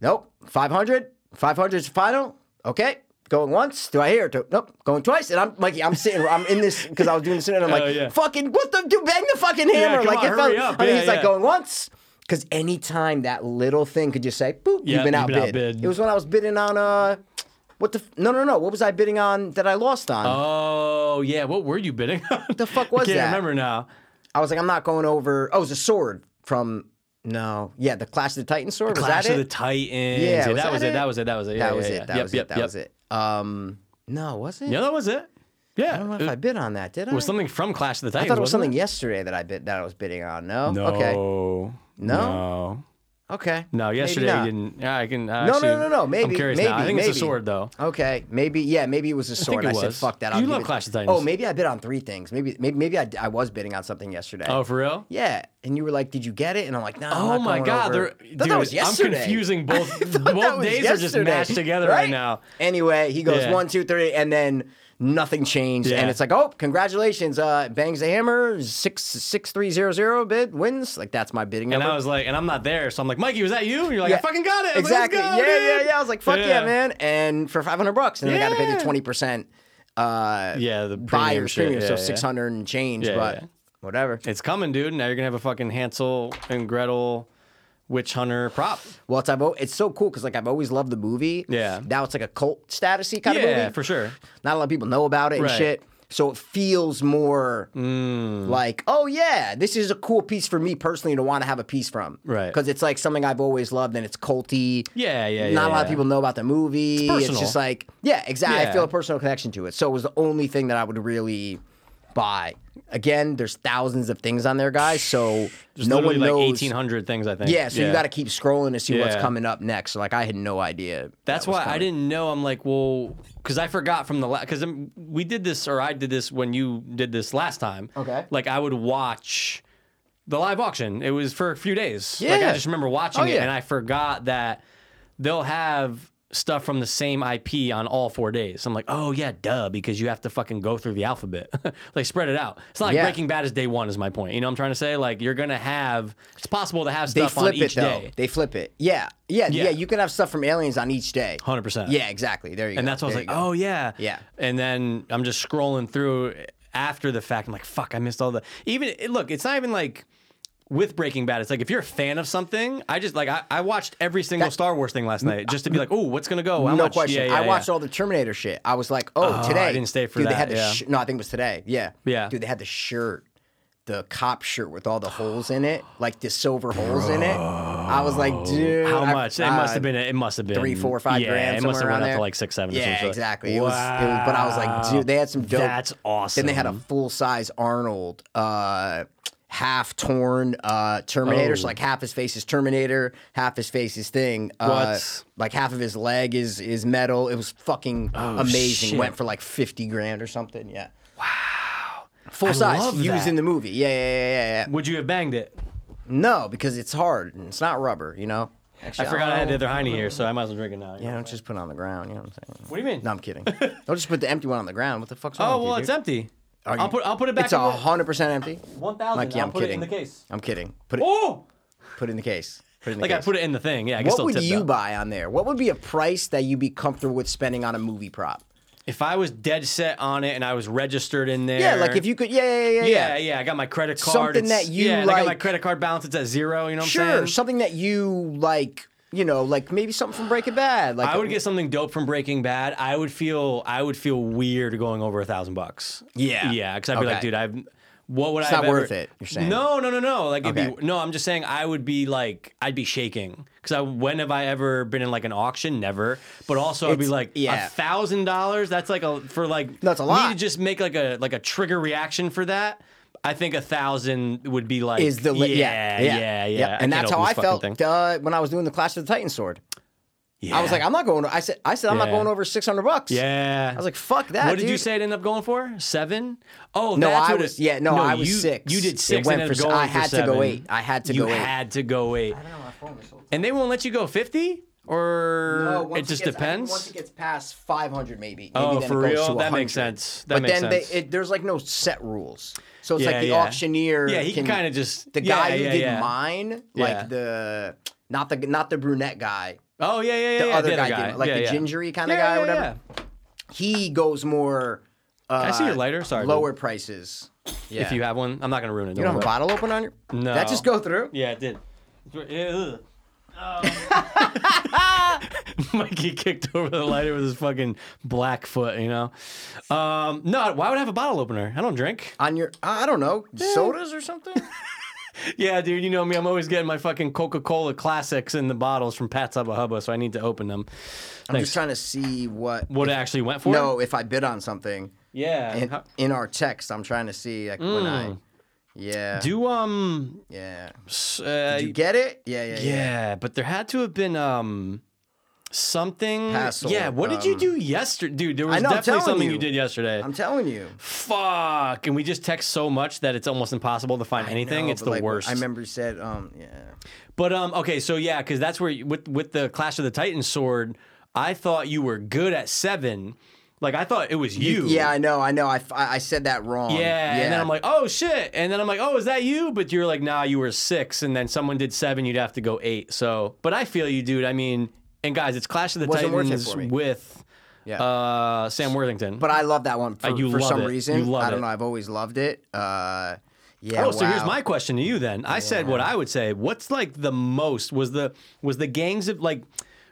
Nope. 500. 500 is final. Okay. Going once. Do I hear it? Nope. Going twice. And I'm Mikey, I'm sitting, I'm in this because I was doing this and I'm like, Oh, yeah. fucking, what the, dude, bang the fucking hammer. come like, on, it felt- hurry up. and Yeah, he's like yeah. going once. Because anytime that little thing could just say, boop, you've been Yeah, you've been outbid. outbid. It was when I was bidding on, uh, what the, f- no, no, no. What was I bidding on that I lost on? oh yeah what were you bidding what the fuck was I can't that? remember now I was like, I'm not going over. Oh, it was a sword from no, yeah, the Clash of the Titans sword. was Clash that of the it? Titans Yeah, that, was that was it? it that was it that was it Yeah, that yeah, was yeah. it. That Yep, was yep, it. That yep. was it. Um, no, was it? yeah that was it I don't know yeah if it I bid on that. Did I? was something from Clash of the I Titans thought it was wasn't something yesterday that I bid that I was bidding on. No. no Okay. no Okay. No, Maybe yesterday not. you didn't. Yeah, I can. No, actually, no, no, no. Maybe. I'm curious maybe. now. I think maybe. it's a sword, though. Okay. Maybe. Yeah. Maybe it was a sword. it and I said, was. "Fuck that." You I'll give love it- Clash of Oh, Titans. maybe I bid on three things. Maybe. Maybe. Maybe I, I was bidding on something yesterday. Oh, for real? Yeah, and you were like, "Did you get it?" And I'm like, "No." Oh my God! Over. They're, I dude, thought that was yesterday. I'm confusing both. That both was days are just yesterday, mashed together right, now. Anyway, he goes Yeah. one, two, three, and then nothing changed. Yeah. And it's like, oh, congratulations! Uh, bangs the hammer, six six three zero zero bid wins. Like that's my bidding And number. I was like, and I'm not there, so I'm like, Mikey, was that you? And you're like, I Yeah. fucking got it. I was like, exactly. "Let's go, yeah, yeah, dude." yeah. I was like, fuck yeah, Yeah. man! And for five hundred bucks, and then I got to pay the Yeah. twenty percent. Uh, Yeah, the premium buyer's shit. premium, Yeah, so yeah. six hundred and change, Yeah, but yeah. whatever. It's coming, dude. Now you're gonna have a fucking Hansel and Gretel, witch hunter prop. Well, it's I've, al- it's so cool because like I've always loved the movie. Yeah. Now it's like a cult statusy kind of Yeah, movie. for sure. Not a lot of people know about it and Right. Mm. shit. So it feels more like, oh yeah, this is a cool piece for me personally to want to have a piece from. Right. Because it's like something I've always loved and it's culty. Yeah, Not yeah, a yeah, lot of yeah. people know about the movie. It's, personal. just like, yeah, exactly. I Yeah. feel a personal connection to it. So it was the only thing that I would really buy. Again, there's thousands of things on there, guys. So There's no one literally like knows. 1,800 things I think. Yeah, so you got to keep scrolling to see what's Yeah. coming up next. Like I had no idea. That's that was why I coming. didn't know. I'm like, well, because I forgot from the last. Because we did this, or I did this when you did this last time. Okay. Like I would watch the live auction. It was for a few days. Like Yeah. I just remember watching Oh, it, yeah. and I forgot that they'll have stuff from the same IP on all four days. I'm like, oh yeah, duh, because you have to fucking go through the alphabet. like spread it out. It's not like Yeah. Breaking Bad is day one. Is my point. You know what I'm trying to say? Like you're gonna have. It's possible to have They stuff flip on each it though. day. They flip it. Yeah. yeah, yeah, Yeah. You can have stuff from Aliens on each day. Hundred percent. Yeah, exactly. There you go. And that's why I was There like, you go. oh yeah. Yeah. And then I'm just scrolling through after the fact. I'm like, fuck, I missed all the even it- look, it's not even like with Breaking Bad, it's like if you're a fan of something, I just like I, I watched every single Star Wars thing last night just to be like, oh, what's gonna go? How no much? question. Yeah, yeah, I watched yeah. all the Terminator shit. I was like, oh, today. I didn't stay for dude, They that, had the yeah. sh- no, I think it was today. Yeah. Yeah. Dude, they had the shirt, the cop shirt with all the holes in it, like the silver holes in it. I was like, dude. Oh. How I- much? It uh, must have been. It must have been Three, four, five yeah, grand. It must have somewhere went around up there. to like six, seven. or Yeah, something. exactly. It was, it was. But I was like, dude, they had some dope. That's awesome. Then they had a full size Arnold, uh, half torn uh, Terminator. So Oh. like half his face is Terminator, half his face is thing. Uh, What? Like half of his leg is is metal. It was fucking amazing. Oh, shit. Went for like fifty grand or something. Yeah. Wow. Full size. love Used that. in the movie. Yeah, yeah, yeah, yeah, yeah. Would you have banged it? No, because it's hard and it's not rubber. You know. Actually, I forgot don't I had the know. other Heine here, so I might as well drink it now. Yeah, don't just put it on the ground. You know what I'm saying? What do you mean? No, I'm kidding. Don't just put the empty one on the ground. What the fuck's wrong Oh with you, well, dude? it's empty. Are I'll you- put I'll put it back. It's in the- a hundred percent empty. One thousand. Mikey, I'll I'm put kidding. it in the case. I'm kidding. Put it, Oh, put it in the case. Put it in the like I case. put it in the thing. Yeah, I can what still would tip you that. buy on there? What would be a price that you'd be comfortable with spending on a movie prop? If I was dead set on it and I was registered in there. Yeah, like if you could. Yeah, yeah, yeah, yeah. Yeah, yeah. I got my credit card. Something it's- that you yeah, and I got my like- credit card balance. It's at zero. You know what I'm Sure, saying? something that you like. You know, like maybe something from Breaking Bad. Like I would get something dope from Breaking Bad. I would feel I would feel weird going over a thousand bucks. Yeah. yeah, because I'd be Okay. like, dude, I've what would I? It's have not ever- worth it, you're saying. no, no, no, no. Like, it'd Okay. be, no, I'm just saying I would be like I'd be shaking because I when have I ever been in like an auction? Never. But also I'd be It's- like yeah. a thousand dollars. That's like a for like That's a Me lot. to just make like a like a trigger reaction for that. I think a thousand would be like is the li- yeah yeah yeah, Yep. and can't that's how open I this fucking felt thing. uh, when I was doing the Clash of the Titan sword. Yeah. I was like, I'm not going. I said, I said, I'm not Yeah. going over six hundred bucks. yeah. I was like, fuck that. what did you dude. say it ended up going for? Seven? Oh, No, that's I what it- was yeah. No, I was you, six. You did six. It went and for ended s- up going I for had to seven. go eight. I had to you go eight. had to go eight, and they won't let you go fifty, or it just depends. Oh, once it gets past 500, maybe. maybe Oh, then for it goes real? To 100. That makes sense. That but makes then sense. They, it, there's like no set rules, so it's Yeah, like the yeah. auctioneer. Yeah, he can kinda just- the yeah, guy who yeah, did yeah. mine, Yeah. like the not the not the brunette guy, oh yeah, yeah, yeah. the yeah, other the guy, other guy. did, like yeah, the yeah. gingery kind yeah, of guy yeah, or whatever. yeah. He goes more. Uh, I see your lighter. Sorry, dude. Lower prices. Yeah. If you have one, I'm not gonna ruin it. you don't have a bottle open on your. No. That just go through. Yeah, it did. Ew. Um. Mikey kicked over the lighter with his fucking black foot, you know. Um, no, why would I have a bottle opener? I don't drink. On your, I don't know, Eh. Eh. sodas or something. Yeah, dude, you know me. I'm always getting my fucking Coca-Cola classics in the bottles from Pat's Hubba Hubba, so I need to open them. I'm just trying to see what. What it actually went for? No, if I bid on something Yeah. in, How- in our text, I'm trying to see like when I. Yeah. Mm. Do um. yeah. s- Uh, You get it? Yeah, yeah, yeah. yeah, but there had to have been um. Something. Passel, yeah. What did you um, do yesterday, dude? There I was know, I'm definitely telling something you. you did yesterday. I'm telling you. fuck and we just text so much that it's almost impossible to find anything No, it's but, the like, worst I remember you said, um, yeah. but um okay so yeah because that's where you- with with the clash of the titans sword i thought you were good at seven like i thought it was you Yeah, I know, I know. I, f- I- I said that wrong. yeah, and then I'm like, oh shit, and then I'm like, oh, is that you? But you're like, nah, you were six, and then someone did seven, you'd have to go eight. So, but I feel you, dude. I mean, and guys, it's Clash of the Wasn't worth it Titans for me. with Yeah. uh, Sam Worthington. but I love that one for, Uh, you for love some it. reason. You love I don't it. know. I've always loved it. Uh, yeah. Oh, so here's wow. my question to you then. I said what I would say. What's like the most was the was the gangs of like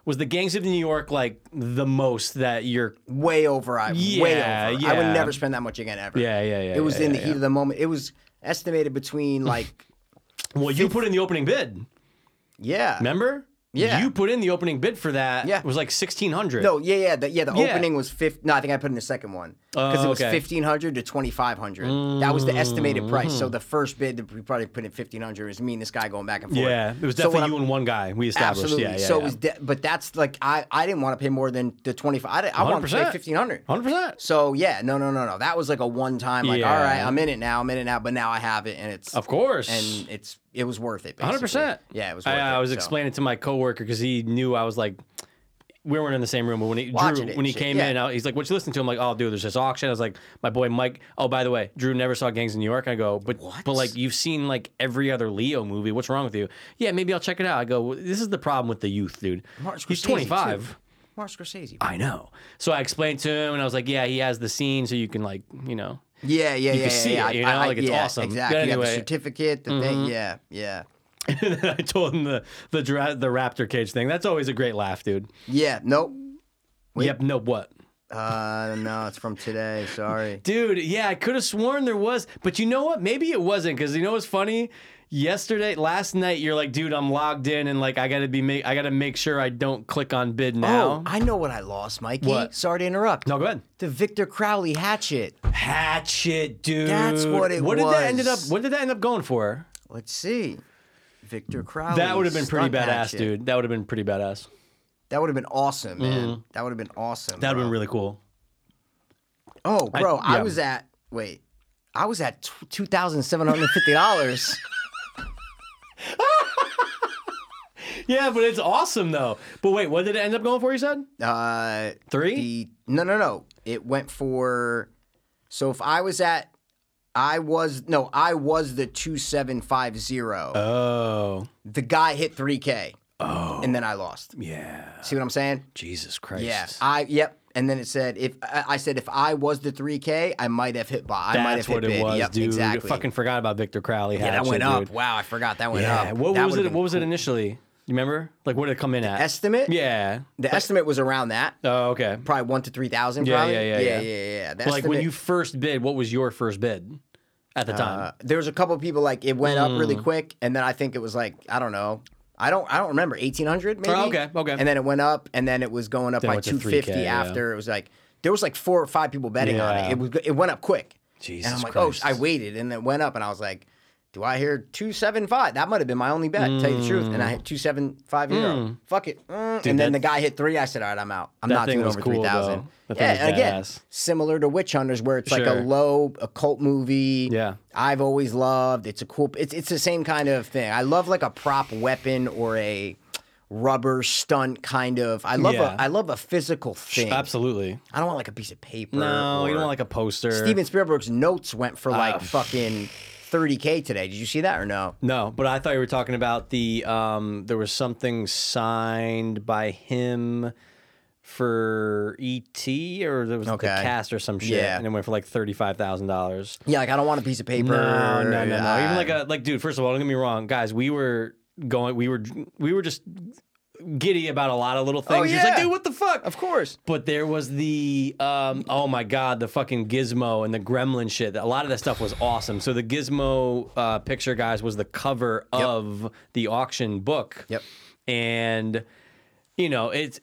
was the gangs of New York like the most that you're way over. I way Yeah, over. I yeah. would never spend that much again ever. Yeah, yeah, yeah, It was yeah, in the yeah, heat yeah. of the moment. It was estimated between like, well you put in the opening bid. yeah, Remember? Yeah. You put in the opening bid for that. Yeah. It was like sixteen hundred. No, yeah, yeah, the, yeah. The Yeah. opening was fifty. No, I think I put in the second one because Oh, it was okay. fifteen hundred to twenty five hundred. That was the estimated price. Mm. So the first bid that we probably put in fifteen hundred was me and this guy going back and forth. Yeah. It was So when definitely I'm- you and one guy we established. Absolutely. Yeah, yeah. so yeah. it was, de- but that's like I, I didn't want to pay more than the twenty five. I, didn't- I wanted to pay 100%. fifteen hundred. hundred percent. So yeah, no, no, no, no. That was like a one time. Like, all right, Yeah. I'm in it now. I'm in it now. But now I have it, and it's Of course. and it's it was worth it. Hundred basically. percent. Yeah, it was. Worth I, I it, was so. explaining to my coworker because he knew I was like, we weren't in the same room, but when he Watching Drew, it when he and shit, came in, yeah. I, he's like, "What you listen to?" I'm like, "Oh, dude, there's this auction." I was like, "My boy Mike." Oh, by the way, Drew never saw Gangs in New York. I go, "But but like you've seen like every other Leo movie. What's wrong with you?" Yeah, maybe I'll check it out. I go, "This is the problem with the youth, dude. Martin he's Scorsese, 25." too. Martin Scorsese. I know. So I explained to him, and I was like, "Yeah, he has the scene, so you can like, you know, Yeah, yeah, You yeah. can see yeah, it, you I- know, I- like, it's yeah, awesome. Exactly. But You have anyway- Mm-hmm. the certificate, the thing. Yeah, yeah, I told him the the dra- the raptor cage thing. That's always a great laugh, dude. yeah. Nope. Yep. No. What? Uh, no, it's from today. Sorry. Dude, yeah, I could have sworn there was, but you know what? Maybe it wasn't because you know what's funny? Yesterday, last night, you're like, dude, I'm logged in and like I gotta be, make, I gotta make sure I don't click on bid now. Oh, I know what I lost, Mikey. What? Sorry to interrupt. no, go ahead. The Victor Crowley hatchet. Hatchet, dude. That's what it What did that ended up? was. What did that end up going for? Let's see. Victor Crowley. That would have been pretty stunt badass, Oh, hatchet. dude. That would have been pretty badass. That would have been awesome, man. That would have been awesome. Mm-hmm. That would have bro. been really cool. Oh, bro, I, yeah. was at wait, I was at tw- two thousand seven hundred fifty dollars. Yeah, but it's awesome though. But wait, what did it end up going for? You said uh, three. the no, no, no. It went for. So if I was at, I was no, I was the two seven five zero. Oh, The guy hit three k. Oh. And then I lost. yeah. See what I'm saying? Jesus Christ. Yeah. I yep. And then it said if I I said if I was the three k, I might have hit by. I might have That's hit what it bid. was, Yep, dude. Exactly. I fucking forgot about Victor Crowley. yeah, that Hatchet, went up. dude. Wow, I forgot that went Yeah. up. What, That was would've it? been What was it cool. initially? You remember? Like, what did it come in at? Estimate? yeah. The estimate was around that. Oh, okay. probably one to three thousand. Yeah, probably. yeah, yeah, yeah, yeah. yeah, yeah. The Like when estimate, you first bid, what was your first bid at the time? uh, there was a couple people like it went up Hmm. really quick, and then I think it was like I don't know. I don't. I don't remember. Eighteen hundred, maybe. Oh, okay, okay. And then it went up, and then it was going up Then it by went to two fifty 3K, yeah. after. It was like there was like four or five people betting on Yeah. it. It was. It went up quick. Jesus and I'm like, Christ. oh, I waited, and it went up, and I was like, do I hear two seven five? That might have been my only bet. Tell you the truth, and I hit two seven five zero. Fuck it. Mm. and then Hmm. that- the guy hit three. I said, all right, I'm out. I'm That not thing doing was over cool, three thousand. though. That thing Yeah, was and again, badass. similar to Witch Hunters, where it's like a Sure. low occult movie. Yeah. I've always loved. It's a cool. It's it's the same kind of thing. I love like a prop weapon or a rubber stunt kind of. I love Yeah. a I love a physical thing. Absolutely. I don't want like a piece of paper. No, you or- don't want like a poster. Steven Spielberg's notes went for like Ah. fucking 30k today. Did you see that or no? No, but I thought you were talking about the um there was something signed by him for ET or there was Okay. the cast or some shit Yeah. and it went for like $35,000. Yeah, like I don't want a piece of paper. No, no, no, no. Uh, Even like a like dude, first of all, don't get me wrong, guys, we were going we were we were just giddy about a lot of little things. Just like, yeah. dude, what the fuck? of course. But there was the um, oh my god, the fucking gizmo and the gremlin shit. A lot of that stuff was awesome. So the gizmo uh, picture guys was the cover of the auction book. Yep. And you know, it's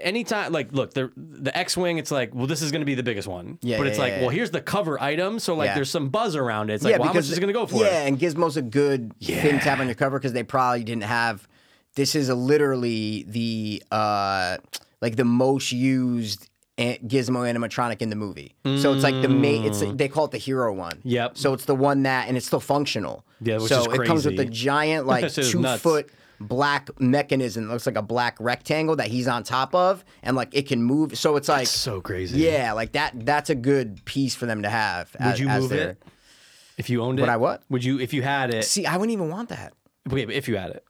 anytime like look, the the X Wing, it's like, well, this is gonna be the biggest one. Yeah, But yeah, it's yeah, like, yeah. well, here's the cover item. So like Yeah. there's some buzz around it. It's like, well, how much is it gonna go for? Yeah, and Gizmo's a good thing to have on your cover because they probably didn't have. This is a literally the uh like the most used an- Gizmo animatronic in the movie. So it's like the main. It's they call it the hero one. Mm. Yep. So it's the one that and it's still functional. Yeah, which so is it comes with the crazy. giant like This is two nuts. foot black mechanism. It looks like a black rectangle that he's on top of, and like it can move. So it's like. So crazy. yeah, like that. That's a good piece for them to have. Would you move it? If you owned it, Would I what? Would you if you had it? See, I wouldn't even want that. Wait, if you had it,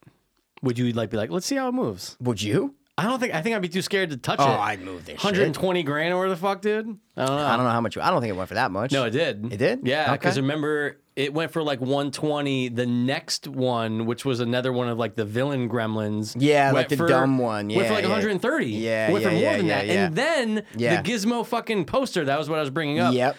would you like be like, let's see how it moves? Would you? I don't think I think I'd be too scared to touch Oh, it. I'd move this. Shit. 120 grand or the fuck, dude. I don't know. I don't know how much. I don't think it went for that much. No, it did. It did? Yeah, because Okay. remember it went for like 120. The next one, which was another one of like the villain gremlins. Yeah, went like the dumb one. Went Yeah, for like yeah. 130. Yeah, went for yeah, more yeah, than yeah, that. yeah. And then Yeah. the Gizmo fucking poster. That was what I was bringing up. Yep.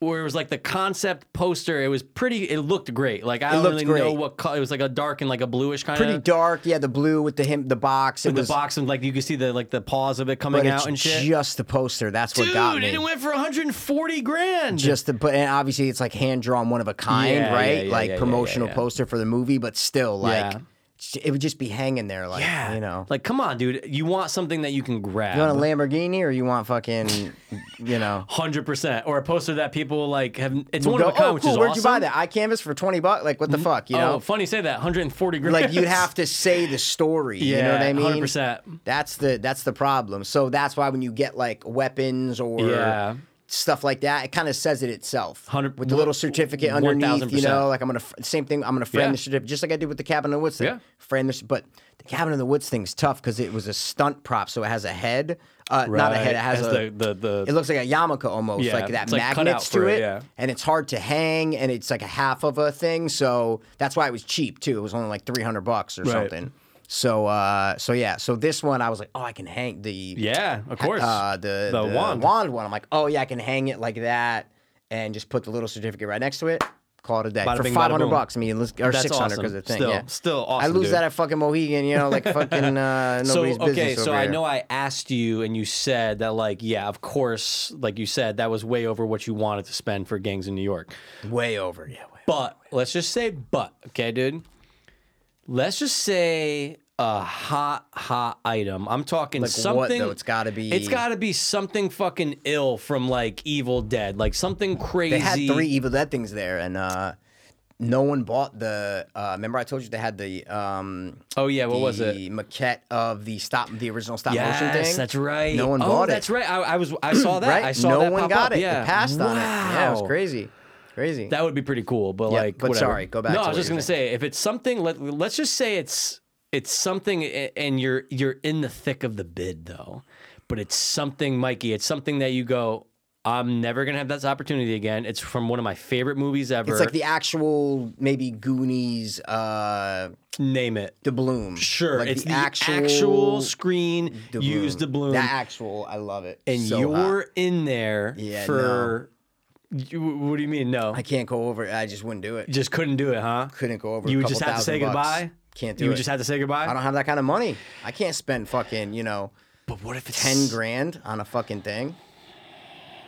Where it was like the concept poster. It was pretty. It looked great. Like I don't looked really great. know what color. It was like a dark and like a bluish kind Pretty of. dark. Yeah, the blue with the him, the box. It Uh, the was, box and like you could see the like the paws of it but coming it's out and shit. just the poster. That's what Dude, got and it me. went for 140 grand. Just the, but and obviously it's like hand drawn, one of a kind, Yeah, yeah, right? yeah, like yeah, yeah, promotional yeah, yeah. poster for the movie, but still like Yeah. it would just be hanging there, like you know. Like, come on, dude. You want something that you can grab. You want a Lamborghini or you want fucking, you know? Hundred percent, or a poster that people like have. It's one Go, of a kind, oh, which cool. is Where'd awesome. you buy that? I canvas for twenty bucks. Like, what the fuck, you Oh, know? funny you say that. 140 grams. Like, you'd have to say the story. you know what I mean? Hundred percent. That's the that's the problem. So that's why when you get like weapons or Yeah. stuff like that, it kind of says it itself. Hundred- with the little certificate one thousand underneath, you percent. know, like I'm gonna fr- same thing. I'm gonna frame Yeah. the certificate just like I did with the cabin in the woods thing. Yeah. Frame this, but the cabin in the woods thing's tough because it was a stunt prop, so it has a head, uh, not a head. It has, a. the the, the it looks like a yarmulke almost, Yeah, like that it's like cut out magnets to for it, it, yeah. and it's hard to hang, and it's like a half of a thing, so that's why it was cheap too. It was only like three hundred bucks or Right. something. So, uh, so yeah, so this one I was like, oh, I can hang the yeah, of course. uh, the, The wand. one. I'm like, oh yeah, I can hang it like that and just put the little certificate right next to it. Call it a day Bada for bing, bada five hundred boom. bucks. I mean, let's- or That's six hundred because awesome. the thing. Still- yeah. still I awesome, lose dude. that at fucking Mohegan. You know, like fucking uh, so nobody's okay, business. so over I here. know I asked you, and you said that like yeah, of course, like you said that was way over what you wanted to spend for gangs in New York. way over. Yeah, way. But let's just say, but okay, dude. Let's just say a hot, hot item. I'm talking Like what, something. though? It's gotta be- It's got to be something fucking ill from like Evil Dead, like something crazy. They had three Evil Dead things there, and uh, no one bought the. Uh, remember, I told you they had the. Um, Oh yeah, what was it? the maquette of the stop, the original stop motion thing? Yes, that's right. No one oh, bought it. That's right. I, I was. I saw that. Right? I saw no that one pop got up. it. Yeah. They passed on it. Yeah, it was Wow. crazy. Crazy. That would be pretty cool, but Yeah, like, but whatever. sorry, go back No, to I what was just you were gonna say if it's something. Let Let's just say it's it's something, a- and you're you're in the thick of the bid though, but it's something, Mikey. It's something that you go. I'm never gonna have this opportunity again. It's from one of my favorite movies ever. It's like the actual maybe Goonies, uh, name it. the Bloom. Sure, like it's the, actual, actual screen. Use the Bloom. bloom. The actual, I love it. and So hot. you're in there Yeah, for you, what do you mean no I can't go over. it. I just wouldn't do You it. just couldn't do it huh Couldn't go over. a you would couple just have to thousand say bucks. goodbye Can't do it. you would just have to say goodbye I don't have that kind of money. I can't spend fucking you know but what if it's ten grand on a fucking thing.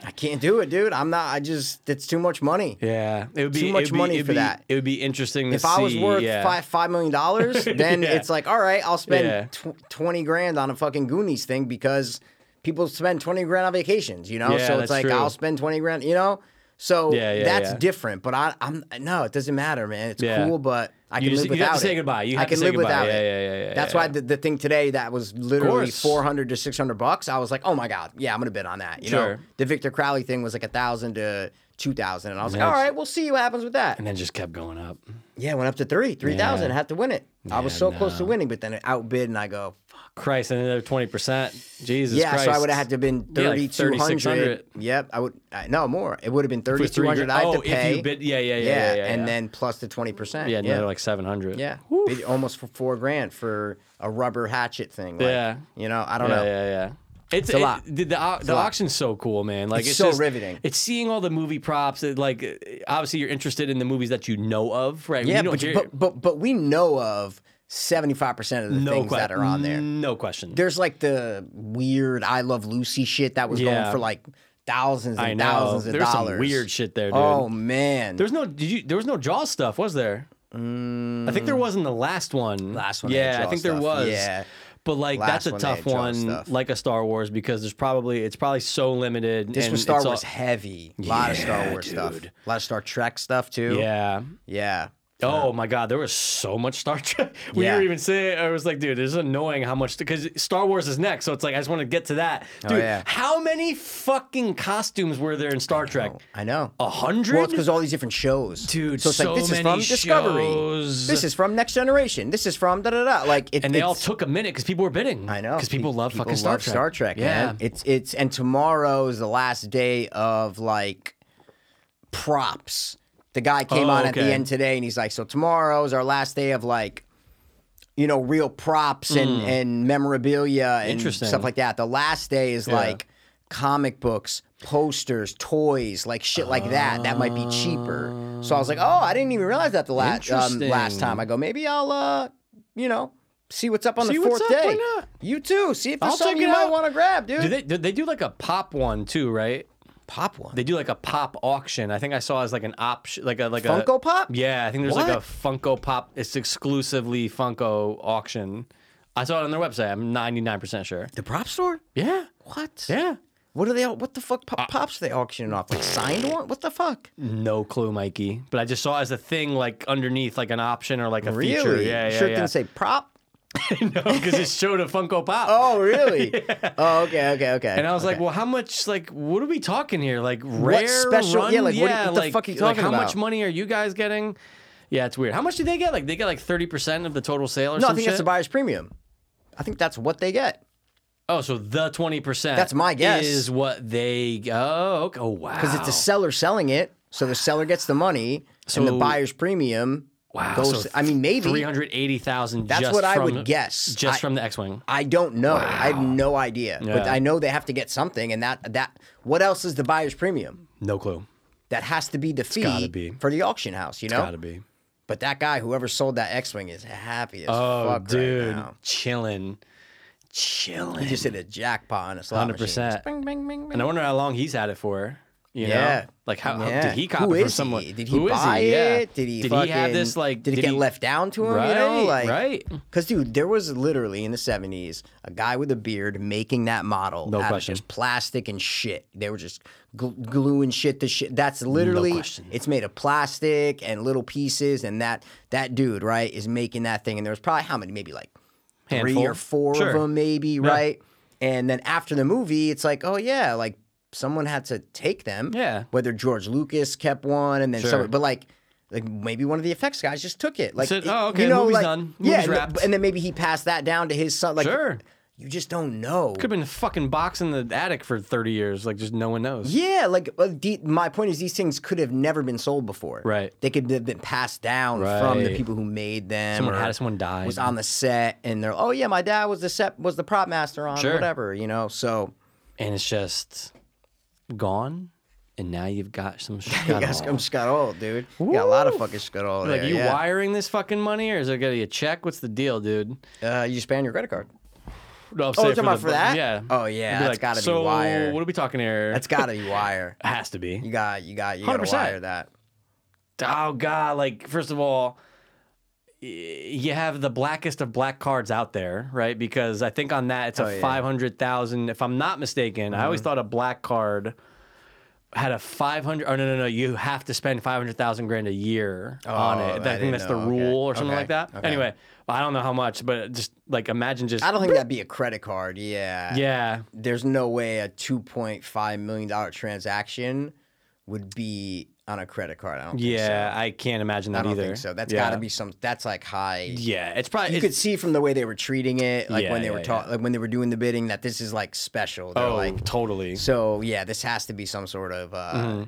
I can't do it, dude. I'm not. I just it's too much money. yeah it would be Too much it would be- money it'd for be- that. it would be interesting to If I was see, worth yeah. five five million dollars, then Yeah. it's like, all right, I'll spend Yeah. tw- twenty grand on a fucking Goonies thing because people spend twenty grand on vacations, you know. Yeah, so that's it's like true. I'll spend twenty grand, you know. So Yeah, yeah, that's yeah. different. But I, I'm no, it doesn't matter, man. It's Yeah. cool, but I You can just- live you without have to say it. goodbye. You I have to can say live goodbye. without Yeah, it. yeah, yeah, yeah, That's yeah. why the, the thing today that was literally course. four hundred to six hundred bucks. I was like, oh my god, yeah, I'm gonna bid on that. You know, Sure. the Victor Crowley thing was like a thousand to two thousand, and I was like, Yeah, all it's- right, we'll see what happens with that. and then just kept going up Yeah, it went up to three, three thousand. Yeah. Had to win it. I was Yeah, so close to no. winning, but then it outbid, and I go, Fuck. christ another 20% jesus yeah. christ So I would have had to have been Yeah, like thirty two hundred. 3,600. Yep, I would I, no more. It would have been It thirty was three two hundred. grand- I had to oh, pay. if you bid yeah yeah yeah yeah, yeah, yeah, and yeah. then plus the twenty percent. yeah Yeah, another like 700 yeah. Woo. Bid almost for four grand for a rubber hatchet thing. Like, Yeah. you know, I don't yeah, know. Yeah, yeah, It's, a it- lot. The, the, au- the lot. auction's so cool, man. Like It's it's, so just- riveting. It's seeing all the movie props. It, like uh, obviously you're interested in the movies that you know of, right? Yeah, you don't but, hear- but but but we know of seventy five percent of the no things que- that are on there. No question. there's like the weird I Love Lucy shit that was going Yeah. for like thousands and I know. thousands of There's some dollars. weird shit there, dude. Oh man, There's no did you there was no Jaws stuff, was there? I think there was in the last one. Mm. Last one they had Yeah, I Jaws think there stuff. was. Yeah. But like Last that's a one they had tough Jaws one, stuff. like a Star Wars, because there's probably it's probably so limited. this and was Star it's all- Wars heavy. A lot of Star Yeah, Wars stuff. dude. A lot of Star Trek stuff too. Yeah. yeah. Oh my God, there was so much Star Trek. we Yeah. were even saying, I was like, dude, it's annoying how much, because Star Wars is next. So it's like, I just want to get to that. Dude, Oh, yeah. how many fucking costumes were there in Star Trek? I know. A hundred? Well, it's because all these different shows, Dude, So it's so like this is from many Discovery. shows. This is from Next Generation. This is from da da da. Like it, and they all it's- took a minute because people were bidding. I know Because people Pe- love fucking Star love Trek. Star Trek, yeah. man. It's it's and tomorrow is the last day of like props. The guy came Oh, on at the okay. end today, and he's like, "So tomorrow is our last day of like." You know, real props and, and memorabilia and Mm. Interesting. stuff like that. The last day is like comic books, posters, toys, like shit like that. That might be cheaper. So I was like, oh, I didn't even realize that the last um, last Interesting. time. I go, maybe I'll uh, you know, see what's up on See the what's fourth up, day. why not? You too. See if there's I'll something check you it might out. want to grab, dude. Do they, do they do like a pop one too, right? Pop one. They do like a pop auction. I think I saw as like an option, like a like a Funko Pop? Yeah, I think there's like What? a Funko Pop. It's exclusively Funko auction. I saw it on their website. I'm 99% sure. The prop store? Yeah. What? Yeah. Uh, What are they? What the fuck pop, pops they auctioning off? Like signed one? What the fuck? No clue, Mikey. But I just saw it as a thing like underneath, like an option or like a Really? feature. Yeah, You yeah, sure it yeah. didn't say prop? because it showed a Funko Pop. Oh, really? Oh, okay, okay, okay. And I was like, okay. well, how much? Like, what are we talking here? Like, rare special- Run? yeah, like, what- what the fuck are you like, talking how about? much money are you guys getting? Yeah, it's weird. How much did they get? Like, they get like thirty percent of the total sale or no, I some think that's shit? the buyer's premium. I think that's what they get. oh, so the twenty percent. That's my guess. Is what they? Oh, okay. Oh, wow. because it's the seller selling it. So the seller gets the money, and So- the buyer's premium Wow, goes. so I mean, three maybe hundred eighty thousand. That's what I would guess. Just I- from the X-wing. I don't know. I have no idea, but Yeah. I know they have to get something, and that that what else is the buyer's premium? No clue. That has to be the fee gotta be. for the auction house, you know. Gotta be. But that guy, whoever sold that X-wing, is happy as Oh, fuck dude, right now. chilling, chilling. He just hit a jackpot on a slot Hundred machine. percent. Bing, bing, bing, bing. And I wonder how long he's had it for. You Yeah. know, like how, how Yeah. did he cop Who it from is he? someone? Did he Who is buy he? Yeah. it? Did he? Did he fucking, have this like? Did, it get left down to him? Right. you know, like right. Because, dude, there was literally in the 70s a guy with a beard making that model No out question. of just plastic and shit. They were just gl- gluing shit to shit. That's literally, question. it's made of plastic and little pieces. And that that dude, right, is making that thing. And there was probably how many? Maybe like three Handful. or four Sure. of them, maybe, right? And then after the movie, it's like, oh, yeah, like someone had to take them. Yeah. Whether George Lucas kept one and then Sure. someone, but like, like maybe one of the effects guys just took it. Like, Said, it- "Oh, okay, movie's done. yeah, Movie's and, wrapped." th- and then maybe he passed that down to his son. Like, Sure. you just don't know. Could have been a fucking box in the attic for thirty years. Like just no one knows. Yeah, like uh, the, my point is, these things could have never been sold before. Right. They could have been passed down from the Right. people who made them. Someone or had it, someone died. Was on the set, and they're, oh yeah, my dad was the set was the prop master on Sure. whatever, you know. So And it's just gone. And now you've got some shit. you guys, I'm Scuttle, dude. You got a lot of fucking Scuttle there. like you yeah. wiring this fucking money, or is it gonna be a check? What's the deal, dude? Uh, you spend your credit card. No, I'm Oh, saying you're talking the- about for that? Yeah. Oh, yeah, It'd that's gotta be so wire." What are we talking here? That's got to be wire. has to be. You got, you got, you got to 100%. wire that. oh god like first of all y- you have the blackest of black cards out there right because i think on that it's Oh, a yeah. Mm-hmm. 500000 if i'm not mistaken i always thought a black card had a 500 oh no no no you have to spend 500000 grand a year on Oh, it I i, didn't think that's know. the Okay. rule or something Okay. like that Okay. anyway i don't know how much but just like imagine just I don't think that'd be a credit card. Yeah. yeah there's no way a two point five million dollar transaction would be on a credit card. I don't. Think yeah so. i can't imagine that I don't either think so. That's Yeah. got to be some. That's like high. yeah it's probably You it's- could see from the way they were treating it, like Yeah, when they were yeah, talking, like when they were doing the bidding, that this is like special. They're oh like, totally so yeah, this has to be some sort of. Uh, Mm-hmm.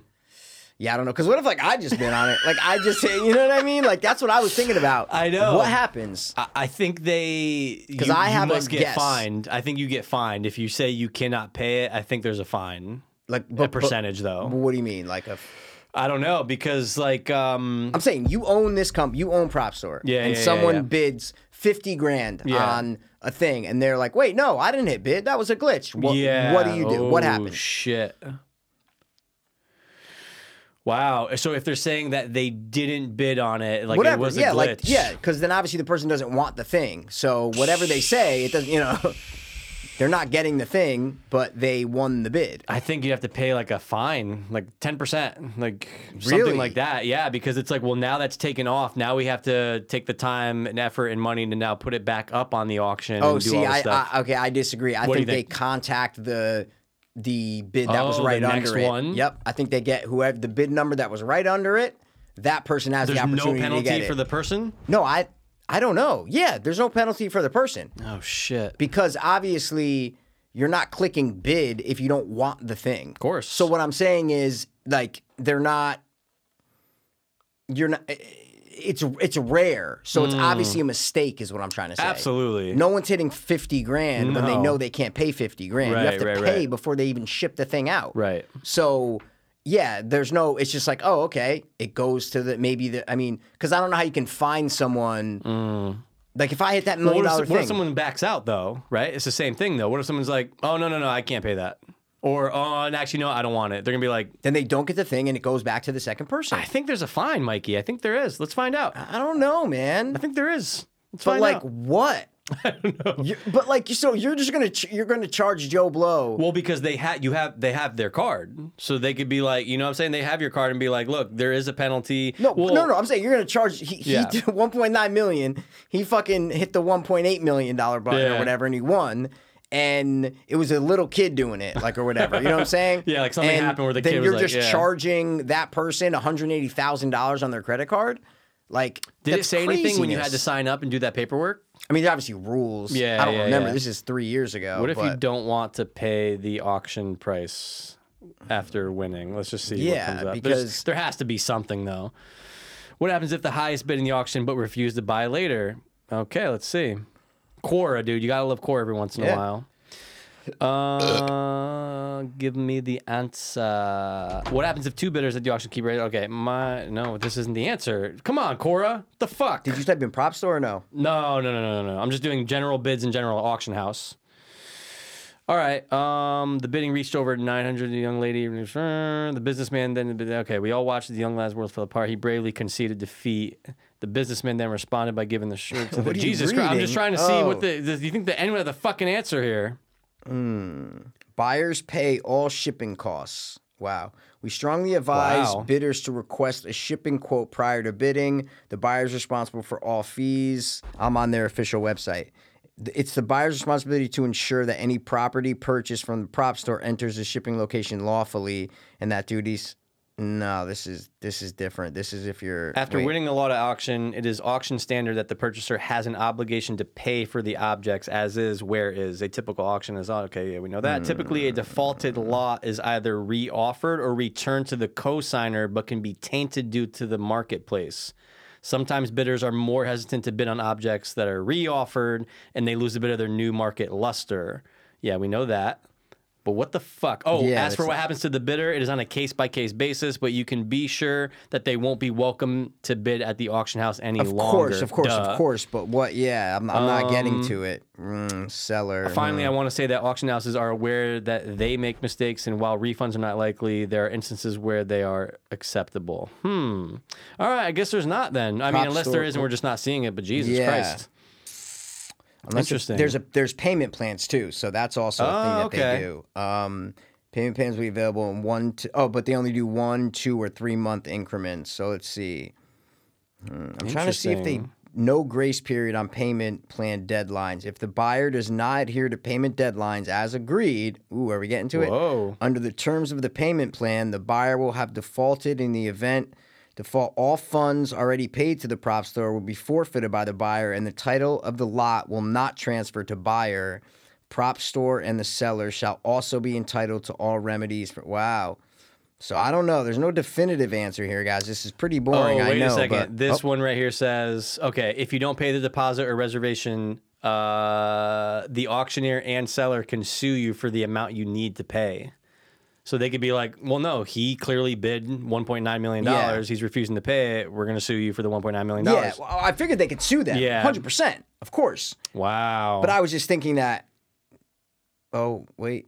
Yeah, I don't know. Cause what if like I just been on it? Like I just, you know what I mean? Like that's what I was thinking about. I know. What happens? I- I think they because I have a must get guess. fined. I think you get fined if you say you cannot pay it. I think there's a fine, Like but, a but- percentage though. what do you mean? Like a I don't know because like um I'm saying you own this company, you own Prop Store. Yeah, And yeah, yeah, someone yeah. bids 50 grand Yeah. on a thing and they're like, wait, no, I didn't hit bid. That was a glitch. What, yeah. what do you do? what Oh, happens? Shit. Wow. So if they're saying that they didn't bid on it, like Whatever. it was a yeah, glitch. like, yeah, because then obviously the person doesn't want the thing. So whatever they say, it doesn't, you know, they're not getting the thing, but they won the bid. I think you have to pay like a fine, like ten percent, like Really? something like that. Yeah, because it's like, well, now that's taken off. Now we have to take the time and effort and money to now put it back up on the auction. Oh, and do see, all this I, stuff. I, okay, I disagree. I What do you think, they think? contact the the bid that was Oh, the right next under it. one? Yep, I think they get whoever the bid number that was right under it. That person has the There's no opportunity to get penalty it. for the person. No, I I don't know. Yeah, there's no penalty for the person Oh shit! because obviously you're not clicking bid if you don't want the thing. Of course. So what I'm saying is like they're not you're not it's it's rare. So it's obviously a mistake is what I'm trying to say. Hmm. Absolutely. No one's hitting 50 grand when they No. know they can't pay 50 grand. you have Right, to right, pay right. before they even ship the thing out. Right. So yeah, there's no. It's just like, oh, okay, it goes to the maybe the. I mean, because I don't know how you can find someone. Like if I hit that million Mm. What if, dollar what if thing, someone backs out though? Right. It's the same thing though. What if someone's like, "Oh no, no, no, I can't pay that," Or, oh, and actually, no, I don't want it. They're going to be like, Then they don't get the thing and it goes back to the second person. I think there's a fine, Mikey. I think there is. Let's find out. I I don't know, man. think there is. Let's But find like out. what? I don't know. but like, so you're just gonna ch- you're gonna charge Joe Blow? Well, because they had you have they have their card, so they could be like, you know, what I'm saying they have your card and be like, look, there is a penalty. no, Well, no, no. I'm saying you're gonna charge. He, he Yeah. did 1.9 million. He fucking hit the 1.8 million dollar button or Yeah. whatever, and he won. And it was a little kid doing it, like or whatever. You know what I'm saying? Yeah, like something And happened where the then kid was you're like, just yeah. charging that person 180 thousand dollars on their credit card. Like, Did it that's say anything when you had to craziness. sign up and do that paperwork? I mean, there's obviously rules. Yeah, I don't yeah, remember. yeah. This is three years ago. What if you but- don't want to pay the auction price after winning? Let's just see Yeah, what comes up. There's- because- there has to be something though. What happens if the highest bid in the auction but refused to buy later? Okay, let's see. Quora, dude, you gotta love Quora every once in Yeah. a while. Uh, give me the answer. What happens if two bidders at the auction keep raising? Okay, my no, this isn't the answer. Come on, Quora, the fuck. Did you type in prop store or no? No, no, no, no, no, no. I'm just doing general bids and general auction house. All right. Um, the bidding reached over 900. The young lady, the businessman then. Okay, we all watched as the young lad's world fell apart. He bravely conceded defeat. The businessman then responded by giving the shirt to the What are you Jesus Christ. I'm just trying reading? to see Oh. what the. Do you think that anyone had the fucking answer here? Buyers pay all shipping costs. Wow. We strongly advise Wow. bidders to request a shipping quote prior to bidding. The buyer is responsible for all fees. I'm on their official website. Th- It's the buyer's responsibility to ensure that any property purchased from the prop store enters the shipping location lawfully, and that duties. No, this is this is different. This is if you're After wait. winning the lot at auction, it is auction standard that the purchaser has an obligation to pay for the objects as is, where is. A typical auction is, oh, okay, yeah, we know that. Typically, a defaulted lot is either re offered or returned to the cosigner, but can be tainted due to the marketplace. Sometimes bidders are more hesitant to bid on objects that are re offered and they lose a bit of their new market luster. Yeah, we know that. But what the fuck? Oh, Yeah, as for that's- what happens to the bidder, it is on a case by case basis, but you can be sure that they won't be welcome to bid at the auction house any Of longer. course, of course, Duh. of course. But what? Yeah, I'm, I'm not getting to it. Mm, seller. Finally, I want to say that auction houses are aware that they make mistakes, and while refunds are not likely, there are instances where they are acceptable. Hmm. All right, I guess there's not then. I mean, Prop unless store- there is, and we're just not seeing it. But Jesus Yeah. Christ, Unless it- Interesting. There's a there's payment plans too, so that's also a thing that Oh, they okay. do. Um, payment plans will be available in one. To, oh, but they only do one, two, or three month increments. So let's see. Hmm, I'm trying to see if they Interesting. no grace period on payment plan deadlines. If the buyer does not adhere to payment deadlines as agreed, ooh, are we getting to it? Whoa. Under the terms of the payment plan, the buyer will have defaulted in the event default. All funds already paid to the prop store will be forfeited by the buyer, and the title of the lot will not transfer to buyer. Prop store and the seller shall also be entitled to all remedies. For, wow. So I don't know. There's no definitive answer here, guys. This is pretty boring. Oh, wait I know. a second. but- this Oh, one right here says, okay, if you don't pay the deposit or reservation, uh, the auctioneer and seller can sue you for the amount you need to pay. So they could be like, well, no, he clearly bid $1.9 million. Yeah. He's refusing to pay it. We're going to sue you for the $1.9 million. yeah. Well, I figured they could sue them. Yeah. 100%. Of course. Wow. But I was just thinking that, oh, wait,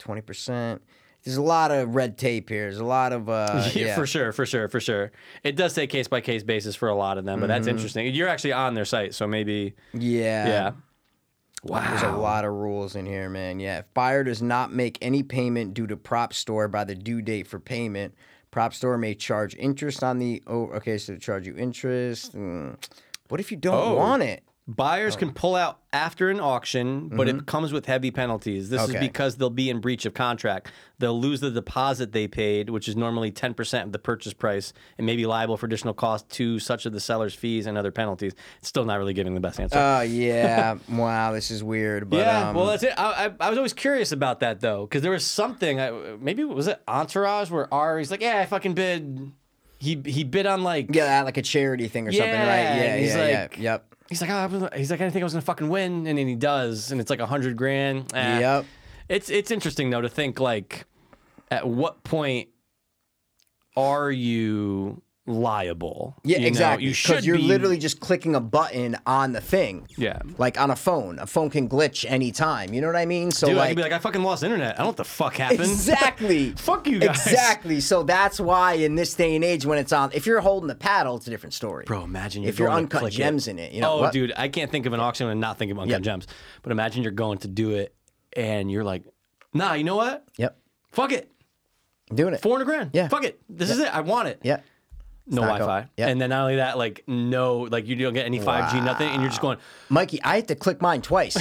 20%. There's a lot of red tape here. There's a lot of, uh, yeah, for sure, for sure, for sure. It does say case by case basis for a lot of them, but that's interesting. You're actually on their site, so maybe, Mm-hmm. Yeah. yeah. There's a lot of rules in here, man. Yeah. If buyer does not make any payment due to prop store by the due date for payment, prop store may charge interest on the. Oh, okay. So they charge you interest. Mm. What if you don't Oh. want it? Buyers Oh. can pull out after an auction, but it comes with heavy penalties. This Mm-hmm. Okay. is because they'll be in breach of contract. They'll lose the deposit they paid, which is normally 10% of the purchase price, and may be liable for additional costs to such of the seller's fees and other penalties. It's still not really giving the best answer. Oh, yeah. wow. This is weird. But, yeah, um, well, that's it. I, I, I was always curious about that, though, because there was something, I, maybe was it Entourage, where Ari's like, yeah, I fucking bid. He, he bid on like yeah, like a charity thing or something, Yeah, right? Yeah. and he's yeah, like- yeah. Yep. He's like, oh, I was- he's like, I didn't think I was gonna fucking win, and then he does, and it's like a hundred grand. Eh. Yep. It's it's interesting though to think like, at what point are you liable. Yeah, you know? exactly. You 'cause should you're be- literally just clicking a button on the thing. Yeah. Like on a phone. A phone can glitch anytime. You know what I mean? So Dude, I like, could be like, I fucking lost internet. I don't know what the fuck happened. Exactly. Fuck you guys. Exactly. So that's why in this day and age when it's on if you're holding the paddle, it's a different story. Bro, imagine if you're going to uncut click gems in it, you know. oh, what? dude, I can't think of an auction and not think of uncut Yep. gems. But imagine you're going to do it and you're like, nah, you know what? Yep. Fuck it. I'm doing it. 400 grand. Yeah. Fuck it. This is it. I want it. Yep. No not Wi going- Fi. Yep. And then not only that, like, no, like, you don't get any 5G, nothing. And you're just going, Mikey, I had to click mine twice.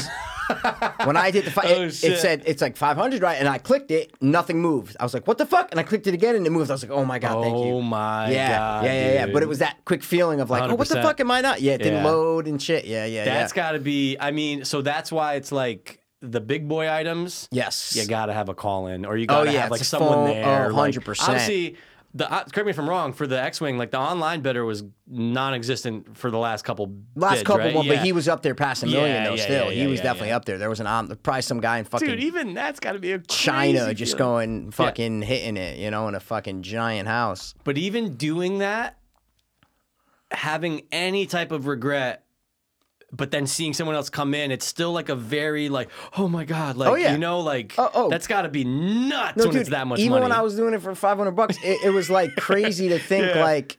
when I did the fi- Oh, it, it shit. said it's like 500 right and I clicked it, nothing moved. I was like, "What the fuck?" And I clicked it again and it moved. I was like, "Oh my god, thank you." oh my yeah, God. yeah, yeah, yeah. But it dude. was that quick feeling of like, oh, what the 100%. fuck am I not? Yeah, it didn't Yeah. load and shit. Yeah, yeah, That's yeah. got to be. I mean, so that's why it's like the big boy items. Yes. Oh, you got to have a call in, or you got to yeah, have like it's a someone phone- there. oh, like- 100%. Obviously, the uh, correct me if I'm wrong. For the X-wing, like the online bidder was non-existent for the last couple. Last bids, couple, right? one, Yeah. but he was up there past a Yeah, million though. yeah, still, yeah, he yeah, was yeah, definitely yeah. up there. There was an om- probably some guy in fucking dude. Even that's got to be a China crazy just feeling. going fucking hitting it, you know, in a fucking giant house. But even doing that, having any type of regret. But then seeing someone else come in, it's still like a very like, oh my god, like Oh, yeah. you know, like Oh, oh. that's got to be nuts No, when dude, it's that much even money. when I was doing it for 500 bucks, it, it was like crazy to think Yeah. like,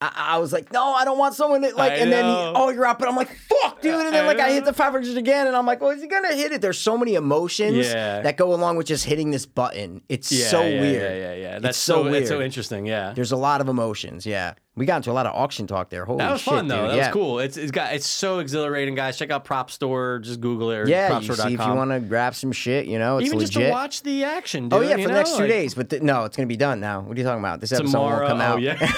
I, I was like, no, I don't want someone that like, I and then, know. oh, you're out, but I'm like, fuck, dude. And then I like, I hit know. the 500 again and I'm like, well, is he going to hit it? There's so many emotions Yeah. that go along with just hitting this button. It's Yeah, so yeah, weird. Yeah, yeah, yeah. That's so so, That's so weird. interesting. Yeah. There's a lot of emotions. Yeah. We got into a lot of auction talk there. Holy That was shit, fun though. dude. That yeah. was cool. It's it's got it's so exhilarating, guys. Check out Prop Store. Just Google it. Or Yeah, you propstore.com. see if you want to grab some shit, you know, it's even legit. just to watch the action. Dude, Oh yeah, for you the know? next two Like, days. But th- no, it's gonna be done now. What are you talking about? This episode tomorrow. won't come out. Oh, yeah.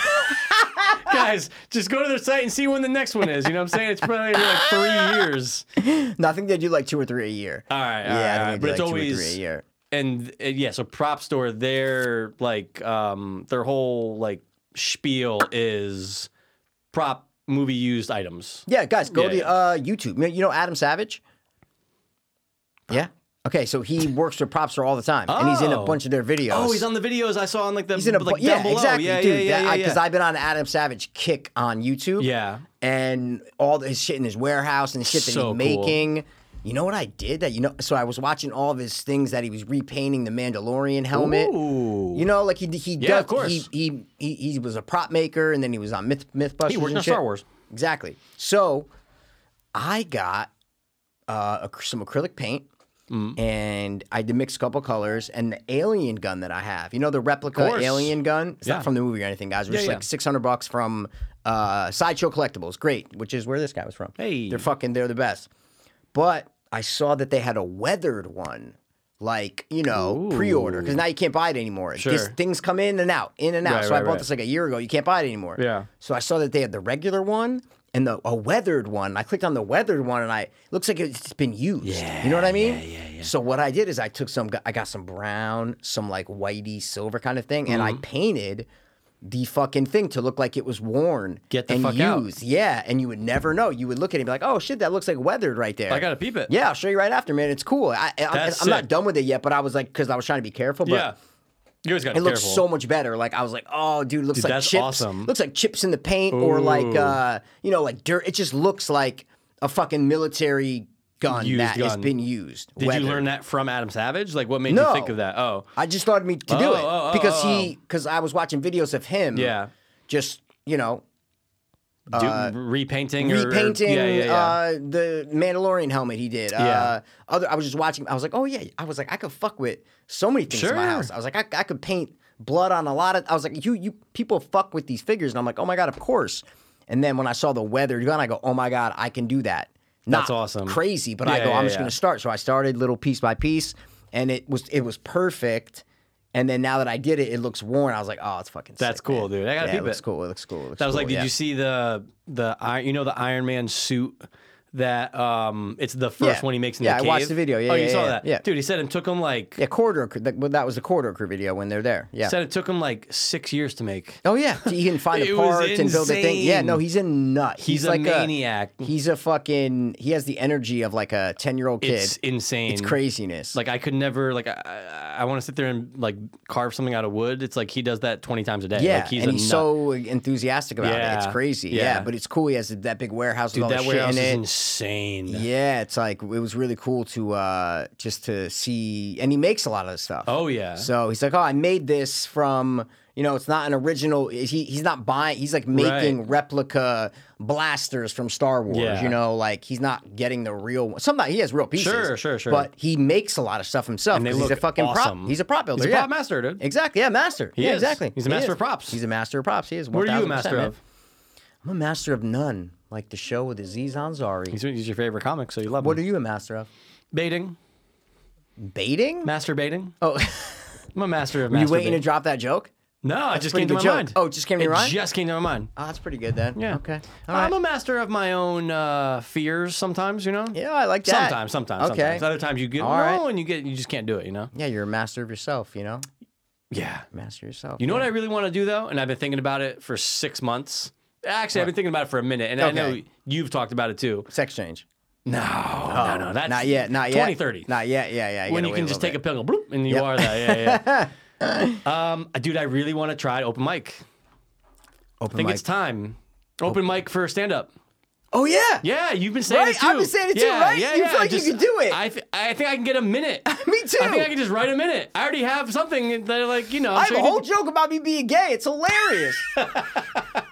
guys, just go to their site and see when the next one is. You know what I'm saying? It's probably gonna be like three years. No, I think they do like two or three a year. All right. all right, yeah, all I right. think they But do like it's two or always three a year. and uh, yeah, so prop store, their like um their whole like spiel is prop movie used items. Yeah, guys, go Yeah, to yeah. Uh, YouTube. You know Adam Savage? Yeah. Okay, so he works for Popstar all the time, and he's in a Oh. bunch of their videos. Oh, he's on the videos I saw on like the He's in a bu- like down yeah, below. exactly, yeah, dude. yeah, yeah, yeah, Because yeah. I've been on Adam Savage kick on YouTube. Yeah. and all the- his shit in his warehouse and the shit that So cool. he's making. You know what I did? That you know, so I was watching all of his things that he was repainting the Mandalorian helmet. Ooh. You know, like he he Yeah, does, of course. He, he he he was a prop maker, and then he was on Myth MythBusters. He worked and on shit. Star Wars. Exactly. So I got uh, ac- some acrylic paint. Mm. And I did mix a couple colors, and the alien gun that I have, you know, the replica course. alien gun. It's Yeah. not from the movie or anything, guys. It was Yeah, just yeah. like six hundred bucks from uh, Sideshow Collectibles. Great, which is where this guy was from. Hey. they're fucking, they're the best. But I saw that they had a weathered one, like you know, pre-order because now you can't buy it anymore. It just- Sure. things come in and out, in and out. Right, so I right, bought right. this like a year ago. You can't buy it anymore. Yeah. So I saw that they had the regular one and the a weathered one. I clicked on the weathered one, and I it looks like it's been used. Yeah, you know what I mean? Yeah, yeah, yeah. So what I did is I took some, I got some brown, some like whitey silver kind of thing, and Mm-hmm. I painted the fucking thing to look like it was worn Get the and fuck out. used. Yeah, and you would never know. You would look at it and be like, "Oh shit, that looks like weathered right there." I gotta peep it. Yeah, I'll show you right after, man. It's cool. I, I, I'm, That's I'm not sick. done with it yet, but I was like, because I was trying to be careful. But yeah. You always got to it be looks careful. so much better. Like I was like, oh, dude, it looks like that's chips. awesome. Looks like chips in the paint, or like Ooh. uh, you know, like dirt. It just looks like a fucking military gun Used that has gun. been used. Did weathered. you learn that from Adam Savage? Like, what made No. you think of that? Oh, I just thought me to do Oh, it oh, oh, because oh, he because I was watching videos of him. Yeah. just you know, do, repainting, or- or- Uh, repainting yeah, yeah, yeah. Uh, the Mandalorian helmet he did. Uh, Yeah. other, I was just watching. I was like, oh yeah. I was like, I could fuck with so many things in my Sure. house. I was like, I, I could paint blood on a lot of. I was like, you you people fuck with these figures, and I'm like, oh my god, of course. And then when I saw the weathered gun, I go, oh my god, I can do that. Not That's awesome. Crazy, but I Yeah, go, yeah, I'm just yeah. gonna start. So I started little piece by piece, and it was it was perfect. And then now that I did it, it looks worn. I was like, oh, it's fucking. That's sick, cool, man. dude. I gotta yeah, peep it looks it. cool. It looks cool. It looks That was cool, like, did yeah. you see the the Ir- you know the Iron Man suit that um, it's the first Yeah. one he makes in Yeah, the I cave. watched the video. Yeah, oh, you yeah, saw yeah, that, yeah. dude. He said it took him like Yeah, quarter. That, well, that was a quarter crew video when they're there. Yeah. said it took him like six years to make. Oh yeah, he can find It a was part and build a thing. Yeah, no, insane. he's a nut. He's a like maniac. he's a fucking. He has the energy of like a ten-year-old kid. It's insane. It's craziness. Like I could never like I, I want to sit there and like carve something out of wood. It's like he does that twenty times a day. yeah, like, he's and a he's nut. so enthusiastic about it. It's Yeah, crazy. Yeah. yeah. but it's cool. He has that big warehouse dude. with all That the shit warehouse in is it. insane. Yeah, it's like it was really cool to uh just to see, and he makes a lot of the stuff. Oh yeah. So he's like, oh, I made this from, you know, it's not an original. He he's not buying. He's like making replica blasters from Star Wars. Yeah. You know, like he's not getting the real. one. Sometimes he has real pieces. Sure, sure, sure. But he makes a lot of stuff himself. And they 'cause he's a look fucking awesome. prop. He's a prop builder. He's a yeah. prop master, dude. Exactly. Yeah, master. He yeah, is. exactly. He's a He master is. of props. He's a master of props. He is. what are you a 1000%, master man. of? I'm a master of none, like the show with Aziz Ansari. He's, he's your favorite comic, so you love what him. are you a master of? Baiting, Baiting? masturbating. oh, I'm a master of. were you masturbating. waiting to drop that joke? No, it just pretty came to my good joke. mind. Oh, it just came to your It mind? Just came to my mind. Oh, that's pretty good then. Yeah. Okay. All right. I'm a master of my own uh, fears. Sometimes, you know. Yeah, I like that. Sometimes, sometimes, Okay. sometimes. Other times you get no, All right. and you get you just can't do it. You know. Yeah, you're a master of yourself, you know? Yeah. Master yourself. You know what I really want to do though, and I've been thinking about it for six months. Actually, I've been thinking about it for a minute, and I know Okay. you've talked about it too. Sex change. No, no, no. That's Not yet, not yet. 2030. Not yet, yeah, yeah. when gotta you wait can a just little take a pill, bloop, and you are that. Yeah, yeah. um, dude, I really want to try open mic. bit. open I think mic. it's time. Open mic for stand up. Oh, yeah. Yeah, you've been saying it Right? too. I've been saying it too, yeah, right? Yeah, You yeah. feel like you just, could do it. I, th- I think I can get a minute. Me too. I think I can just write a minute. I already have something that, like, you know. I have so a you whole did- joke about me being gay. It's hilarious.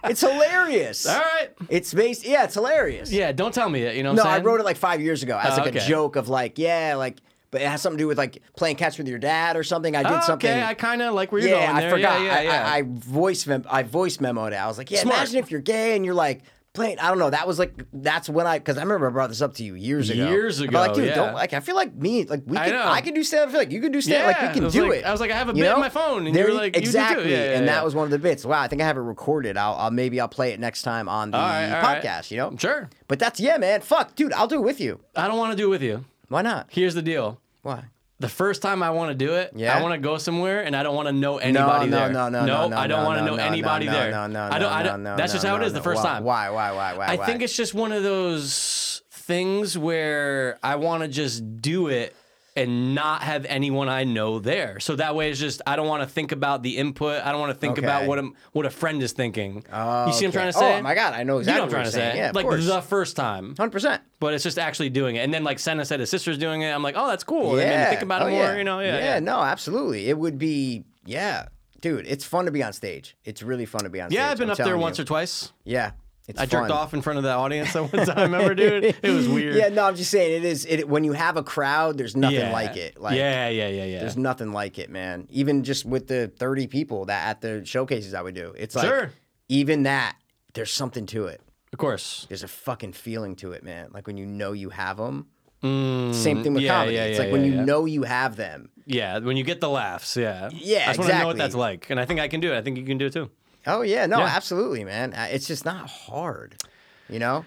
it's hilarious. All right. It's based, yeah, it's hilarious. Yeah, don't tell me it. You know what No, I'm I saying? wrote it like five years ago as Oh, like a okay. joke of like, yeah, like, but it has something to do with like playing catch with your dad or something. I did Oh, something. Okay, I kind of like where you're yeah, going I there. forgot. Yeah, yeah, yeah. I, I, I voice mem- I voice memoed it. I was like, yeah, Smart. imagine if you're gay and you're like playing. I don't know. That was like that's when I because I remember I brought this up to you years ago. Years I'm like, ago, dude, yeah. don't like. I feel like me. Like we, I can, know. I, can do stand. I feel like you can do stand. Yeah, like we I can was do like- it. I was like, I have a bit on my phone, and you there were you- like, you do too. exactly. Yeah, yeah, and yeah. that was one of the bits. Wow, I think I have it recorded. I'll, I'll maybe I'll play it next time on the All right, all right. podcast. You know, Sure. But that's yeah, man. Fuck, dude, I'll do it with you. I don't want to do it with you. Why not? Here's the deal. Why? The first time I want to do it, Yeah? I want to go somewhere and I don't want to know anybody no, there. no, no, no, no, I don't no, want to no, know no, anybody no, there. No, no, no, I don't, I no, don't, no, That's just no, how it no, is the no. first Why- time. Why? Why? Why? Why? I why? think it's just one of those things where I want to just do it and not have anyone I know there. So that way it's just I don't want to think about the input. I don't want to think Okay. about what i what a friend is thinking. Oh, you see what I'm trying okay. to say? Oh my god, I know You exactly know what I'm trying to you're say. saying. Yeah, like of course. the first time. hundred percent. But it's just actually doing it. And then like Senna said his sister's doing it. I'm like, oh that's cool. And I Yeah. mean, think about Oh, it more, yeah. you know. Yeah. yeah. yeah. No, absolutely. It would be. Yeah, dude, it's fun to be on stage. It's really fun to be on stage. Yeah, I've been I'm up there telling once you. or twice. Yeah, it's I jerked fun. off in front of the audience that one time. Remember, dude? It was weird. Yeah, no, I'm just saying it is. It when you have a crowd, there's nothing Yeah. like it. Like, yeah, yeah, yeah, yeah. There's nothing like it, man. Even just with the 30 people that at the showcases I would do, it's like Sure. even that there's something to it. Of course. There's a fucking feeling to it, man. Like when you know you have them. Same thing with Mm, yeah, comedy. yeah, it's yeah, like when yeah, you yeah. know you have them. Yeah, when you get the laughs, yeah. Yeah, I just want to know what exactly. that's like. And I think I can do it. I think you can do it too. Oh yeah, no, Yeah. absolutely, man. Uh, It's just not hard, you know,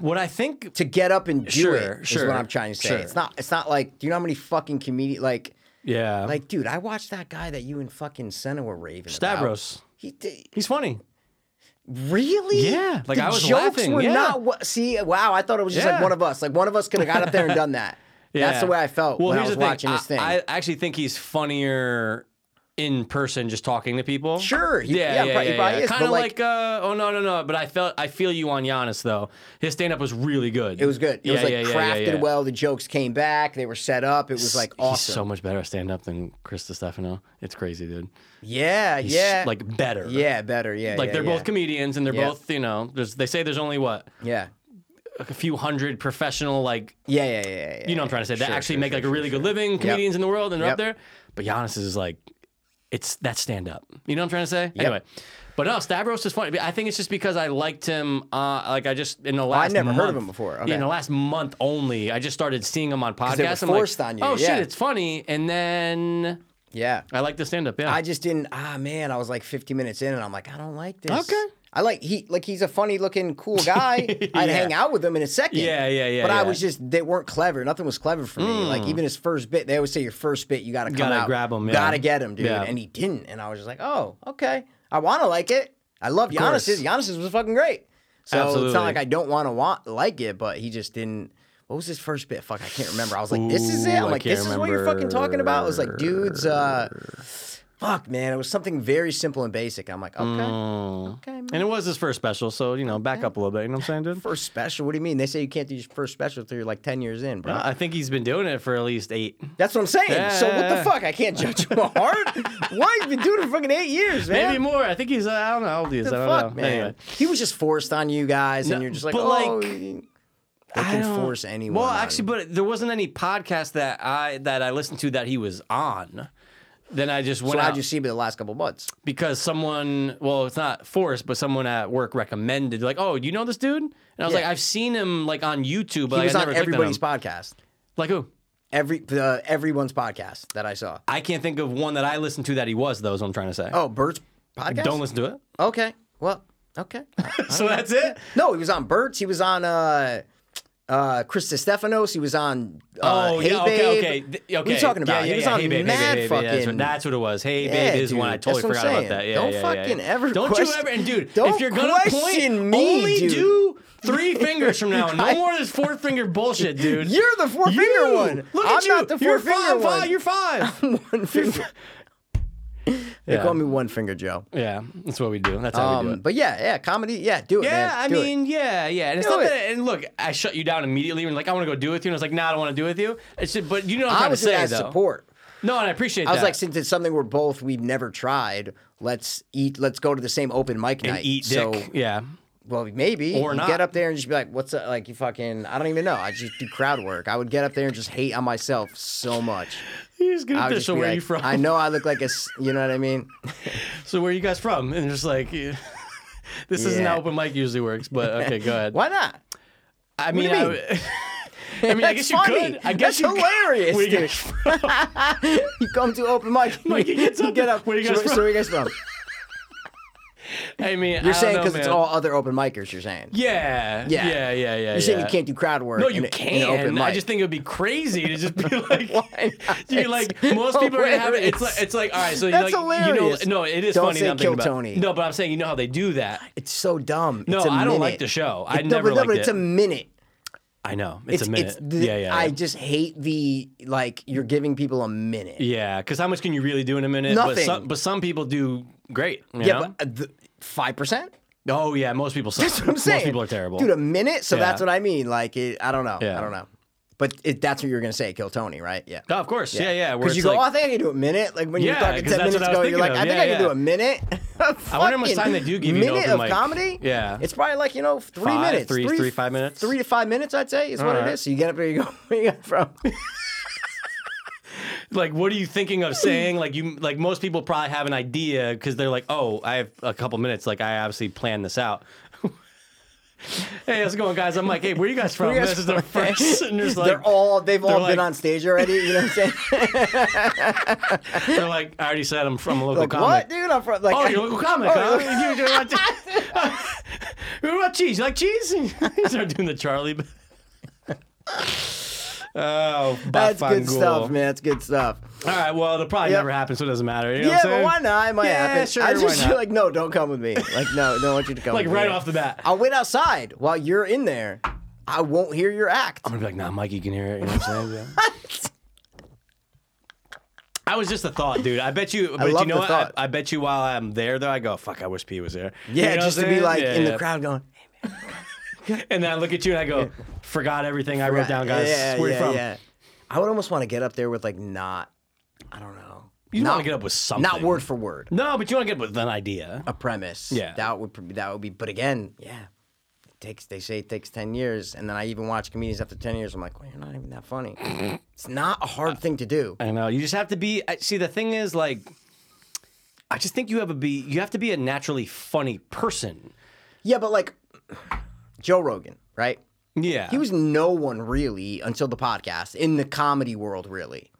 What I think to get up and do Sure, it. Is sure, what I'm trying to say. sure. It's not. It's not like do you know how many fucking comedians like. Yeah. Like Like, dude, I watched that guy that you and fucking Senna were raving Stavros. about. He did. He's funny. Really? Yeah, like, the I was jokes laughing, Were yeah. not what, see, wow, I thought it was just like Yeah. one of us. Like one of us could have got up there and done that. Yeah. That's the way I felt Well, when I was here's the thing. watching this thing. I, I actually think he's funnier in person just talking to people. Sure, he- yeah, yeah, yeah, probably- yeah, probably is, Kind of but, like- like, uh, oh no, no, no. But I felt I feel you on Giannis though. His stand up was really good. it was good. It yeah, was like yeah, yeah, yeah, crafted yeah. well. The jokes came back. They were set up. It was like He's awesome. so much better at stand up than Chris Stefano. It's crazy, dude. yeah, He's yeah. Like better. yeah, better. Yeah. Like yeah, they're yeah. both comedians and they're Yeah. both, you know, there's, they say there's only what Yeah. a few hundred professional like Yeah, yeah, yeah, yeah. you know what I'm trying to say that Sure, actually sure, make sure, like a sure, really sure. good living comedians in the world and they're up Yep. there. But Giannis is like it's that stand up. You know what I'm trying to say? Anyway. But no, Stavros is funny. I think it's just because I liked him. Uh, like I just in the last never heard of month- him before. yeah, Okay. In the last month only, I just started seeing him on podcasts. they were I'm like, forced on you, Oh yeah. shit, it's funny. And then Yeah. I like the stand up. Yeah. I just didn't. Ah, man, I was like 50 minutes in, and I'm like, I don't like this. Okay. I like he like he's a funny looking cool guy. I'd Yeah. hang out with him in a second. Yeah, yeah, yeah, But I yeah. Mm. was just they weren't clever. Nothing was clever for me. Like even his first bit, they always say your first bit you got to come Gotta out, grab 'em, yeah. gotta get him, dude. Yeah. And he didn't. And I was just like, oh, okay. I want to like it. I love course. Giannis's. Giannis's was fucking great. So it's Absolutely. not like I don't want to want like it, but he just didn't. What was his first bit? Fuck, I can't remember. I was like, this is it. Ooh, I'm I like, can't this is what you're fucking talking about. It was like, dudes. uh Fuck, man, it was something very simple and basic. I'm like, okay, okay, man. Mm. And it was his first special, so you know, back up a little bit. You know what I'm saying, dude? First special? What do you mean? They say you can't do your first special till you're like 10 years in, bro. I think he's been doing it for at least eight. That's what I'm saying. so what the yeah. fuck? I can't judge him hard? Why? He's been doing it for fucking eight years, man. Maybe more. I think he's. Uh, I don't know. How old he is. the I don't fuck, know. man. Anyway. He was just forced on you guys, and No, you're just like, but, oh, like, they I can don't- force anyone. Well, on actually, you." but there wasn't any podcast that I that I listened to that he was on. Then I just went so out how'd you see me the last couple months? because someone, well, it's not forced, but someone at work recommended, like, "Oh, you know this dude?" And I was Yeah. like, "I've seen him like on YouTube, but He like, was I on never clicked on everybody's him." podcast. Like who? Every uh, everyone's podcast that I saw. I can't think of one that I listened to that he was. Though is what I'm trying to say. Oh, Bert's podcast. don't listen to it. Okay. Well, okay. so that's it. No, he was on Burt's. He was on uh, uh, Chris Stefanos. He was on. Uh, Oh hey yeah, Babe. okay, okay. Th- okay. What are you talking about? Yeah, yeah, he was yeah. on hey, babe, mad hey, babe, hey, babe, fucking. That's what, that's what it was. Hey, Yeah, babe is one. I dude, that's totally what I'm forgot saying. about that. Yeah, Don't yeah, yeah, yeah. fucking ever Don't you question- ever and dude, Don't if you're gonna question point, me, only dude. do three fingers from now. on. No more of this four finger bullshit, dude. You're the four finger You! one. Look I'm at you. not the four you're finger five, one. Five, you're five. one finger. They Yeah. call me one finger Joe. yeah, that's what we do. That's how we do Um, it. but yeah, yeah, comedy. Yeah, do it, Yeah, man. I Do it. mean, yeah, yeah. And it's Do not it. that. And look, I shut you down immediately. And like, I want to go do it with you. And I was like, Nah, I don't want to do it with you. It's just, but you know what I'm I trying was to say as though. support. No, and I appreciate I that. was like, since it's something we're both we've never tried, let's eat. Let's go to the same open mic and night. eat dick. so yeah. Well, maybe Or You not. Get up there and just be like, "What's up?" Like you fucking, I don't even know. I just do crowd work. I would get up there and just hate on myself so much. He's I gonna would dish just be where like, you from. I know I look like a, s- you know what I mean. So where you guys from? And just like, yeah. this isn't Yeah. how open mic usually works. But okay, go ahead. Why not? I mean, do you I, mean? w- I mean, I guess That's you funny. could. I guess That's you hilarious, Could. Where you dude. guys from? You come to open mic. Mike, he gets up get there. up. Where you so, guys so from? where you guys from? I mean, You're saying because it's all other open micers. You're saying. Yeah, Yeah. yeah, yeah, yeah. yeah You're saying you can't do crowd work. No, in you a- in can. an open mic. I just think it would be crazy to just be like, Why not? you like most people are gonna have it. It's Hilarious. like, it's like all right, so That's you like hilarious. you know, no, it is Don't funny. say now I'm thinking kill about- Tony. No, but I'm saying you know how they do that. It's so dumb. No, it's a I don't like minute. the show. I It- never but, liked but It's a it. minute. I know it's, a minute. the- yeah, yeah, yeah. I just hate the like you're giving people a minute. Yeah, because how much can you really do in a minute? Nothing. But some, but some people do great. You yeah, know? but uh, five percent. oh yeah, most people suck. That's what I'm saying. Most people are terrible. dude. A minute. So Yeah. that's what I mean. Like, it, I don't know. Yeah. I don't know. But it, that's what you were gonna say. Kill Tony, right? Yeah. oh, of course. Yeah, yeah. where Because you it's go, like, oh, I think I can do a minute. Like when you were Yeah, talking 'cause ten that's minutes what I was ago, you're thinking like, of. I think Yeah, I can yeah. do a minute. I wonder how much time they do give you to Minute open of mic. comedy. Yeah. it's probably like you know three Five, minutes, three- three, five minutes? three to five minutes. I'd say is what it Alright. is. So you get up there, you go, where you got from? like what are you thinking of saying? Like you, like most people probably have an idea because they're like, oh, I have a couple minutes. Like I obviously planned this out. hey, how's it going, guys? I'm like, hey, where you guys from? you guys this is the first. And there's like, they're all they've all they're been like- on stage already. You know what I'm saying? they're like, I already said I'm from a local like comic. what, dude? I'm from like. Oh, you're a local comic, Oh, huh? you're You- you want to- What about cheese? You like cheese? You start doing the Charlie. bit. oh, That's good Bafangul. stuff, man. That's good stuff. All right, well, it'll probably Yep. never happen, so it doesn't matter. You know Yeah, what but I'm saying? why not? It might Yeah, happen. sure, I why just feel not? like, no, don't come with me. Like, no, don't want you to come Like with right me. off the bat, I'm I'll wait outside while you're in there. I won't hear your act. gonna be like, "Nah, Mike, you can hear it." You know what I'm saying? Yeah. I was just a thought, dude. I bet you, but love you know the what? thought. I, I bet you while I'm there, though, I go, "Fuck, I wish P was there." Yeah, You know what just I'm to be saying? like Yeah, in the yeah. crowd going, And then I look at you and I go, "Forgot everything I wrote down, guys. Yeah, Where yeah, you from?" yeah. I would almost want to get up there with like not, I don't know, You Not- want to get up with something? not word for word, No, but you want to get up with an idea. a premise. Yeah. that would pr- that would be. But again, yeah, it takes. They say it takes ten years, and then I even watch comedians after ten years. I'm like, well, you're not even that funny. it's not a hard thing to do. I know. You just have to be. I- See, the thing is, like, I just think you have to be. You have to be a naturally funny person. Yeah, but like Joe Rogan, right? Yeah. He was no one really until the podcast in the comedy world, really.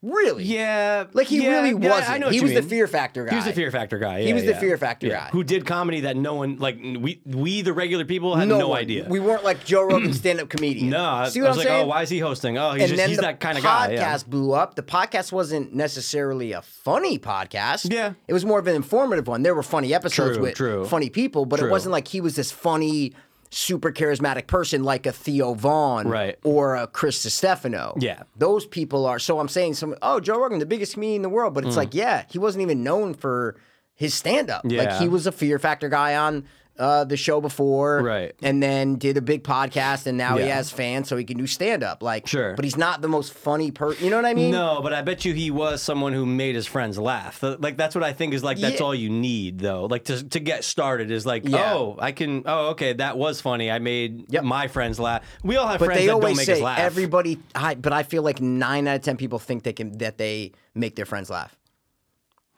Really? Yeah, Like he yeah, really yeah, I wasn't. know what he you was the mean. Fear Factor guy. He was the Fear Factor guy. He yeah, was the yeah. Fear Factor Yeah. guy. Who did comedy that no one like we we the regular people had no, one- idea. We weren't like Joe Rogan stand-up comedian. no, I- see I what was am like, saying? oh, why is he hosting? Oh, he's and just then he's the that kind podcast of guy. Yeah. blew up. The podcast wasn't necessarily a funny podcast. Yeah. it was more of an informative one. There were funny episodes True, with true. funny people, but it True. wasn't like he was this funny, super charismatic person like a Theo Vaughn, Right. or a Chris Stefano. Yeah. those people are. So I'm saying, some oh, Joe Rogan, the biggest comedian in the world, but it's Mm. like, yeah, he wasn't even known for his stand-up. Like Yeah. he was a Fear Factor guy on. Uh, the show before, Right. And then did a big podcast, and now he Yeah. has fans, so he can do stand up. Like, Sure. but he's not the most funny person. You know what I mean? No, but I bet you he was someone who made his friends laugh. Th- Like that's what I think is like that's Yeah. all you need though. Like to to get started is like Yeah. oh I can oh okay that was funny I made Yep. my friends laugh. We all have But friends they that don't always make us say laugh. everybody. I, but I feel like nine out of ten people think they can that they make their friends laugh.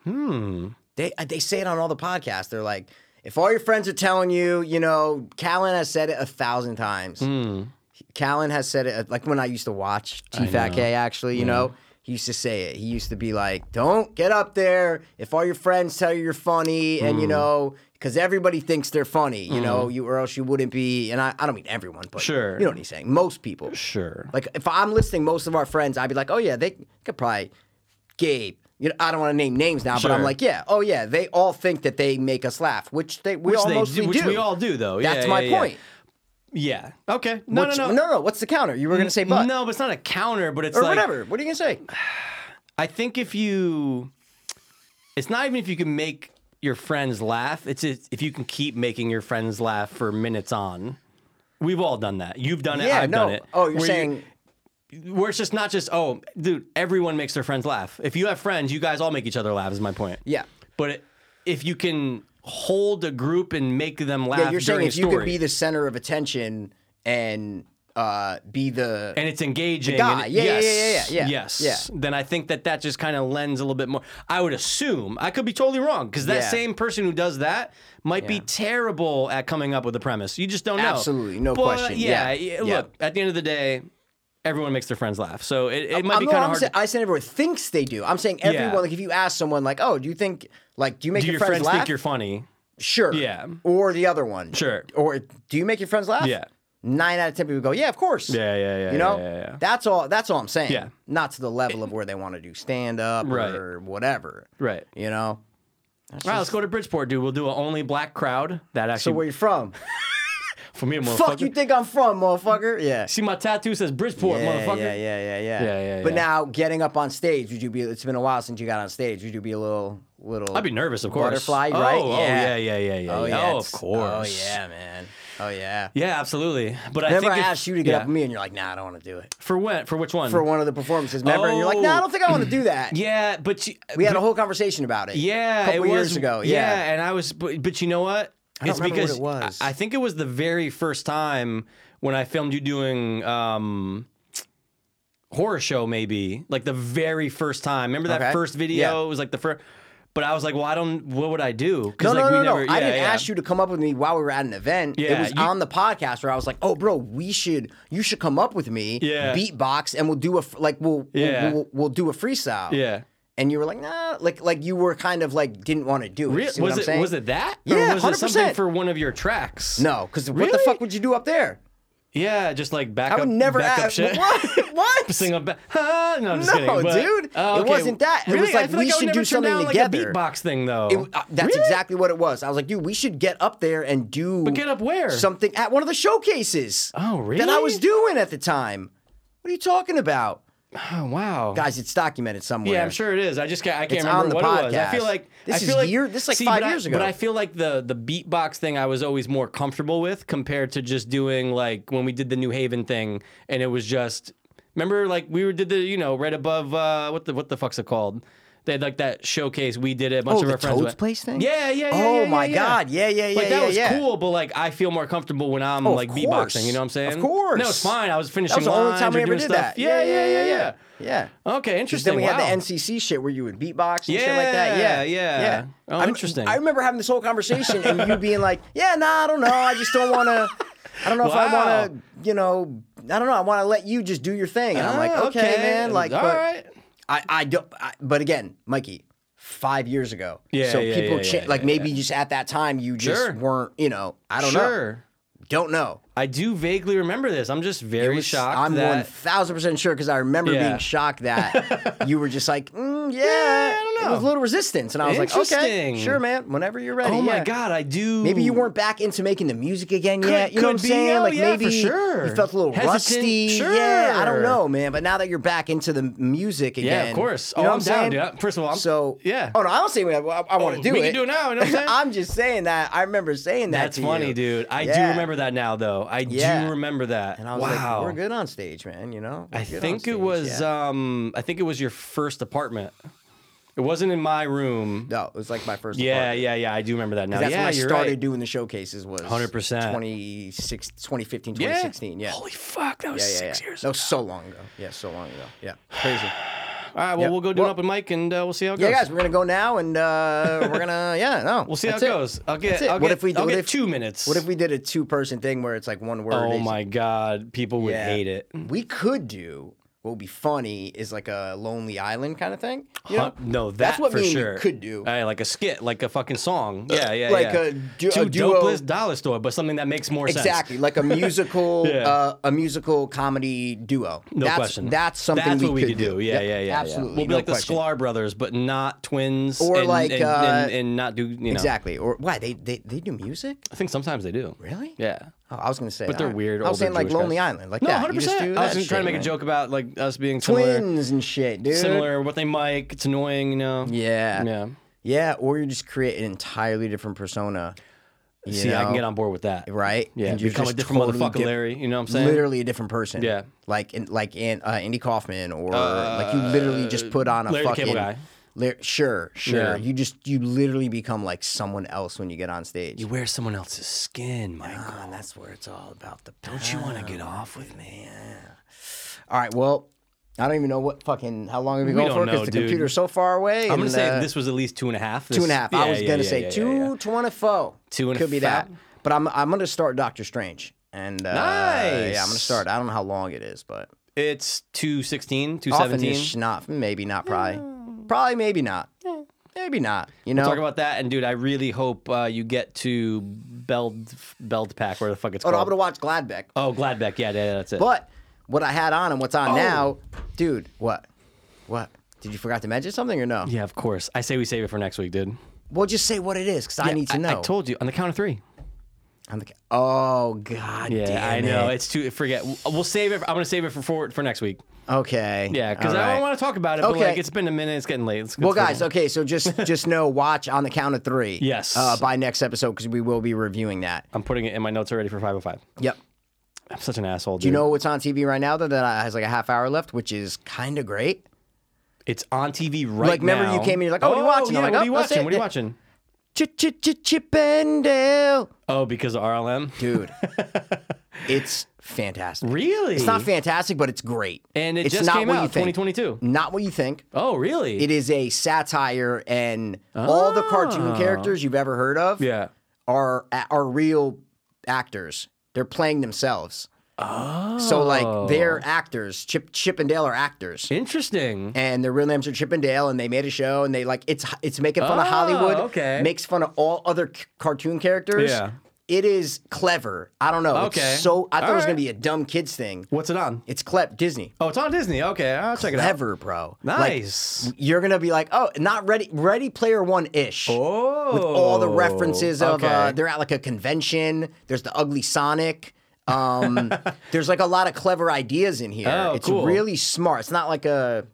Hmm. They they say it on all the podcasts. They're like, if all your friends are telling you, you know, Callan has said it a thousand times. Hmm. Callan has said it uh, like when I used to watch T Fat K actually, you Hmm. know. He used to say it. He used to be like, "Don't get up there if all your friends tell you you're funny, and you Hmm. know, because everybody thinks they're funny, you know, you or else you wouldn't be." And I, I don't mean everyone, but Sure. you know what he's saying. Most people, sure. like if I'm listing most of our friends, I'd be like, "Oh yeah, they could probably Gabe." You know, I don't want to name names now, but I'm Sure. like, "Yeah, oh yeah, they all think that they make us laugh, which they we Which all they mostly do, do, which we all do though. That's Yeah, my yeah, yeah. point. Yeah. Okay. No, Which- no, no. no, What's the counter? You were gonna say, but No, but it's not a counter, but it's or like whatever. What are you gonna say? I think if you, it's not even if you can make your friends laugh. It's if if you can keep making your friends laugh for minutes on. We've all done that. You've done it. Yeah, I've no. done it. Oh, you're Where you- saying where it's just not just oh, dude. Everyone makes their friends laugh. If you have friends, you guys all make each other laugh. Is my point. Yeah. But it, if you can hold a group and make them laugh, yeah, you're saying during if a you story, could be the center of attention and uh, be the and it's engaging. guy. and Yeah, yeah, yeah, yes, yeah, yeah, yeah. Yes. Yeah. Then I think that that just kind of lends a little bit more. I would assume I could be totally wrong because that Yeah. same person who does that might be terrible at coming up with a premise. You just don't know. Absolutely, no But, question. Yeah. Yeah, yeah, Yeah. Look, at the end of the day, everyone makes their friends laugh, so it, it might I'm, be no, kind I'm of hard. sa- to- I said everyone thinks they do. I'm saying everyone. Yeah. Like if you ask someone, like, "Oh, do you think like do you make do your friends, friends laugh?" think you're funny? sure. Yeah. Or the other one. Sure. Or do you make your friends laugh? Yeah. Nine out of ten people go, "Yeah, of course." Yeah, yeah, yeah. You know, yeah, yeah, yeah. that's all. That's all I'm saying. Yeah. Not to the level of where they want to do stand up Right. or whatever. Right. You know. All right, let's go to Bridgeport, dude. We'll do an only black crowd. That So where actually you from? for me, Fuck you motherfucker. think I'm from, motherfucker? Yeah. See my tattoo says Bridgeport, yeah, motherfucker. Yeah, yeah, yeah, yeah, Yeah, yeah, But yeah. now getting up on stage, would you be? It's been a while since you got on stage. Would you be a little, little? I'd be nervous, of course. Butterfly, oh, right? Oh, Yeah. yeah, yeah, yeah, yeah. Oh yeah. yeah, Oh, of it's- course. Oh yeah, man. Oh yeah. Yeah, absolutely. But I Remember, think I if- asked you to get yeah. up with me, and you're like, "Nah, I don't want to do it." for when for which one? For one of the performances, remember? And you're like, "Nah, I don't think I want to do that." yeah, but you, We had a whole conversation about it. yeah, a couple it years was, ago. yeah, Yeah. and I was, but, but you know what? don't it's remember what because it was. I, I think it was the very first time when I filmed you doing um, horror show, maybe like the very first time. Remember that Okay. first video? Yeah. It was like the first. But I was like, well, I don't. What would I do? No, Because no, like, no, we no. never, I yeah, didn't yeah. ask you to come up with me while we were at an event. it Yeah, was you- on the podcast where I was like, "Oh, bro, we should. You should come up with me. Yeah. Beatbox, and we'll do a f- like we'll we'll- Yeah. we'll, we'll do a freestyle. Yeah. and you were like, nah, like like you were kind of like didn't want to do it. Re- See what was I'm it saying? was it that? Yeah, or was it something 100%. for one of your tracks? No, because what the Really? fuck would you do up there? Yeah, just like back I up. would never back up ask. shit. What? what? Sing up back. Ah, no, I'm just No, kidding. But, dude, it wasn't that. It was Really? I like, feel we I would should never do turn something down, together. Like a beatbox thing though. It- uh, that's Really? exactly what it was. I was like, dude, we should get up there and do. But get up where? Something at one of the showcases. Oh, That I really? was doing at the time. What are you talking about, Oh wow. guys? It's documented somewhere. Yeah, I'm sure it is. I just ca- I can't It's remember on the what it was. I feel podcast. like This I is feel like, year- this is like see, five but I- years ago. But I feel like the the beatbox thing I was always more comfortable with compared to just doing like when we did the New Haven thing and it was just remember like we were did the you know right above uh, what the what the fuck's it called. They had like that showcase we did it. A Oh, bunch of the our friends Toad's went- Place thing? Yeah, yeah, yeah. Oh yeah, yeah, my yeah. God. Yeah, yeah, Like yeah, that yeah, was yeah. Oh, cool, but like I feel more comfortable when I'm of like course. beatboxing. You know what I'm saying? Of course. No, it's fine. I was finishing. That was the only lines time or we ever doing did stuff. that. Yeah, yeah, yeah, yeah. yeah. Okay, interesting. Then we wow. had the NCC shit where you would beatbox and shit like that. Yeah, Yeah, yeah. Oh, I'm- interesting. I remember having this whole conversation and you being like, "Yeah, nah, I don't know. I just don't want to. I don't know if I want Wow. Oh, to. You know, I don't know. I want to let you just do your thing." And I'm like, "Okay, man. Like, Ah, all but right. I, I don't. I, but again, Mikey, five years ago. Yeah, So yeah, people, yeah, cha- yeah, like yeah, maybe just at that time you just Sure. weren't. You know, I don't know. sure. Don't know. I do vaguely remember this. I'm just very was- shocked. I'm that, one thousand percent sure because I remember Yeah. being shocked that you were just like, mm, yeah, I don't It was a know. little resistance, and I was like, okay, Interesting. sure, man. Whenever you're ready. Oh yeah. my god, I do. Maybe you weren't back into making the music again Could- yet. You know what could I'm be. saying? Oh, like yeah, for maybe sure. you felt a little Hesitant. rusty. Yeah, I don't Sure. know, man. But now that you're back into the music again, Yeah, of course. You know oh, what I'm I'm saying? down, dude. First of all, I'm, So yeah. Oh no, I don't say we have- I, I want to Oh, do we it. can do it now, you know what I'm saying? just saying that. I remember saying that. That's to funny, you. dude. I do Yeah. remember that now, though. I Yeah. do remember that. And I was wow. like, we're good on stage, man. You know. I think it was. Um, I think it was your first apartment. It wasn't in my room. no, it was like my first. yeah, apartment. yeah, yeah. I do remember that now. That's yeah, when I you're started right. doing the showcases. Was 100%. 26 2015, Yeah. 2016. Yeah. Holy fuck, that was yeah, yeah, six yeah. years. That ago. was so long ago. Yeah, so long ago. Yeah, crazy. All right, well, Yep. we'll go do an Well- open mic and uh, we'll see how it yeah, goes. guys, we're gonna go now, and uh, we're gonna yeah, no. We'll see that's how it, goes. I'll get. That's it. I'll what get, if we? I'll what get if, two minutes. What if we did a two-person thing where it's like one word? Oh each? my god, people would Yeah. Mm. hate it. We could do. What would be funny is like a Lonely Island kind of thing. You know? Huh? no, that that's what for me and you sure could do. Uh, Aye, like a skit, like a fucking song. Yeah, yeah, Like yeah. a du- a two duo- dopeless dollar store, but something that makes more sense. Exactly, like a musical, Yeah. uh, a musical comedy duo. No that's, question. That's something That's we, what we could could do. Yeah, Yep, yeah, yeah, yeah. Absolutely. We'll be no like question. the Sklar brothers, but not twins. Or and, like, and, uh, and, and not do you know. Exactly. Or why they, they they do music? I think sometimes they do. Really? Yeah. Oh, I was gonna say, But they're alright. weird, I was older saying like Jewish Lonely guys. Island, like No, that. hundred You just do percent. I was that just trying to make shit, a man. joke about like us being similar, Twins and shit, dude. similar. What they mic. It's annoying, you know. Yeah. Yeah. Yeah, or you just create an entirely different persona. you See, I can know, get on board with that. right. Yeah. And you're become a just different totally motherfucker, diff- Larry. You know what I'm saying? Literally a different person. Yeah. Like in, like in, uh, Andy Kaufman, or like you literally just put on a Uh, Larry the fucking. Cable Guy. Lar- sure, sure. Yeah. You just you literally become like someone else when you get on stage. You wear someone else's skin, Michael. Ah, and that's where it's all about the. Don't you want to get off with me? All right. Well, I don't even know what fucking how long have we, going don't for because know, the dude. computer's so far away. I'm gonna and, say uh, this was at least two and a half. two This- and a half. Yeah, I was yeah, gonna yeah, say yeah, yeah, yeah. two twenty four. Two and a could be fat. that. But I'm I'm gonna start Doctor Strange. And uh, yeah, I'm gonna Nice. start. I don't know how long it is, but It's 216, often 217. it's not maybe not probably probably maybe not maybe not. You know. Mm. Talk about that, and dude, I really hope uh, you get to Beld Beld Pack, where the fuck it's oh no, I'm called. gonna watch Gladbeck. oh, Gladbeck, yeah, yeah, yeah, that's it. But what I had on and what's Oh. on now, dude. What? What? Did you forgot to mention something or no? yeah, of course. I say we save it for next week, dude. Well, just say what it is because I need to know. I, told you on the count of three. I'm the, oh god. Yeah, damn I know. it. It's too. Forget. We'll save it. I'm gonna save it for for, for next week. Okay. Yeah, because All I right. don't want to talk about it. Okay. But like, it's been a minute. It's getting late. It's, Well, it's been- guys, okay, so just just know, watch on the count of three. Yes. Uh, by next episode because we will be reviewing that. I'm putting it in my notes already for 505. Yep. I'm such an asshole. Dude. You know what's on TV right now though that has like a half hour left, which is kind of great. it's on TV right Like, remember now. you came in, you're like, "Oh, what are you watching?" Yeah, I'm like, what "Oh, are you that's watching? it." What are you watching? Chip chip chip chip and Dale, Oh, because of RLM. dude. it's fantastic. Really? It's not fantastic, but it's great. And it it's just not came what out you think. 2022. Not what you think. Oh, really? It is a satire, and all the cartoon characters you've ever heard of, Ah. Yeah. are are real actors. They're playing themselves. Oh. So like Oh. they're actors. Chip Chip and Dale are actors. Interesting. And their real names are Chip and Dale, and they made a show, and they like it's it's making fun of Oh, Hollywood. okay. makes fun of all other c- cartoon characters. Yeah. it is clever. I don't know. Okay. it's so I thought it was All gonna right. be a dumb kids thing. What's it on? It's clever. Disney Oh, it's on Disney. Okay, I'll check it out. clever, bro. Like, Nice. you're gonna be like, oh, not ready, Ready Player One ish. oh. with all the references of uh, okay. they're at like a convention. There's the ugly Sonic. Um, there's like a lot of clever ideas in here. Oh, it's cool. really smart. It's not like a,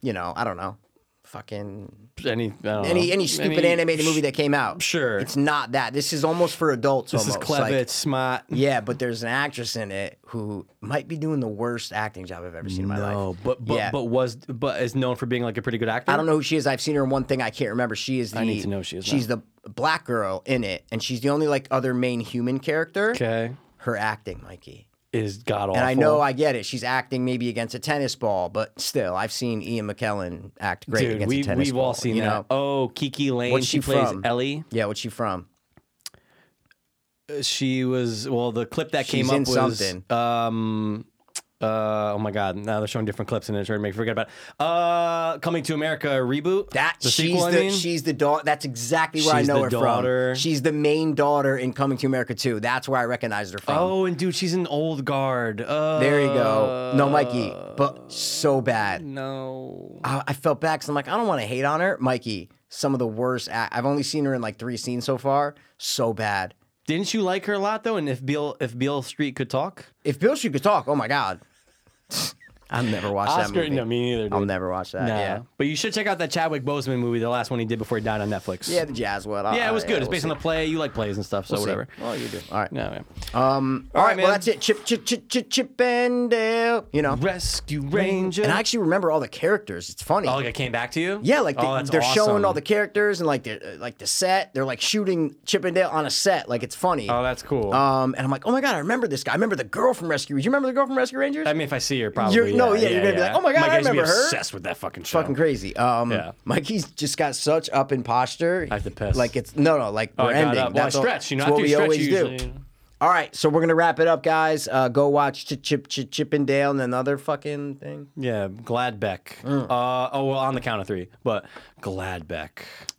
you know, I don't know, fucking any, I don't any know. any stupid animated movie that came out. sure. it's not that. This is almost for adults. This is almost. clever. Like, it's smart. yeah, but there's an actress in it who might be doing the worst acting job I've ever seen in my life. Oh, but but Yeah. but was but is known for being like a pretty good actor. I don't know who she is. I've seen her in one thing. I can't remember. She is the. I need to know who she is She's the black girl in it, and she's the only like other main human character. Okay. Her acting, Mikey. Is god awful. And I know I get it. She's acting maybe against a tennis ball, but still, I've seen Ian McKellen act great Dude, against we a tennis we've ball. all seen you that. know? Oh, Kiki Lane. What's she she plays from? Ellie. Yeah, what's she from? She was well. The clip that She's came up in was something. um, Uh, oh my God! Now they're showing different clips, and it's trying to make me forget about. It. Uh, Coming to America reboot. That the she's sequel. the I mean, she's the daughter. That's exactly where I She's know the her daughter. from. She's the main daughter in Coming to America 2. That's where I recognized her from. oh, and dude, she's an old guard. Uh, There you go. No, Mikey, but so bad. No. I, I felt bad because I'm like, I don't want to hate on her. Mikey, some of the worst. Act- I've only seen her in like three scenes so far. So bad. Didn't you like her a lot though? And if Beale if Beale Street could talk, If Bill Street could talk, oh my God. I've never watched that Oscar. movie. No, me neither. Dude. I'll never watch that. Nah. Yeah. But you should check out that Chadwick Boseman movie, the last one he did before he died on Netflix. Yeah, the jazz one. I'll- Yeah, it was good. it's we'll based see. on a play. You like plays and stuff, so We'll see. whatever. Well, you do. All right. No, yeah. Um, all right, right, well, man. that's it. Chip, chip, chip, chip, chip, and Dale. You know. Rescue Ranger. And I actually remember all the characters. It's funny. oh, like it came back to you? Yeah, like they, oh, that's they're showing awesome. all the characters and like the like the set. They're like shooting Chippendale on a set. Like it's funny. Oh, that's cool. um, and I'm like, oh my god, I remember this guy. I remember the girl from Rescue. Rangers. You remember the girl from Rescue Rangers? I mean, if I see her, probably. You're- yeah, no, yeah, you're gonna be like, oh my God, Mike I used to be remember her. Obsessed with that fucking show. Fucking crazy. Um, Yeah. Mikey's just got such up in posture. I have to piss. Like it's no, no. Like Oh, we're I got ending. up. Well, I That's all- stretch. You know, it's I what do we stretch always usually. do. All right, so we're gonna wrap it up, guys. Uh, go watch Chip Chip Chip Chippendale and another fucking thing. Yeah, Gladbeck. Mm. Uh, oh well, on the count of three, but Gladbeck.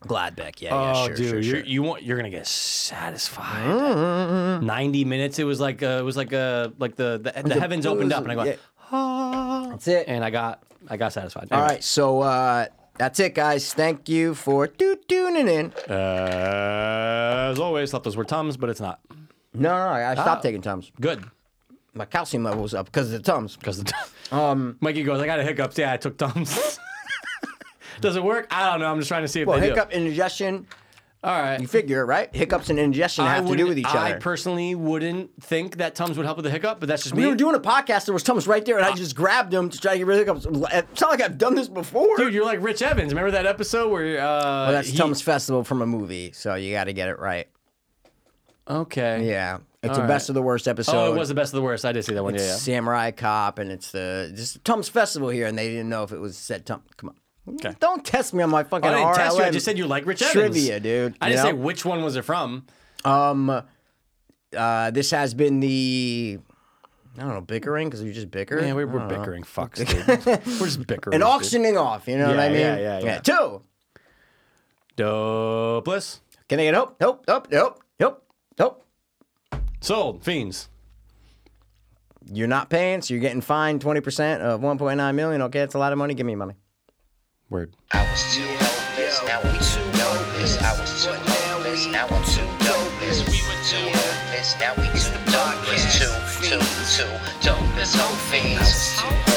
Gladbeck. Yeah, oh, yeah, sure, dude, sure, you're, sure. you want you're gonna get satisfied. Mm-hmm. Ninety minutes. It was like uh, it was like uh, like the the, the, heavens opened up, and I go, yeah. ah, That's it. and I got I got satisfied. All right, so uh, that's it, guys. Thank you for doo tuning in. All right. Uh, as always, thought those were tums, but it's not. No, no, I I Ah. stopped taking Tums. Good. My calcium level was up because of the Tums. Because the um, Mikey goes, I got a hiccups. Yeah, I took thumbs. Does it work? I don't know. I'm just trying to see if Well, they hiccup, indigestion, do. All right. you figure, right? Hiccups and indigestion have to do wouldn't- with each I other. personally wouldn't think that Tums would help with the hiccup, but that's just me. we were doing a podcast, there was Tums right there, and Uh, I just grabbed him to try to get rid of hiccups. eh, It's not like I've done this before. Dude, you're like Rich Evans. Remember that episode where uh Well, that's he- Tums Festival from a movie, so you got to get it right. Okay. Yeah. It's All the right. best of the worst episode. Oh, it was the best of the worst. I did see that one. Yeah, yeah. Samurai Cop, and it's the this Tums Festival here, and they didn't know if it was said Tums. Come on. Okay. Don't test me on my fucking I didn't test you. I RLM. just said you like Rich Evans. trivia, dude. I you didn't know? say which one was it from. Um, uh, this has been the I don't know bickering because we just bicker. Yeah, we, I we're don't know. bickering fucks, dude. we're just bickering. An dude. auctioning off. You know what I Yeah, mean? yeah, yeah, yeah. Two. Dopeless. Can I get oh, help? Help? Help? Help? Help? Help? Sold. Fiends. You're not paying, so you're getting fined twenty percent of one point nine million. Okay, it's a lot of money. Give me money. Word. I was too hopeless, now we too hopeless. I was too hopeless, now I'm too dopeless. We were too hopeless, now we too dopeless. Two, two, two, dopeless, whole fiends. I was too